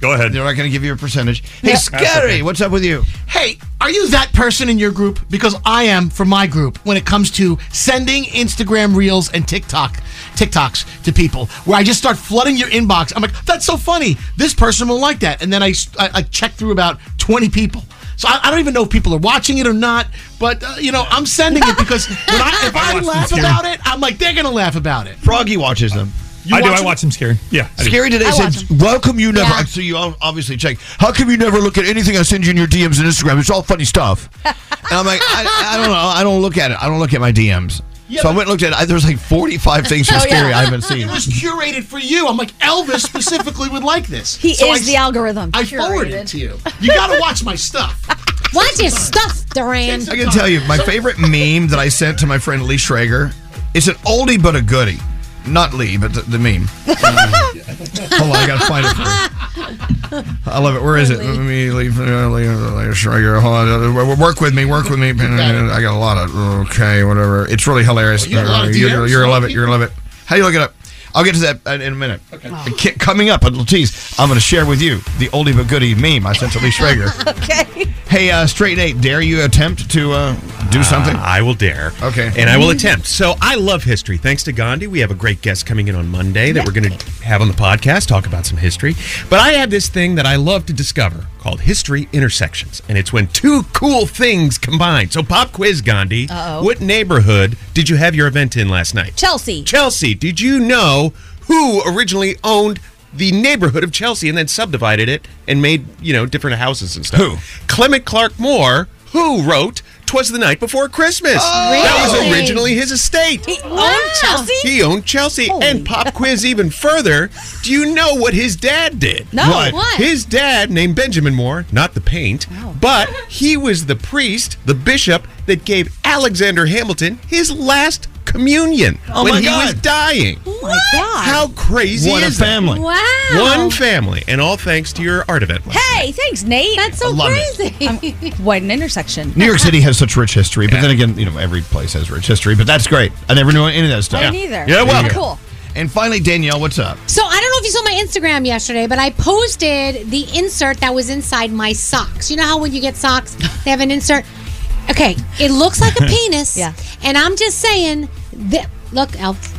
[SPEAKER 4] Go ahead.
[SPEAKER 8] They're not going to give you a percentage. Hey,
[SPEAKER 19] Yeah.
[SPEAKER 8] Scary, what's up with you?
[SPEAKER 19] Hey, are you that person in your group? Because I am for my group when it comes to sending Instagram reels and TikTok TikToks to people, where I just start flooding your inbox. I'm like, that's so funny. This person will like that, and then I s- I, I check through about 20 people. So I, I don't even know if people are watching it or not, but uh, you know I'm sending it because when I, if I,
[SPEAKER 4] watch them
[SPEAKER 19] laugh
[SPEAKER 4] too.
[SPEAKER 19] about it, I'm like they're gonna laugh about it.
[SPEAKER 8] Froggy watches them.
[SPEAKER 4] I do. I watch him scary. Yeah. I do.
[SPEAKER 8] Scary today said, "How come you never?" So you all obviously check. How come you never look at anything I send you in your DMs and Instagram? It's all funny stuff. and I'm like, I, I don't know. I don't look at it. I don't look at my DMs. so I went and looked at. it. I, There's like 45 things from
[SPEAKER 19] Oh, yeah.
[SPEAKER 8] Scary I haven't seen.
[SPEAKER 19] It was curated for you. I'm like Elvis specifically would like this.
[SPEAKER 9] He
[SPEAKER 19] So
[SPEAKER 9] is
[SPEAKER 19] I-
[SPEAKER 9] the algorithm.
[SPEAKER 19] I forwarded it to you. You gotta watch my stuff.
[SPEAKER 10] Watch your stuff, Duran.
[SPEAKER 8] I can tell you, my favorite meme that I sent to my friend Lee Schrager is an oldie but a goodie. Not Lee, but the, the meme. Hold on, I gotta find it. For you. I love it. Where is it? Let me leave. uh, Lee Lee Schrager. Hold on. Uh, w- w- Work with me. Work with me. uh, I got a lot of okay, whatever. It's really hilarious.
[SPEAKER 1] Oh, You got a lot of
[SPEAKER 8] You're,
[SPEAKER 1] DMs?
[SPEAKER 8] you're gonna love it. You're gonna love it. How do you look it up? I'll get to that uh, in- in a minute. Okay. Coming up, a little tease. I'm gonna share with you the oldie but goodie meme I sent to Lee Schrager.
[SPEAKER 9] okay.
[SPEAKER 8] Hey, uh, straight Nate, dare you attempt to uh, do something?
[SPEAKER 1] Uh, I will dare.
[SPEAKER 8] Okay.
[SPEAKER 1] And I will attempt. So I love history. Thanks to Gandhi, we have a great guest coming in on Monday that we're going to have on the podcast, talk about some history. But I have this thing that I love to discover called history intersections. And it's when two cool things combine. So, pop quiz, Gandhi.
[SPEAKER 9] Uh-oh.
[SPEAKER 1] What neighborhood did you have your event in last night?
[SPEAKER 9] Chelsea.
[SPEAKER 1] Chelsea, did you know who originally owned the neighborhood of Chelsea and then subdivided it and made, you know, different houses and stuff? Who? Clement Clark Moore, who wrote Twas the Night Before Christmas. That was
[SPEAKER 5] really?
[SPEAKER 1] originally his estate. He
[SPEAKER 5] owned Chelsea?
[SPEAKER 1] He owned Chelsea. And pop quiz even further. Do you know what his dad did?
[SPEAKER 5] No, What? what?
[SPEAKER 1] His dad, named Benjamin Moore, not the paint, but he was the priest, the bishop that gave Alexander Hamilton his last communion
[SPEAKER 5] Oh
[SPEAKER 1] when
[SPEAKER 5] my
[SPEAKER 1] he
[SPEAKER 5] God.
[SPEAKER 1] was dying.
[SPEAKER 5] Oh my God.
[SPEAKER 1] How crazy
[SPEAKER 5] What a
[SPEAKER 1] is that?
[SPEAKER 5] family. Wow.
[SPEAKER 1] One family, and all thanks to your art event.
[SPEAKER 9] Hey, thanks, Nate. That's so
[SPEAKER 8] I love
[SPEAKER 9] crazy. what an intersection.
[SPEAKER 8] New York City has such rich history, but then again, you know, every place has rich history, but that's great. I never knew any of that stuff.
[SPEAKER 9] I didn't either.
[SPEAKER 8] Yeah,
[SPEAKER 9] Oh,
[SPEAKER 8] well.
[SPEAKER 9] cool.
[SPEAKER 8] And finally, Danielle, what's up?
[SPEAKER 10] So I don't know if you saw my Instagram yesterday, but I posted the insert that was inside my socks. You know how when you get socks, they have an insert. Okay, it looks like a penis. yeah. And I'm just saying that. Look, Elf.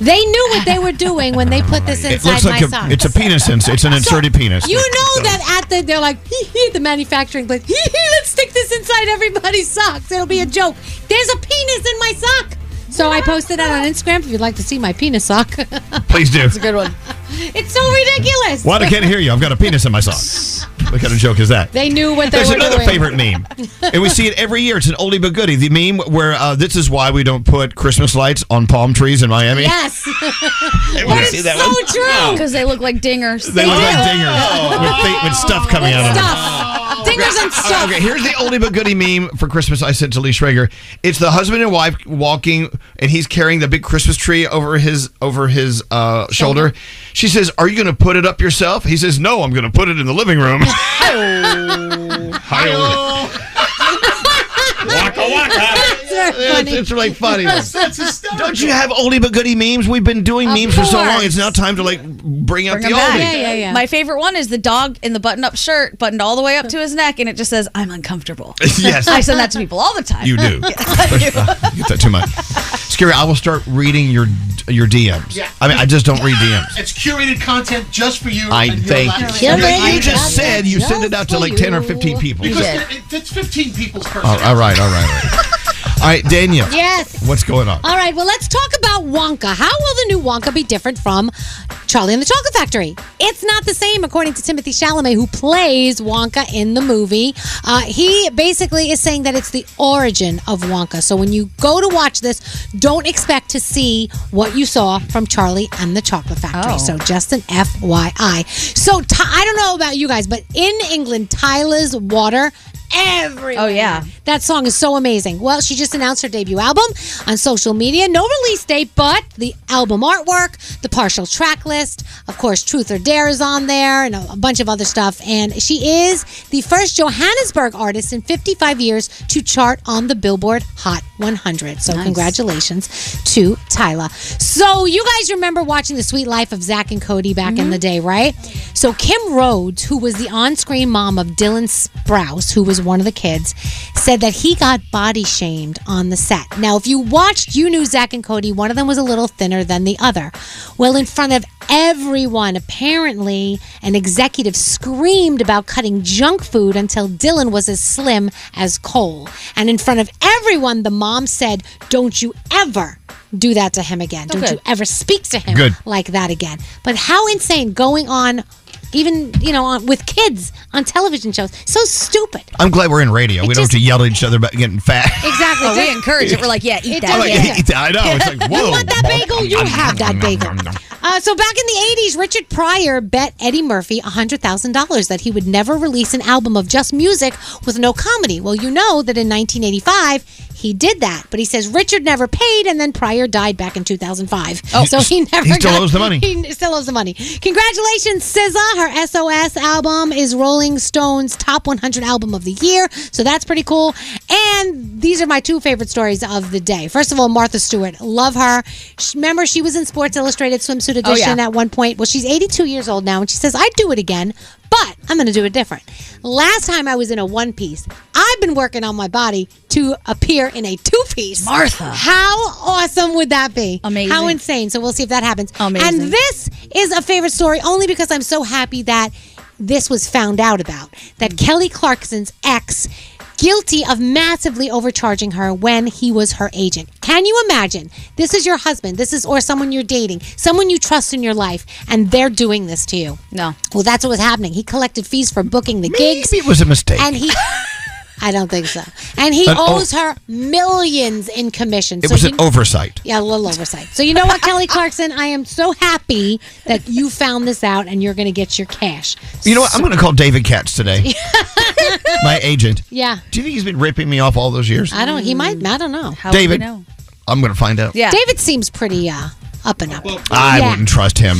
[SPEAKER 10] They knew what they were doing when they put this
[SPEAKER 8] It
[SPEAKER 10] inside
[SPEAKER 8] looks like
[SPEAKER 10] my
[SPEAKER 8] a,
[SPEAKER 10] sock.
[SPEAKER 8] it's a penis. Ins- it's an inserted penis.
[SPEAKER 10] You know that at the they're like "Hee hee," the manufacturing like "Hee hee, let's stick this inside everybody's socks. It'll be a joke. There's a penis in my sock. So I posted that on Instagram if you'd like to see my penis sock.
[SPEAKER 8] Please do.
[SPEAKER 10] good one. It's so ridiculous.
[SPEAKER 8] What? I can't hear you. I've got a penis in my sock. What kind of joke is that?
[SPEAKER 10] They knew what they
[SPEAKER 8] There's
[SPEAKER 10] were
[SPEAKER 8] another
[SPEAKER 10] doing.
[SPEAKER 8] favorite meme, and we see it every year. It's an oldie but goodie. The meme where uh, this is why we don't put Christmas lights on palm trees in Miami.
[SPEAKER 10] Yes.
[SPEAKER 8] Everyone
[SPEAKER 18] but
[SPEAKER 8] see
[SPEAKER 18] it's
[SPEAKER 8] that
[SPEAKER 18] so
[SPEAKER 8] one?
[SPEAKER 18] true.
[SPEAKER 8] No.
[SPEAKER 18] Because they look like dingers.
[SPEAKER 8] They look like dingers
[SPEAKER 9] Oh.
[SPEAKER 8] with, thi- with stuff coming out of them.
[SPEAKER 18] Dingers and stuff.
[SPEAKER 8] Okay, here's the oldie but goodie meme for Christmas I sent to Lee Schrager. It's the husband and wife walking, and he's carrying the big Christmas tree over his over his uh, shoulder. She says, "Are you going to put it up yourself?" He says, "No, I'm going to put it in the living room."
[SPEAKER 5] Waka
[SPEAKER 8] It's, it's really funny.
[SPEAKER 5] That's hysterical.
[SPEAKER 8] Don't you have oldie but goodie memes? We've been doing
[SPEAKER 18] Of
[SPEAKER 8] memes for so long.
[SPEAKER 18] course.
[SPEAKER 8] It's now time to like bring out
[SPEAKER 18] Bring
[SPEAKER 8] the
[SPEAKER 18] 'em
[SPEAKER 8] oldie.
[SPEAKER 18] back. My favorite one is the dog in the button-up shirt, buttoned all the way up to his neck, and it just says, "I'm uncomfortable."
[SPEAKER 8] Yes.
[SPEAKER 18] I send that to people all the time.
[SPEAKER 8] You do. You Get that too much. Scary. I will start reading your your DMs.
[SPEAKER 19] Yeah.
[SPEAKER 8] I mean, I just don't read DMs.
[SPEAKER 19] It's curated content just for you.
[SPEAKER 8] I
[SPEAKER 19] and your
[SPEAKER 8] thank
[SPEAKER 19] life.
[SPEAKER 8] you. You just said you sent it out to like 10 or 15 people.
[SPEAKER 19] Because
[SPEAKER 8] Yeah.
[SPEAKER 19] it- it's 15 people's person.
[SPEAKER 8] Oh, All- all right, all right, all right. All right, Daniel.
[SPEAKER 10] Yes. Uh,
[SPEAKER 8] What's going on?
[SPEAKER 10] All right, well, let's talk about Wonka. How will the new Wonka be different from Charlie and the Chocolate Factory? It's not the same, according to Timothy Chalamet, who plays Wonka in the movie. Uh, he basically is saying that it's the origin of Wonka. So when you go to watch this, don't expect to see what you saw from Charlie and the Chocolate Factory.
[SPEAKER 15] Oh.
[SPEAKER 10] So just an FYI. So Ty- I don't know about you guys, but in England, Tyler's Water everywhere. Oh yeah, that song is so amazing. Well, she just announced her debut album on social media. No release date, but the album artwork, the partial track list, of course, Truth or Dare is on there, and a, a bunch of other stuff. And she is the first Johannesburg artist in 55 years to chart on the Billboard Hot 100. So
[SPEAKER 15] Nice.
[SPEAKER 10] congratulations to Tyla. So you guys remember watching The Sweet Life of Zach and Cody back in the day, right? So Kim Rhodes, who was the on-screen mom of Dylan Sprouse, who was one of the kids, said that he got body shamed on the set. Now, if you watched, you knew Zach and Cody, one of them was a little thinner than the other. Well, in front of everyone, apparently, an executive screamed about cutting junk food until Dylan was as slim as Cole. And in front of everyone, the mom said, Don't you ever do that to him again.
[SPEAKER 18] Oh,
[SPEAKER 10] Don't
[SPEAKER 15] Okay.
[SPEAKER 10] you ever speak to him
[SPEAKER 15] Good.
[SPEAKER 10] like that again. But how insane going on, even, you know, on, with kids on television shows. So stupid.
[SPEAKER 8] I'm glad we're in radio. we don't have to yell at each other about getting fat.
[SPEAKER 10] Exactly.
[SPEAKER 18] Oh, we encourage it. We're like, yeah, eat that.
[SPEAKER 8] I'm like,
[SPEAKER 18] yeah.
[SPEAKER 8] Oh, "Eat that." I know. It's like, whoa.
[SPEAKER 10] You want that bagel? You have that bagel. Uh, so back in the 80s, Richard Pryor bet Eddie Murphy $100,000 that he would never release an album of just music with no comedy. Well, you know that in 1985, he did that. But he says Richard never paid, and then Pryor died back in 2005.
[SPEAKER 8] Oh.
[SPEAKER 10] so he never
[SPEAKER 8] He still
[SPEAKER 10] got-
[SPEAKER 8] owes the money.
[SPEAKER 10] He still owes the money. Congratulations, SZA. Her SOS album is Rolling Stone's top 100 album of the year. So that's pretty cool. And these are my two favorite stories of the day. First of all, Martha Stewart. Love her. Sh- Remember, she was in Sports Illustrated swimsuit edition
[SPEAKER 15] Oh, yeah.
[SPEAKER 10] at one point. Well, she's 82 years old now, and she says, I'd do it again, but I'm going to do it different. Last time I was in a one piece, I've been working on my body to appear in a two piece.
[SPEAKER 18] Martha.
[SPEAKER 10] How awesome would that be?
[SPEAKER 18] Amazing.
[SPEAKER 10] How insane. So we'll see if that happens.
[SPEAKER 18] Amazing.
[SPEAKER 10] And this is a favorite story only because I'm so happy that this was found out about
[SPEAKER 8] Mm.
[SPEAKER 10] that Kelly Clarkson's ex guilty of massively overcharging her when he was her agent. Can you imagine? This is your husband, this is or someone you're dating, someone you trust in your life and they're doing this to you. No. Well, that's what was happening. He collected fees for booking the gigs.
[SPEAKER 8] Maybe it was a mistake. oh,
[SPEAKER 10] And he I don't think so. And he
[SPEAKER 8] An o-
[SPEAKER 10] owes her millions in commission.
[SPEAKER 8] It was
[SPEAKER 10] you
[SPEAKER 8] an oversight.
[SPEAKER 10] yeah, a little oversight. So you know what, Kelly Clarkson, I am so happy that you found this out and you're going to get your cash.
[SPEAKER 8] You know what? I'm going to call David Katz today, my agent.
[SPEAKER 10] Yeah,
[SPEAKER 8] Do you think he's been ripping me off all those years?
[SPEAKER 10] I don't. He might. I don't know. How
[SPEAKER 8] David, I'm going to find out.
[SPEAKER 10] David seems pretty uh, up and up.
[SPEAKER 8] I wouldn't trust him.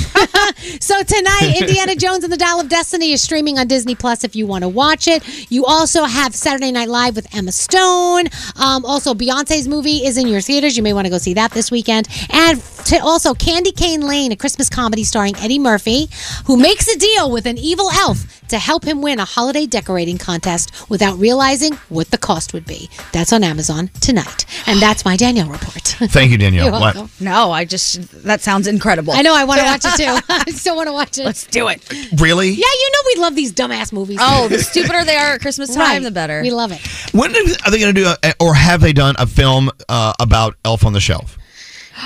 [SPEAKER 10] So tonight, Indiana Jones and the Dial of Destiny is streaming on Disney Plus if you want to watch it. You also have Saturday Night Live with Emma Stone. Um, also, Beyonce's movie is in your theaters. You may want to go see that this weekend. And t- also, Candy Cane Lane, a Christmas comedy starring Eddie Murphy, who makes a deal with an evil elf to help him win a holiday decorating contest without realizing what the cost would be. That's on Amazon tonight. And that's my Danielle report.
[SPEAKER 8] Thank you, Danielle.
[SPEAKER 10] You're
[SPEAKER 8] What?
[SPEAKER 10] welcome.
[SPEAKER 9] No, Oh, I just that sounds incredible.
[SPEAKER 10] I know. I want to watch it too. I still want to watch it. Let's
[SPEAKER 9] do it.
[SPEAKER 8] Really?
[SPEAKER 10] Yeah, you know we love these dumbass movies.
[SPEAKER 9] Oh, the stupider they are at Christmas time,
[SPEAKER 10] Right.
[SPEAKER 9] the better.
[SPEAKER 10] We love it.
[SPEAKER 8] When do- are they going to do, a, or have they done a film uh, about Elf on the Shelf?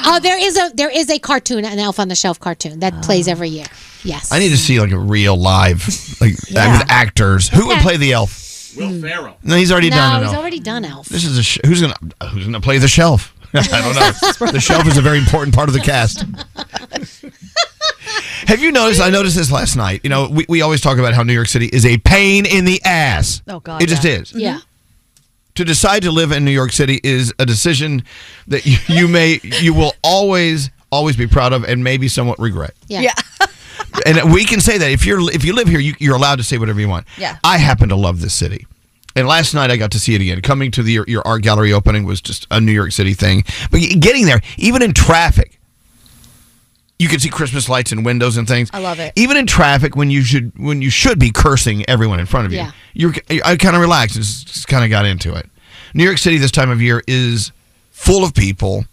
[SPEAKER 10] Oh, there is a there is a cartoon, an Elf on the Shelf cartoon that
[SPEAKER 9] Oh.
[SPEAKER 10] plays every year. Yes.
[SPEAKER 8] I need to see like a real live, like
[SPEAKER 10] Yeah.
[SPEAKER 8] with actors. Who would
[SPEAKER 10] Okay.
[SPEAKER 8] play the Elf?
[SPEAKER 10] Will
[SPEAKER 8] Ferrell. No, he's already
[SPEAKER 10] Mm. no,
[SPEAKER 8] done. it
[SPEAKER 10] he's
[SPEAKER 8] all.
[SPEAKER 10] already done Elf.
[SPEAKER 8] This is a sh- who's gonna who's gonna play the shelf? I don't know. the shelf is a very important part of the cast. Have you noticed? I noticed this last night. You know, we, we always talk about how New York City is a pain in the ass.
[SPEAKER 5] Oh, God,
[SPEAKER 8] it just
[SPEAKER 5] yeah. Mm-hmm.
[SPEAKER 8] is.
[SPEAKER 5] Yeah.
[SPEAKER 8] To decide to live in New York City is a decision that you, you may you will always always be proud of and maybe somewhat regret.
[SPEAKER 10] Yeah. yeah.
[SPEAKER 8] And we can say that if you're if you live here, you, you're allowed to say whatever you want.
[SPEAKER 10] Yeah.
[SPEAKER 8] I happen to love this city. And last night I got to see it again. Coming to the your, your art gallery opening was just a New York City thing. But getting there, even in traffic, you could see Christmas lights and windows and things.
[SPEAKER 5] I love it.
[SPEAKER 8] Even in traffic, when you should when you should be cursing everyone in front of you,
[SPEAKER 5] Yeah.
[SPEAKER 8] you're I kind of relaxed. and Just, just kind of got into it. New York City this time of year is full of people,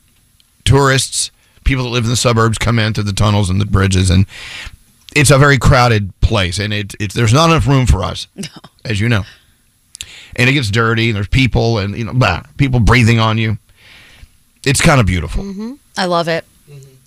[SPEAKER 8] tourists, people that live in the suburbs come in through the tunnels and the bridges, and it's a very crowded place. And it, it there's not enough room for us, as you know. And it gets dirty, and there's people, and you know, blah, people breathing on you. It's kind of beautiful.
[SPEAKER 9] I love it.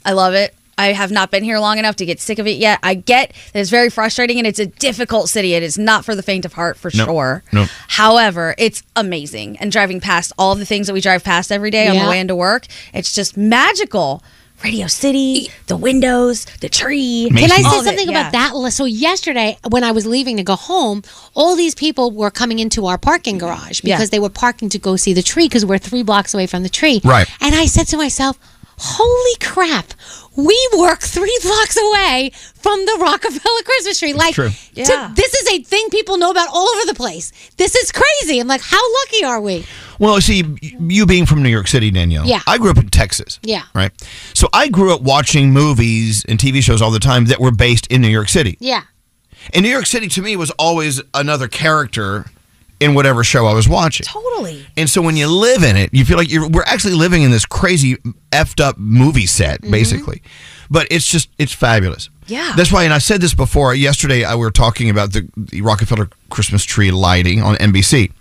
[SPEAKER 9] I love it. I have not been here long enough to get sick of it yet. I get that it's very frustrating and it's a difficult city. It is not for the faint of heart for sure.
[SPEAKER 8] No.
[SPEAKER 9] However, it's amazing. And driving past all the things that we drive past every day on the
[SPEAKER 18] Yeah.
[SPEAKER 9] way into work, it's just magical. Radio City, the windows, the tree.
[SPEAKER 10] Can I
[SPEAKER 9] all
[SPEAKER 10] say
[SPEAKER 9] of it,
[SPEAKER 10] something
[SPEAKER 9] yeah.
[SPEAKER 10] about that? Li- So yesterday, when I was leaving to go home, all these people were coming into our parking garage
[SPEAKER 9] Yeah.
[SPEAKER 10] because they were parking to go see the tree because we're three blocks away from the tree.
[SPEAKER 5] Right.
[SPEAKER 10] And I said to myself, "Holy crap! We work three blocks away from the Rockefeller Christmas tree. Like,
[SPEAKER 5] true.
[SPEAKER 10] to-
[SPEAKER 5] Yeah.
[SPEAKER 10] this is a thing people know about all over the place. This is crazy. I'm like, how lucky are we?
[SPEAKER 8] Well, see, you being from New York City, Danielle.
[SPEAKER 10] Yeah.
[SPEAKER 8] I grew up in Texas.
[SPEAKER 10] Yeah.
[SPEAKER 8] Right. So I grew up watching movies and TV shows all the time that were based in New York City.
[SPEAKER 10] Yeah.
[SPEAKER 8] And New York City to me was always another character in whatever show I was watching.
[SPEAKER 9] Totally.
[SPEAKER 8] And so when you live in it, you feel like you're we're actually living in this crazy effed up movie set, basically. But it's just it's fabulous.
[SPEAKER 5] Yeah.
[SPEAKER 8] That's why, and I said this before. Yesterday, I we were talking about the, the Rockefeller Christmas tree lighting on NBC.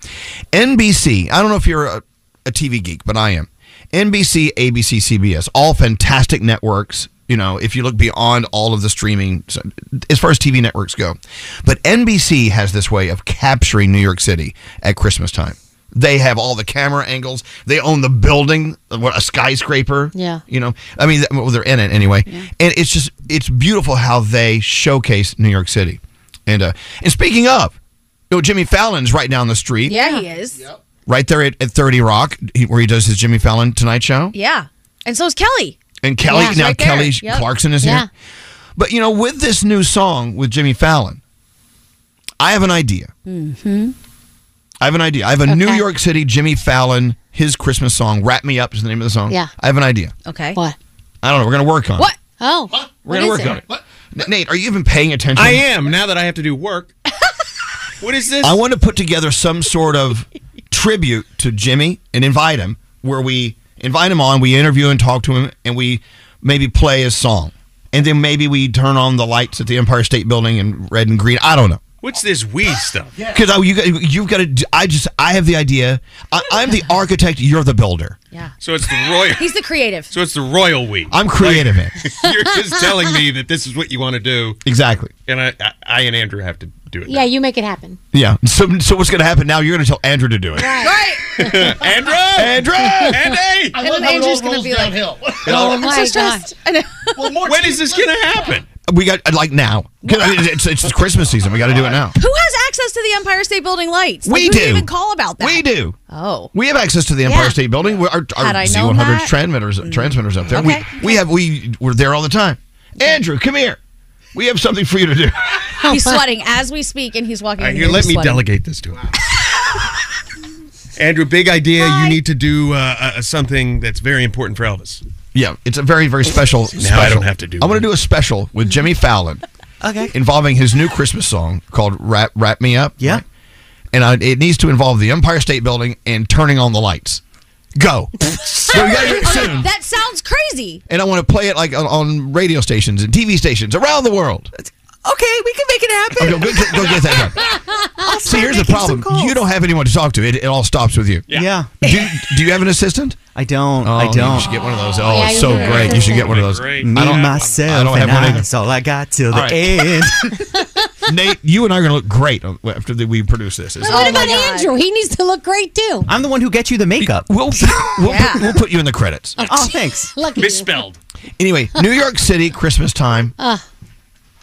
[SPEAKER 8] NBC. I don't know if you're a, a TV geek, but I am. NBC, ABC, CBS, all fantastic networks. You know, if you look beyond all of the streaming, so- as far as TV networks go, but NBC has this way of capturing New York City at Christmas time. They have all the camera angles. They own the building, what a skyscraper.
[SPEAKER 5] Yeah.
[SPEAKER 8] You know, I mean, th- well, they're in it anyway, and it's just it's beautiful how they showcase New York City. And uh, and speaking of, you know, Jimmy Fallon's right down the street,
[SPEAKER 9] Yeah, he is.
[SPEAKER 8] right there at, at Thirty Rock, he- where he does his Jimmy Fallon Tonight Show.
[SPEAKER 9] Yeah. And so is Kelly.
[SPEAKER 8] And Kelly
[SPEAKER 9] Yeah, it's
[SPEAKER 8] now
[SPEAKER 9] right there.
[SPEAKER 8] Kelly
[SPEAKER 9] Yep.
[SPEAKER 8] Clarkson is
[SPEAKER 9] Yeah.
[SPEAKER 8] here. But you know, with this new song with Jimmy Fallon, I have an idea.
[SPEAKER 5] Mm-hmm.
[SPEAKER 8] I have an idea. I have a New York City Jimmy Fallon his Christmas song. Wrap me up is the name of the song.
[SPEAKER 10] Yeah.
[SPEAKER 8] I have an idea.
[SPEAKER 9] Okay.
[SPEAKER 10] What?
[SPEAKER 8] I don't know. We're gonna work on it.
[SPEAKER 9] What?
[SPEAKER 10] Oh.
[SPEAKER 8] We're gonna work on it.
[SPEAKER 5] Oh,
[SPEAKER 8] N- Nate, are you even paying attention?
[SPEAKER 14] I am now that I have to do work. what is this?
[SPEAKER 8] I want to put together some sort of tribute to Jimmy and invite him, where we invite him on, we interview and talk to him, and we maybe play his song. And then maybe we turn on the lights at the Empire State Building in red and green. I don't know.
[SPEAKER 14] What's this weed stuff?
[SPEAKER 8] Because oh, you got, you've got to. I just. I have the idea. I, I'm the architect. You're the builder.
[SPEAKER 9] Yeah.
[SPEAKER 14] So it's the
[SPEAKER 1] Oh,
[SPEAKER 14] royal.
[SPEAKER 9] He's the creative.
[SPEAKER 14] So it's the royal weed.
[SPEAKER 8] I'm creative. man.
[SPEAKER 14] You're just telling me that this is what you want to do,
[SPEAKER 8] Exactly.
[SPEAKER 14] and I, I, I and Andrew have to do it.
[SPEAKER 10] Yeah, you make it happen.
[SPEAKER 8] Yeah. So so what's going to happen now? You're going to tell Andrew to do it.
[SPEAKER 10] Right.
[SPEAKER 14] Andrew.
[SPEAKER 8] Andrew.
[SPEAKER 14] Andy.
[SPEAKER 5] I love how it all rolls downhill.
[SPEAKER 8] Oh,
[SPEAKER 5] I'm
[SPEAKER 8] my
[SPEAKER 5] so
[SPEAKER 8] God.
[SPEAKER 5] stressed.
[SPEAKER 9] well,
[SPEAKER 5] more
[SPEAKER 14] When is this going to happen?
[SPEAKER 8] We got like now. 'Cause I mean, It's, it's Christmas season. We got to do it now.
[SPEAKER 9] Who has access to the Empire State Building lights?
[SPEAKER 8] We
[SPEAKER 9] who
[SPEAKER 8] do.
[SPEAKER 9] Can even call about that.
[SPEAKER 8] We do.
[SPEAKER 9] Oh.
[SPEAKER 8] We have access to the Empire
[SPEAKER 9] Yeah.
[SPEAKER 8] State Building. We- Our, our
[SPEAKER 9] Had I known
[SPEAKER 8] Z100
[SPEAKER 9] that- Mm.
[SPEAKER 8] transmitters transmitters up there.
[SPEAKER 9] Okay.
[SPEAKER 8] We we have we we're there all the time. Andrew, come here. We have something for you to do.
[SPEAKER 9] he's sweating as we speak, and he's walking.
[SPEAKER 1] All right,
[SPEAKER 9] in
[SPEAKER 1] here,
[SPEAKER 9] here
[SPEAKER 1] let me
[SPEAKER 9] sweating.
[SPEAKER 1] delegate this to him. Andrew, big idea. You need to do uh, uh, something that's very important for Elvis.
[SPEAKER 8] Yeah, it's a very, very special.
[SPEAKER 1] Now
[SPEAKER 8] special.
[SPEAKER 1] I don't have to do
[SPEAKER 8] I'm going to do a special with Jimmy Fallon.
[SPEAKER 1] Okay.
[SPEAKER 8] Involving his new Christmas song called "Wrap Wrap Me Up." Yeah. And I, it needs to involve the Empire State Building and turning on the lights. Go. so we got to do it
[SPEAKER 9] Okay,
[SPEAKER 8] soon.
[SPEAKER 9] That sounds crazy.
[SPEAKER 8] And I want to play it like on, on radio stations and TV stations around the world.
[SPEAKER 5] Okay, we can make it
[SPEAKER 8] Okay,
[SPEAKER 5] happen.
[SPEAKER 8] go, get- go get that done.
[SPEAKER 5] I'll
[SPEAKER 8] See,
[SPEAKER 5] start
[SPEAKER 8] here's the
[SPEAKER 5] making some
[SPEAKER 8] problem.
[SPEAKER 5] calls.
[SPEAKER 8] You don't have anyone to talk to. It, it all stops with you.
[SPEAKER 5] Yeah. Yeah.
[SPEAKER 8] Do, do you have an assistant?
[SPEAKER 5] I don't. I
[SPEAKER 8] Oh,
[SPEAKER 5] don't.
[SPEAKER 8] You should get one of those. Oh,
[SPEAKER 5] Yeah,
[SPEAKER 8] it's
[SPEAKER 5] you
[SPEAKER 8] so
[SPEAKER 5] should.
[SPEAKER 8] great. You should get one of those.
[SPEAKER 5] Me,
[SPEAKER 8] I don't-
[SPEAKER 5] myself,
[SPEAKER 8] I don't have
[SPEAKER 5] and
[SPEAKER 8] one.
[SPEAKER 5] I.
[SPEAKER 8] either.
[SPEAKER 5] That's all I got till the
[SPEAKER 8] All right.
[SPEAKER 5] end.
[SPEAKER 8] Nate, you and I are going to look great on- after the, we produce this.
[SPEAKER 10] But what about Andrew? He needs to look great too.
[SPEAKER 5] Oh I'm the one who gets you the makeup.
[SPEAKER 8] We'll, we'll, put, we'll put you in the credits.
[SPEAKER 5] Oh, thanks.
[SPEAKER 10] Lucky
[SPEAKER 5] Misspelled.
[SPEAKER 8] Anyway, New York City, Christmas time.
[SPEAKER 9] Ah.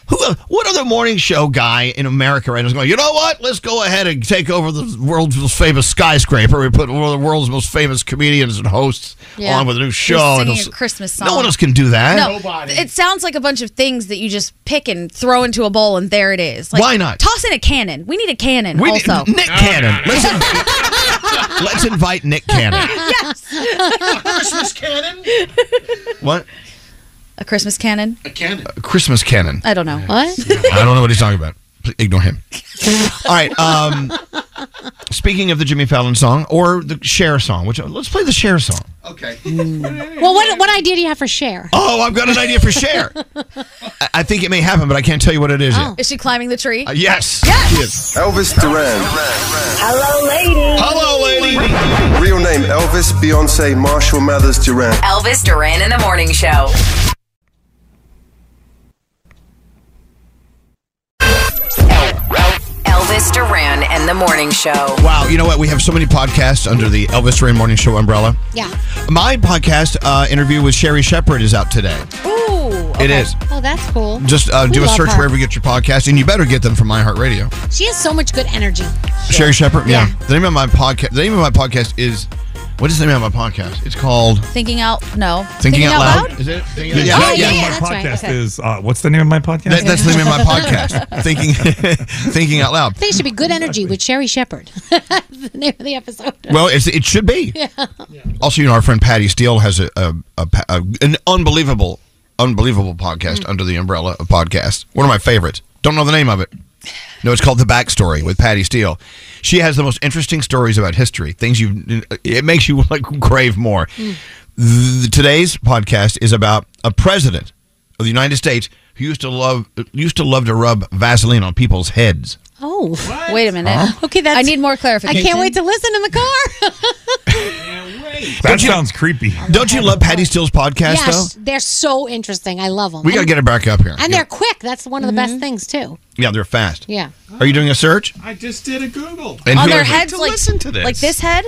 [SPEAKER 8] Who, uh, what other morning show guy in America right now is going, you know what? Let's go ahead and take over the world's most famous skyscraper. We put one of the world's most famous comedians and hosts
[SPEAKER 9] Yeah.
[SPEAKER 8] on with a new
[SPEAKER 9] Who's
[SPEAKER 8] show. and
[SPEAKER 9] singing
[SPEAKER 8] it's-
[SPEAKER 9] a Christmas song.
[SPEAKER 8] No one else can do that.
[SPEAKER 9] No, it sounds like a bunch of things that you just pick and throw into a bowl, and there it is. Like,
[SPEAKER 8] Why not?
[SPEAKER 9] Toss in a cannon. We need a cannon.
[SPEAKER 8] We need-
[SPEAKER 9] also,
[SPEAKER 8] Nick Cannon. Let's, in- let's invite Nick Cannon.
[SPEAKER 9] yes.
[SPEAKER 29] Christmas cannon.
[SPEAKER 8] What?
[SPEAKER 9] A Christmas cannon.
[SPEAKER 29] A cannon.
[SPEAKER 8] Christmas Cannon.
[SPEAKER 9] I don't know what.
[SPEAKER 8] I don't know what he's talking about. Please Ignore him. All right. Um, speaking of the Jimmy Fallon song or the Cher song, which let's play the Cher song.
[SPEAKER 10] Okay. Hmm. well, what what idea do you have for share?
[SPEAKER 8] Oh, I've got an idea for Cher. I, I think it may happen, but I can't tell you what it is
[SPEAKER 9] Is she climbing the tree?
[SPEAKER 8] yet. Uh, yes.
[SPEAKER 28] Yes. Elvis Duran.
[SPEAKER 9] Hello, lady.
[SPEAKER 8] Hello, lady.
[SPEAKER 28] Real name Elvis Beyonce Marshall Mathers Duran.
[SPEAKER 7] Elvis Duran in the Morning Show. Elvis Duran and the Morning Show.
[SPEAKER 8] Wow. You know what? We have so many podcasts under the Elvis Duran Morning Show umbrella.
[SPEAKER 10] Yeah.
[SPEAKER 8] My podcast uh, interview with Sherry Shepard is out today.
[SPEAKER 10] Ooh.
[SPEAKER 8] It is.
[SPEAKER 10] Oh, that's cool.
[SPEAKER 8] Just uh,
[SPEAKER 10] We
[SPEAKER 8] do a
[SPEAKER 10] love
[SPEAKER 8] search
[SPEAKER 10] her.
[SPEAKER 8] wherever you get your podcast, and you better get them from iHeartRadio.
[SPEAKER 10] She has so much good energy.
[SPEAKER 8] Sherry Shepard. Yeah. The name of my podcast. The name of my podcast is. What is the name of my podcast? It's called
[SPEAKER 9] Thinking out. No.
[SPEAKER 8] Thinking, Out, Loud. Is it? Thinking
[SPEAKER 4] Yeah,
[SPEAKER 8] Out Loud?
[SPEAKER 4] Oh, yeah, yeah, my podcast is uh, what's the name of my podcast?
[SPEAKER 8] That- that's the name of my podcast. Thinking, thinking out loud.
[SPEAKER 10] I think it should be good energy with Sherry Shepard. the name of the episode.
[SPEAKER 8] Well, it's, it should be.
[SPEAKER 10] Yeah.
[SPEAKER 8] Also, you know, our friend Patty Steele has a, a, a, pa- a- an unbelievable, unbelievable podcast under the umbrella of podcasts. One of my favorites. Don't know the name of it. No, it's called The Backstory with Patty Steele. She has the most interesting stories about history. Things you, it makes you like crave more.
[SPEAKER 5] Mm.
[SPEAKER 10] Hmm.
[SPEAKER 8] Th- today's podcast is about a president of the United States who used to love used to love to rub Vaseline on people's heads.
[SPEAKER 10] Oh.
[SPEAKER 9] Wait a minute.
[SPEAKER 8] Huh?
[SPEAKER 10] Okay, that's.
[SPEAKER 9] I need more
[SPEAKER 10] I
[SPEAKER 9] clarification.
[SPEAKER 10] can't wait to listen in the car.
[SPEAKER 8] That sounds creepy. Don't you love Patty Steele's podcast
[SPEAKER 10] yes,
[SPEAKER 8] though?
[SPEAKER 10] they're so interesting. I love them.
[SPEAKER 8] We got to get it back up here.
[SPEAKER 10] And they're quick. That's one of the
[SPEAKER 9] Mm-hmm.
[SPEAKER 10] best things too.
[SPEAKER 8] Yeah, they're fast.
[SPEAKER 10] Yeah.
[SPEAKER 8] Are you doing a search?
[SPEAKER 10] I just did a Google.
[SPEAKER 8] And
[SPEAKER 9] on
[SPEAKER 8] who
[SPEAKER 9] their
[SPEAKER 8] is it?
[SPEAKER 9] heads, like like this head.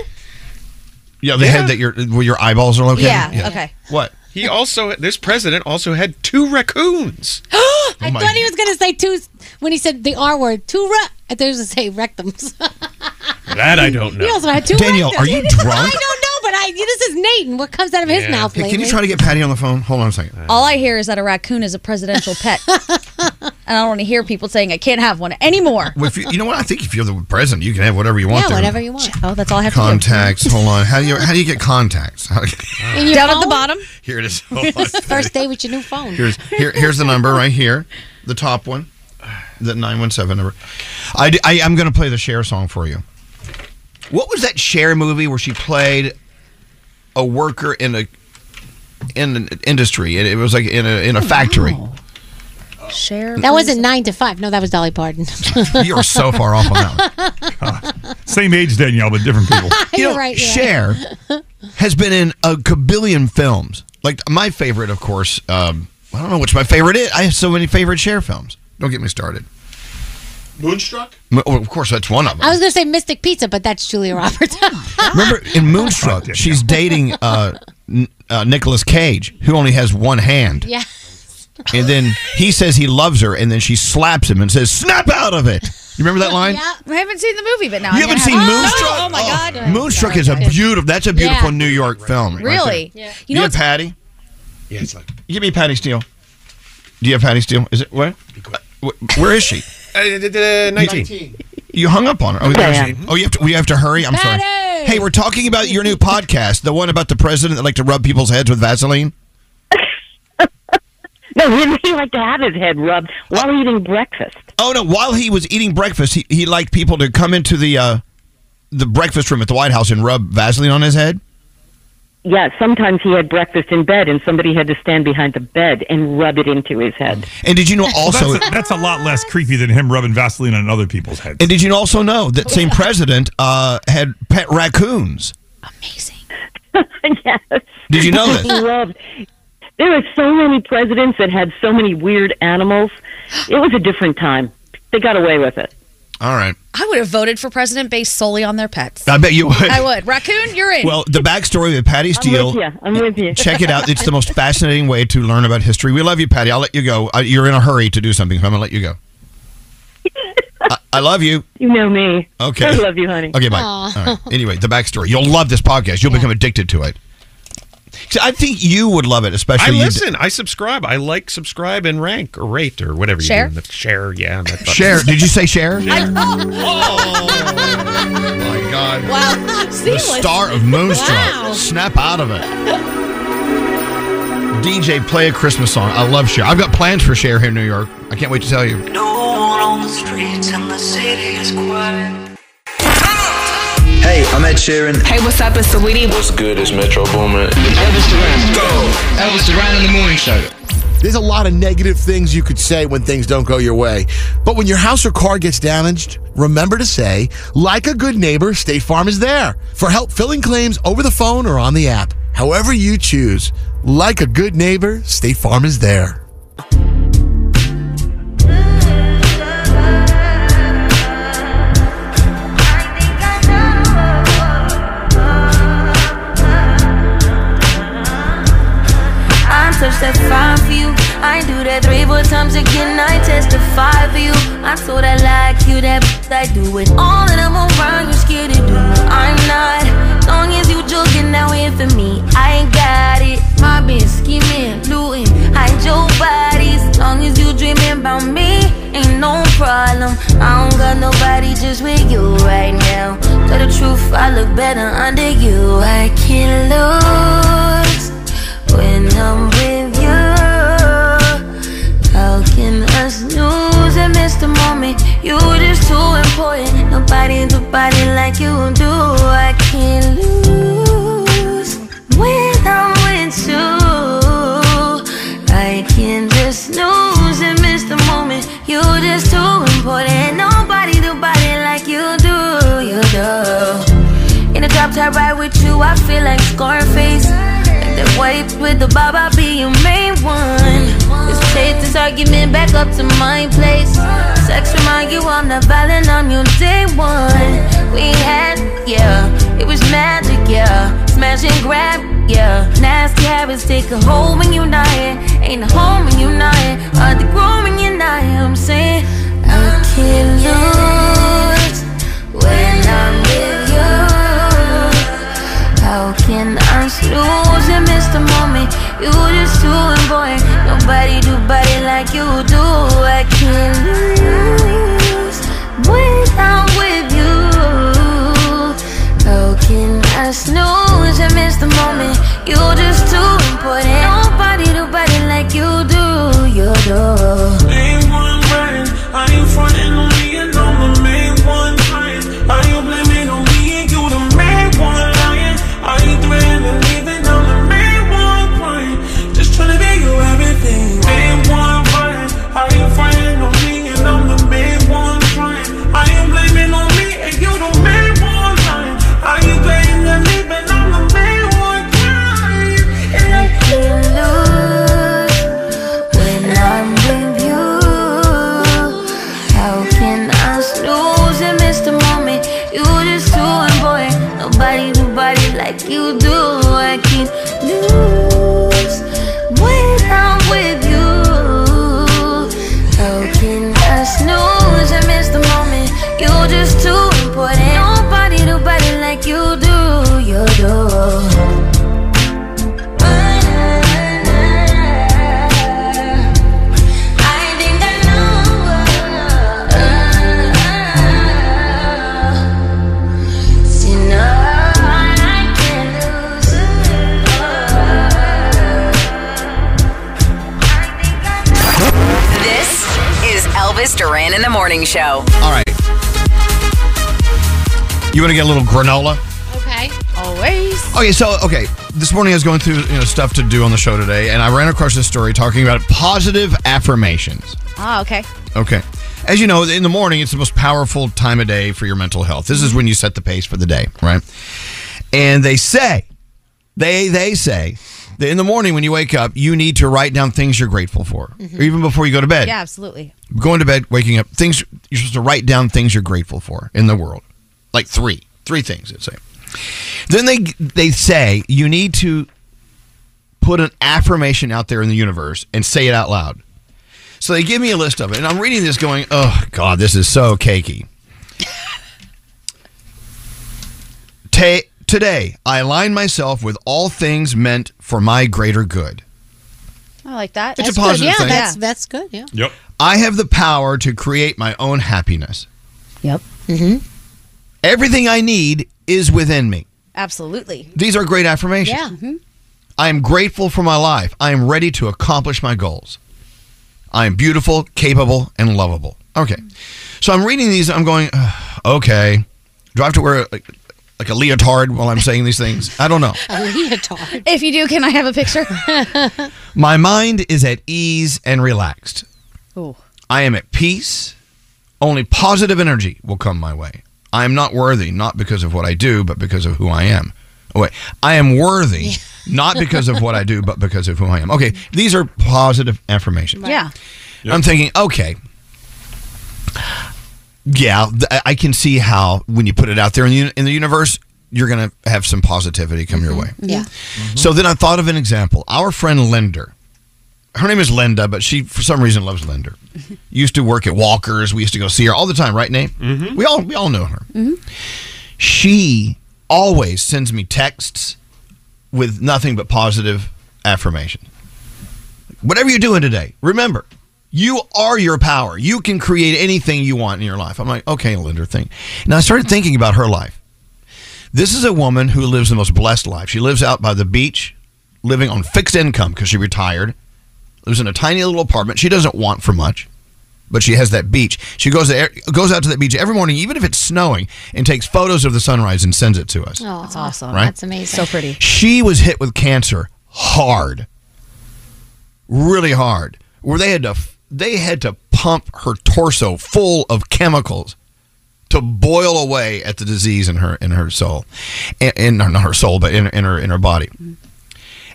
[SPEAKER 8] Yeah, the head that your where your eyeballs are located.
[SPEAKER 9] Yeah, okay.
[SPEAKER 8] What?
[SPEAKER 1] He also, this president also had two raccoons.
[SPEAKER 8] Oh
[SPEAKER 10] I thought he was going to say two when he said the R word. Two ra- I thought he was going to say rectums.
[SPEAKER 1] That I don't
[SPEAKER 10] he also had two.
[SPEAKER 8] Danielle,
[SPEAKER 10] rectums.
[SPEAKER 8] are you drunk?
[SPEAKER 10] I don't know, but I this is Nate, and what comes out of his mouth?
[SPEAKER 8] Hey, can
[SPEAKER 10] lately.
[SPEAKER 8] you try to get Patty on the phone? Hold on a second.
[SPEAKER 9] All I hear is that a raccoon is a presidential pet, and I don't want to hear people saying I can't have one anymore.
[SPEAKER 8] Well, if you, you know what? I think if you're the president, you can have whatever you want. there.
[SPEAKER 9] you want. Oh, that's all I have
[SPEAKER 8] Contacts. Hold on. How do you how do you get contacts? How do you-
[SPEAKER 9] to do. Down at the bottom.
[SPEAKER 8] here it is. Hold on.
[SPEAKER 10] First day with your new phone.
[SPEAKER 8] Here's here, here's the number right here, the top one, the nine one seven number. I, d- I am going to play the Cher song for you. What was that Cher movie where she played a worker in a in an industry? It, it was like in a
[SPEAKER 10] Oh,
[SPEAKER 8] in a factory.
[SPEAKER 9] Share.
[SPEAKER 10] That wasn't nine to five. No, that was Dolly Parton.
[SPEAKER 8] You are so far off on that
[SPEAKER 10] one.
[SPEAKER 4] Same age, Danielle, but different people.
[SPEAKER 10] You're
[SPEAKER 8] You know,
[SPEAKER 10] right. yeah.
[SPEAKER 8] Cher has been in a kabillion films. Like my favorite, of course. Um, I don't know which my favorite is. I have so many favorite Cher films. Don't get me started.
[SPEAKER 30] Moonstruck.
[SPEAKER 8] M- oh, Of course, that's one of them.
[SPEAKER 10] I was going to say Mystic Pizza, but that's Julia Roberts.
[SPEAKER 8] Remember in Moonstruck, she's dating uh, N- uh, Nicolas Cage, who only has one hand,
[SPEAKER 10] yeah.
[SPEAKER 8] and then he says he loves her, and then she slaps him and says, "Snap out of it." You remember that line?
[SPEAKER 9] Yeah, I haven't seen the movie, but now
[SPEAKER 8] You
[SPEAKER 9] I'm gonna
[SPEAKER 8] haven't seen
[SPEAKER 9] have-
[SPEAKER 8] Moonstruck?
[SPEAKER 9] Oh, my god!
[SPEAKER 8] Moonstruck is a beautiful. That's a beautiful
[SPEAKER 9] Yeah.
[SPEAKER 8] New York film. right there.
[SPEAKER 9] Really?
[SPEAKER 8] You,
[SPEAKER 9] You know
[SPEAKER 8] get
[SPEAKER 9] what's
[SPEAKER 8] Patty. Yeah, it's like give me Patty Steele. Do you have Patty Steele? Is it where? Uh, wh- Where is she?
[SPEAKER 1] Uh, 19.
[SPEAKER 8] You hung up on her. Oh,
[SPEAKER 1] Yeah.
[SPEAKER 8] there's- oh, you have to. We have to hurry. I'm sorry. Hey, we're talking about your new podcast, the one about the president that like to rub people's heads with Vaseline.
[SPEAKER 31] No, he, he liked to have his head rubbed while eating breakfast.
[SPEAKER 8] Oh no! While he was eating breakfast, he, he liked people to come into the uh, the breakfast room at the White House and rub Vaseline on his head.
[SPEAKER 31] Yeah, sometimes he had breakfast in bed, and somebody had to stand behind the bed and rub it into his head.
[SPEAKER 8] And did you know also-
[SPEAKER 4] that's, that's a lot less creepy than him rubbing Vaseline on other people's heads.
[SPEAKER 8] And did you also know that same president uh, had pet raccoons? Did you know this?
[SPEAKER 31] He loved- There were so many presidents that had so many weird animals. It was a different time. They got away with it.
[SPEAKER 8] All right.
[SPEAKER 9] I would have voted for president based solely on their pets.
[SPEAKER 8] I bet you would.
[SPEAKER 9] I would. Raccoon, you're in.
[SPEAKER 8] Well, the backstory of Patty Steele.
[SPEAKER 9] ya. I'm with you.
[SPEAKER 8] Check it out. It's the most fascinating way to learn about history. We love you, Patty. I'll let you go. Uh, you're in a hurry to do something, so I'm going to let you go. I, I love you.
[SPEAKER 31] You know me.
[SPEAKER 8] Okay.
[SPEAKER 31] I love you, honey.
[SPEAKER 8] Okay, bye. All
[SPEAKER 31] Aw.
[SPEAKER 8] right. Anyway, the backstory. You'll love this podcast. You'll become addicted to it. See, I think you would love it,
[SPEAKER 1] I
[SPEAKER 8] especially you.
[SPEAKER 1] listen. I subscribe. I like, subscribe, and rank or rate or whatever you
[SPEAKER 8] Share?
[SPEAKER 1] do. in the- Share, yeah. and that button.
[SPEAKER 8] Share. Did you say share?
[SPEAKER 1] my
[SPEAKER 8] Oh God.
[SPEAKER 5] Wow.
[SPEAKER 8] The star of Moonstruck. Snap out of it. DJ, play a Christmas song. I love Cher. I've got plans for Cher here in New York. I can't wait to tell you.
[SPEAKER 5] No one on the streets and the city is quiet.
[SPEAKER 7] Hey, I'm Ed Sheeran. Hey, what's up? It's Saweetie.
[SPEAKER 17] What's good is Metro Boomin.
[SPEAKER 7] Elvis Duran. Go. Elvis Duran in the morning show.
[SPEAKER 19] There's a lot of negative things you could say when things don't go your way. But when your house or car gets damaged, remember to say, like a good neighbor, State Farm is there for help filling claims over the phone or on the app. However you choose, like a good neighbor, State Farm is there.
[SPEAKER 16] I'm such that fine for you. I do that three, four times again. I testify for you. I'm so that like you, that b- I do it all that I'm around. You scared to do? I'm not. Long as you joking, now in for me. I ain't got it. My been scheming, looting, hide your bodies. Long as you dreaming about me, ain't no problem. I don't got nobody just with you right now. Tell the truth, I look better under you. I can't lose. When I'm with you, how can us lose and miss the moment? You just too important. Nobody do body like you do. I can't lose when I'm with you. I can just snooze and miss the moment. You just too important. Nobody do body like you do. You do. In a drop top ride with you, I feel like Scarface. Like that white with the bob, I'll be your main one. Let's take this argument back up to my place. Sex remind you I'm not violent, I'm your day one. We had, yeah, it was magic, yeah. Smash and grab, yeah. Nasty habits take a hold when you're not here. Ain't a home when you're not here. Hard to grow when you're not here. I'm saying, I can't lose when I'm with you. How can I lose and miss the moment? You just too important. Nobody do body like you do. I can't lose when I'm with you. How can I snooze and miss the moment? You just too important. Nobody do body like you do. You do.
[SPEAKER 5] Ain't one brand. I ain't frontin' on me and I'm the main one trying. I ain't blaming on me and you the main one lying. I ain't threatening leaving, I'm the main one crying. Just tryna be you everything. Main one brand. I ain't frontin' on me and I'm the main one trying. I ain't blaming on me and you the main one lying. I ain't blaming leaving, I'm the main one crying. And I can't
[SPEAKER 7] Elvis Duran in the Morning Show.
[SPEAKER 8] All right. You want to get a little granola?
[SPEAKER 7] Okay. Always.
[SPEAKER 8] Okay, so okay, this morning I was going through you know stuff to do on the show today, and I ran across this story talking about positive affirmations.
[SPEAKER 9] Oh, okay.
[SPEAKER 8] Okay. As you know, in the morning, it's the most powerful time of day for your mental health. This is when you set the pace for the day, right? And they say, they they say that in the morning when you wake up, you need to write down things you're grateful for, or even before you go to bed.
[SPEAKER 9] Yeah, absolutely.
[SPEAKER 8] Going to bed, waking up, things you're supposed to write down things you're grateful for in the world, like three, three things. They say. Then they they say you need to put an affirmation out there in the universe and say it out loud. So they give me a list of it, and I'm reading this, going, "Oh God, this is so cakey." Ta today, I align myself with all things meant for my greater good.
[SPEAKER 9] I like that.
[SPEAKER 8] It's a positive
[SPEAKER 10] good. Yeah,
[SPEAKER 8] thing.
[SPEAKER 10] that's that's good. Yeah.
[SPEAKER 8] Yep. I have the power to create my own happiness.
[SPEAKER 9] Yep.
[SPEAKER 8] Mm-hmm. Everything I need is within me.
[SPEAKER 9] Absolutely.
[SPEAKER 8] These are great affirmations.
[SPEAKER 9] Yeah. Mhm.
[SPEAKER 8] I am grateful for my life. I am ready to accomplish my goals. I am beautiful, capable, and lovable. Okay. So I'm reading these. I'm going, "Ugh, okay. Do I have to wear like, like a leotard while I'm saying these things? I don't know.
[SPEAKER 9] A leotard. If you do, can I have a picture?
[SPEAKER 8] My mind is at ease and relaxed.
[SPEAKER 9] Ooh.
[SPEAKER 8] I am at peace. Only positive energy will come my way. I am not worthy, not because of what I do, but because of who I am. Oh, wait, I am worthy, not because of what I do, but because of who I am. Okay, these are positive affirmations.
[SPEAKER 9] Yeah.
[SPEAKER 8] I'm thinking, okay, yeah, th- I- I can see how when you put it out there in the, in the universe, you're going to have some positivity come your way.
[SPEAKER 10] Yeah.
[SPEAKER 8] Mm-hmm. So then I thought of an example. Our friend Linder, her name is Linda, but she for some reason loves Linder. used to work at Walker's. We used to go see her all the time, right, Nate? Mm-hmm. We all we all know her. She always sends me texts with nothing but positive affirmation. Whatever you're doing today, remember, you are your power. You can create anything you want in your life. I'm like, okay, Linda, think. Now I started thinking about her life. This is a woman who lives the most blessed life. She lives out by the beach, living on fixed income because she retired. Lives in a tiny little apartment. She doesn't want for much, but she has that beach. She goes there, goes out to that beach every morning, even if it's snowing, and takes photos of the sunrise and sends it to us.
[SPEAKER 10] Oh, that's awesome.
[SPEAKER 8] Right?
[SPEAKER 10] That's amazing. So pretty.
[SPEAKER 8] She was hit with cancer hard, really hard, where they had to they had to pump her torso full of chemicals to boil away at the disease in her in her soul, in, in not her soul, but in in her in her body.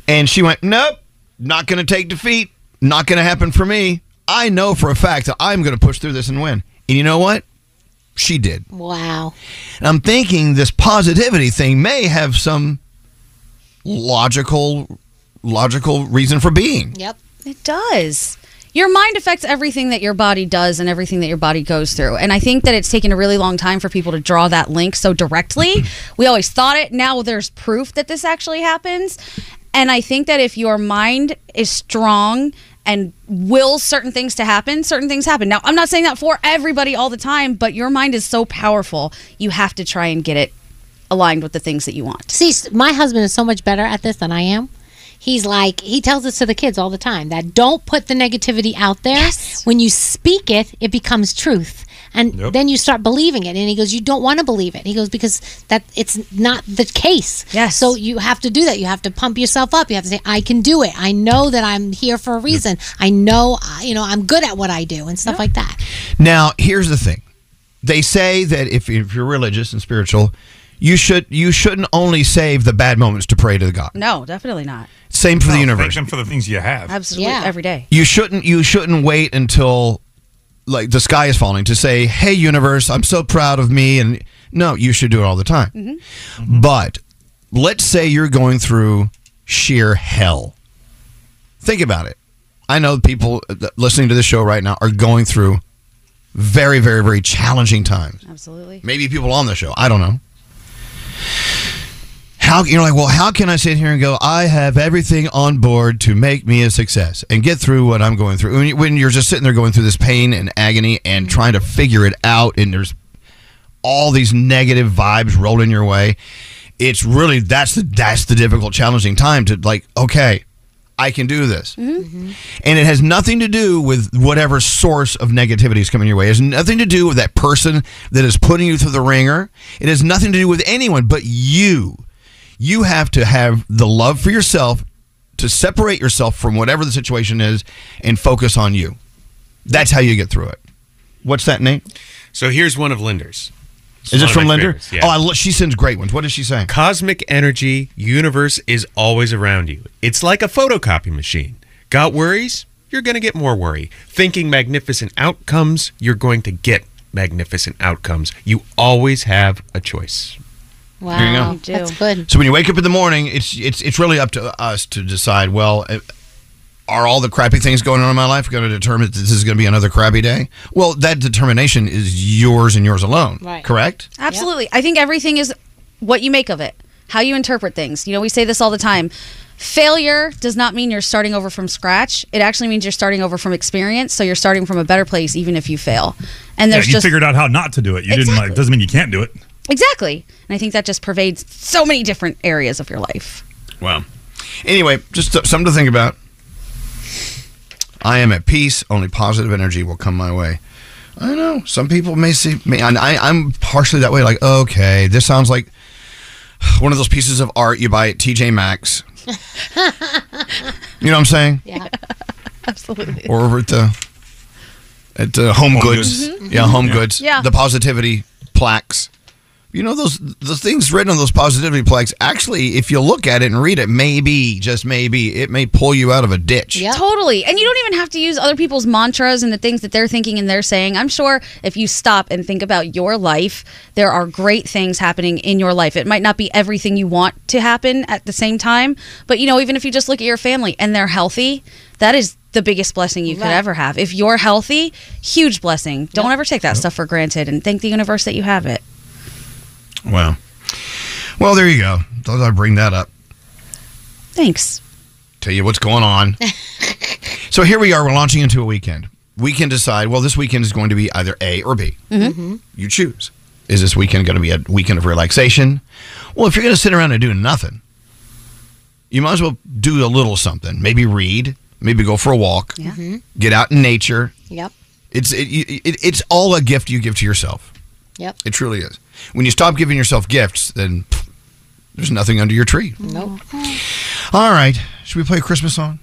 [SPEAKER 8] And she went, nope, not going to take defeat. Not going to happen for me. I know for a fact that I'm going to push through this and win. And you know what? She did.
[SPEAKER 10] Wow.
[SPEAKER 8] And I'm thinking this positivity thing may have some logical logical reason for being.
[SPEAKER 10] Yep.
[SPEAKER 9] It does. Your mind affects everything that your body does and everything that your body goes through. And I think that it's taken a really long time for people to draw that link so directly. we always thought it. Now there's proof that this actually happens. And I think that if your mind is strong and wills certain things to happen, certain things happen. Now, I'm not saying that for everybody all the time, but your mind is so powerful. You have to try and get it aligned with the things that you want.
[SPEAKER 10] See, s- my husband is so much better at this than I am. He's like, he tells us to the kids all the time that don't put the negativity out there. When you speak it, it becomes truth. And
[SPEAKER 27] Yep.
[SPEAKER 10] then you start believing it. And he goes, you don't want to believe it. He goes, because that it's not the case. Yes. So you have to do that. You have to pump yourself up. You have to say, I can do it. I know that I'm here for a reason. I know, uh, you know, I'm good at what I do and stuff like that.
[SPEAKER 8] Now, here's the thing. They say that if, if you're religious and spiritual, you should you shouldn't only save the bad moments to pray to the God.
[SPEAKER 9] No, definitely not.
[SPEAKER 8] Same for the
[SPEAKER 4] Thank
[SPEAKER 8] universe.
[SPEAKER 4] them for the things you have.
[SPEAKER 9] Absolutely. Every day.
[SPEAKER 8] You shouldn't you shouldn't wait until like the sky is falling to say, "Hey universe, I'm so proud of me." And no, you should do it all the time. But let's say you're going through sheer hell. Think about it. I know people that- listening to this show right now are going through very, very, very challenging times.
[SPEAKER 9] Absolutely.
[SPEAKER 8] Maybe people on the show. I don't know. How you're like, well, how can I sit here and go? I have everything on board to make me a success and get through what I'm going through. When, you, when you're just sitting there going through this pain and agony and trying to figure it out, and there's all these negative vibes rolling your way, it's really that's the that's the difficult, challenging time to like, okay, I can do this. Mm-hmm. And it has nothing to do with whatever source of negativity is coming your way. It has nothing to do with that person that is putting you through the ringer. It has nothing to do with anyone but you. You have to have the love for yourself to separate yourself from whatever the situation is and focus on you. That's how you get through it. What's that name?
[SPEAKER 1] So here's one of Linder's. It's
[SPEAKER 8] Is it
[SPEAKER 1] one of
[SPEAKER 8] from
[SPEAKER 1] my
[SPEAKER 8] Linder?
[SPEAKER 1] favorites, yeah.
[SPEAKER 8] Oh, I lo- she sends great ones. What is she saying?
[SPEAKER 1] Cosmic energy, universe is always around you. It's like a photocopy machine. Got worries? You're going to get more worry. Thinking magnificent outcomes, you're going to get magnificent outcomes. You always have a choice.
[SPEAKER 10] Wow.
[SPEAKER 8] There you go.
[SPEAKER 10] That's good.
[SPEAKER 8] So when you wake up in the morning, it's it's it's really up to us to decide. Well, eh, are all the crappy things going on in my life going to determine that this is going to be another crappy day? Well, that determination is yours and yours alone.
[SPEAKER 9] Right.
[SPEAKER 8] Correct.
[SPEAKER 9] Absolutely. I think everything is what you make of it, how you interpret things. You know, we say this all the time. Failure does not mean you're starting over from scratch. It actually means you're starting over from experience. So you're starting from a better place, even if you fail. And
[SPEAKER 4] yeah,
[SPEAKER 9] there's
[SPEAKER 4] you
[SPEAKER 9] just
[SPEAKER 4] figured out how not to do it. You didn't like.
[SPEAKER 9] Exactly.
[SPEAKER 4] Doesn't mean you can't do it.
[SPEAKER 9] exactly. And I think that just pervades so many different areas of your life.
[SPEAKER 8] Wow. Anyway, just uh, something to think about. I am at peace. Only positive energy will come my way. I don't know. Some people may see me, and I, I'm partially that way. Like, okay, this sounds like one of those pieces of art you buy at TJ Maxx. You know what I'm saying?
[SPEAKER 10] Yeah.
[SPEAKER 9] Absolutely.
[SPEAKER 8] Or over at the at uh, Home,
[SPEAKER 5] Home
[SPEAKER 8] Goods. Mm-hmm.
[SPEAKER 5] Goods. Mhm.
[SPEAKER 8] Yeah, Home
[SPEAKER 5] Yeah.
[SPEAKER 8] Goods.
[SPEAKER 5] Yeah.
[SPEAKER 8] The positivity plaques. You know those the things written on those positivity plaques. Actually, if you look at it and read it, maybe just maybe it may pull you out of a ditch.
[SPEAKER 9] Totally. And you don't even have to use other people's mantras and the things that they're thinking and they're saying. I'm sure if you stop and think about your life, there are great things happening in your life. It might not be everything you want to happen at the same time, but you know, even if you just look at your family and they're healthy, that is the biggest blessing you could
[SPEAKER 32] Right.
[SPEAKER 9] ever have. If you're healthy, huge blessing. Don't ever take that stuff for granted and thank the universe that you have it.
[SPEAKER 8] Wow. Well, there you go. Thought I'd bring that up.
[SPEAKER 9] Thanks.
[SPEAKER 8] Tell you what's going on. so here we are. We're launching into a weekend. We can decide. Well, this weekend is going to be either A or B.
[SPEAKER 5] Mm-hmm.
[SPEAKER 8] You choose. Is this weekend going to be a weekend of relaxation? Well, if you're going to sit around and do nothing, you might as well do a little something. Maybe read. Maybe go for a walk.
[SPEAKER 10] Yeah. Mhm.
[SPEAKER 8] Get out in nature.
[SPEAKER 10] Yep.
[SPEAKER 8] It's it, you- it, it's all a gift you give to yourself.
[SPEAKER 10] Yep.
[SPEAKER 8] It truly is. When you stop giving yourself gifts, then pff, there's nothing under your tree.
[SPEAKER 10] Nope.
[SPEAKER 8] All right. Should we play a Christmas song?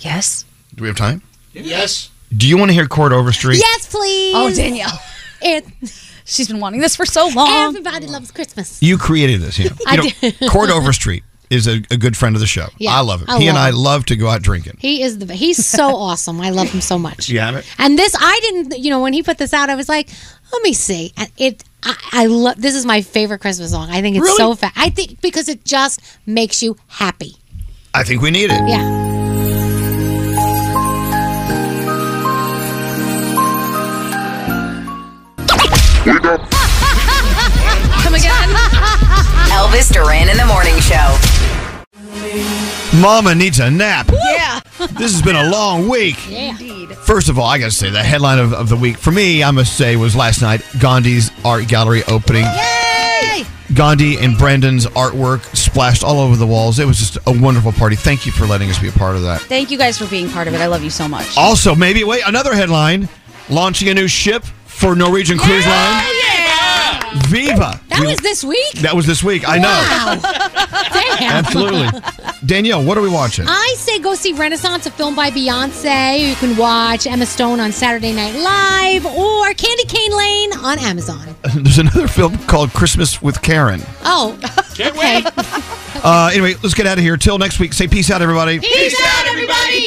[SPEAKER 9] Yes.
[SPEAKER 8] Do we have time?
[SPEAKER 10] Yes.
[SPEAKER 8] Do you want to hear Court Overstreet?
[SPEAKER 10] Yes, please.
[SPEAKER 9] Oh, Danielle.
[SPEAKER 10] It,
[SPEAKER 9] she's been wanting this for so long.
[SPEAKER 10] Everybody loves Christmas.
[SPEAKER 8] You created this, yeah.
[SPEAKER 10] I
[SPEAKER 8] You know,
[SPEAKER 10] did.
[SPEAKER 8] Court Overstreet is a, a good friend of the show.
[SPEAKER 10] Yeah,
[SPEAKER 8] I love it.
[SPEAKER 10] I
[SPEAKER 8] he and
[SPEAKER 10] love
[SPEAKER 8] I
[SPEAKER 10] him.
[SPEAKER 8] love to go out drinking.
[SPEAKER 10] He is the he's so awesome. I love him so much.
[SPEAKER 8] Do you have it?
[SPEAKER 10] And this, I didn't, you know, when he put this out, I was like, let me see. And it, I, I love, this is my favorite Christmas song. I think it's
[SPEAKER 8] Really?
[SPEAKER 10] so fat. I think because it just makes you happy.
[SPEAKER 8] I think we need it.
[SPEAKER 10] Yeah.
[SPEAKER 9] Come again.
[SPEAKER 7] Elvis Duran in the morning show.
[SPEAKER 8] Mama needs a nap.
[SPEAKER 9] Yeah.
[SPEAKER 8] This has been a long week.
[SPEAKER 9] Indeed.
[SPEAKER 8] First of all, I got to say, the headline of, of the week for me, I must say, was last night Gandhi's art gallery opening.
[SPEAKER 10] Yay!
[SPEAKER 8] Gandhi and Brandon's artwork splashed all over the walls. It was just a wonderful party. Thank you for letting us be a part of that.
[SPEAKER 9] Thank you guys for being part of it. I love you so much.
[SPEAKER 8] Also, maybe wait another headline: launching a new ship for Norwegian Cruise Line. Viva!
[SPEAKER 10] That
[SPEAKER 8] We-
[SPEAKER 10] was this week?
[SPEAKER 8] That was this week. I know.
[SPEAKER 10] Wow. Damn.
[SPEAKER 8] Absolutely. Danielle, what are we watching?
[SPEAKER 10] I say go see Renaissance, a film by Beyonce. You can watch Emma Stone on Saturday Night Live or Candy Cane Lane on Amazon.
[SPEAKER 8] There's another film called Christmas with Karen.
[SPEAKER 10] Oh, okay.
[SPEAKER 8] Uh, anyway, let's get out of here. Till next week. Say peace out, everybody.
[SPEAKER 10] out, everybody!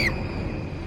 [SPEAKER 13] screamed.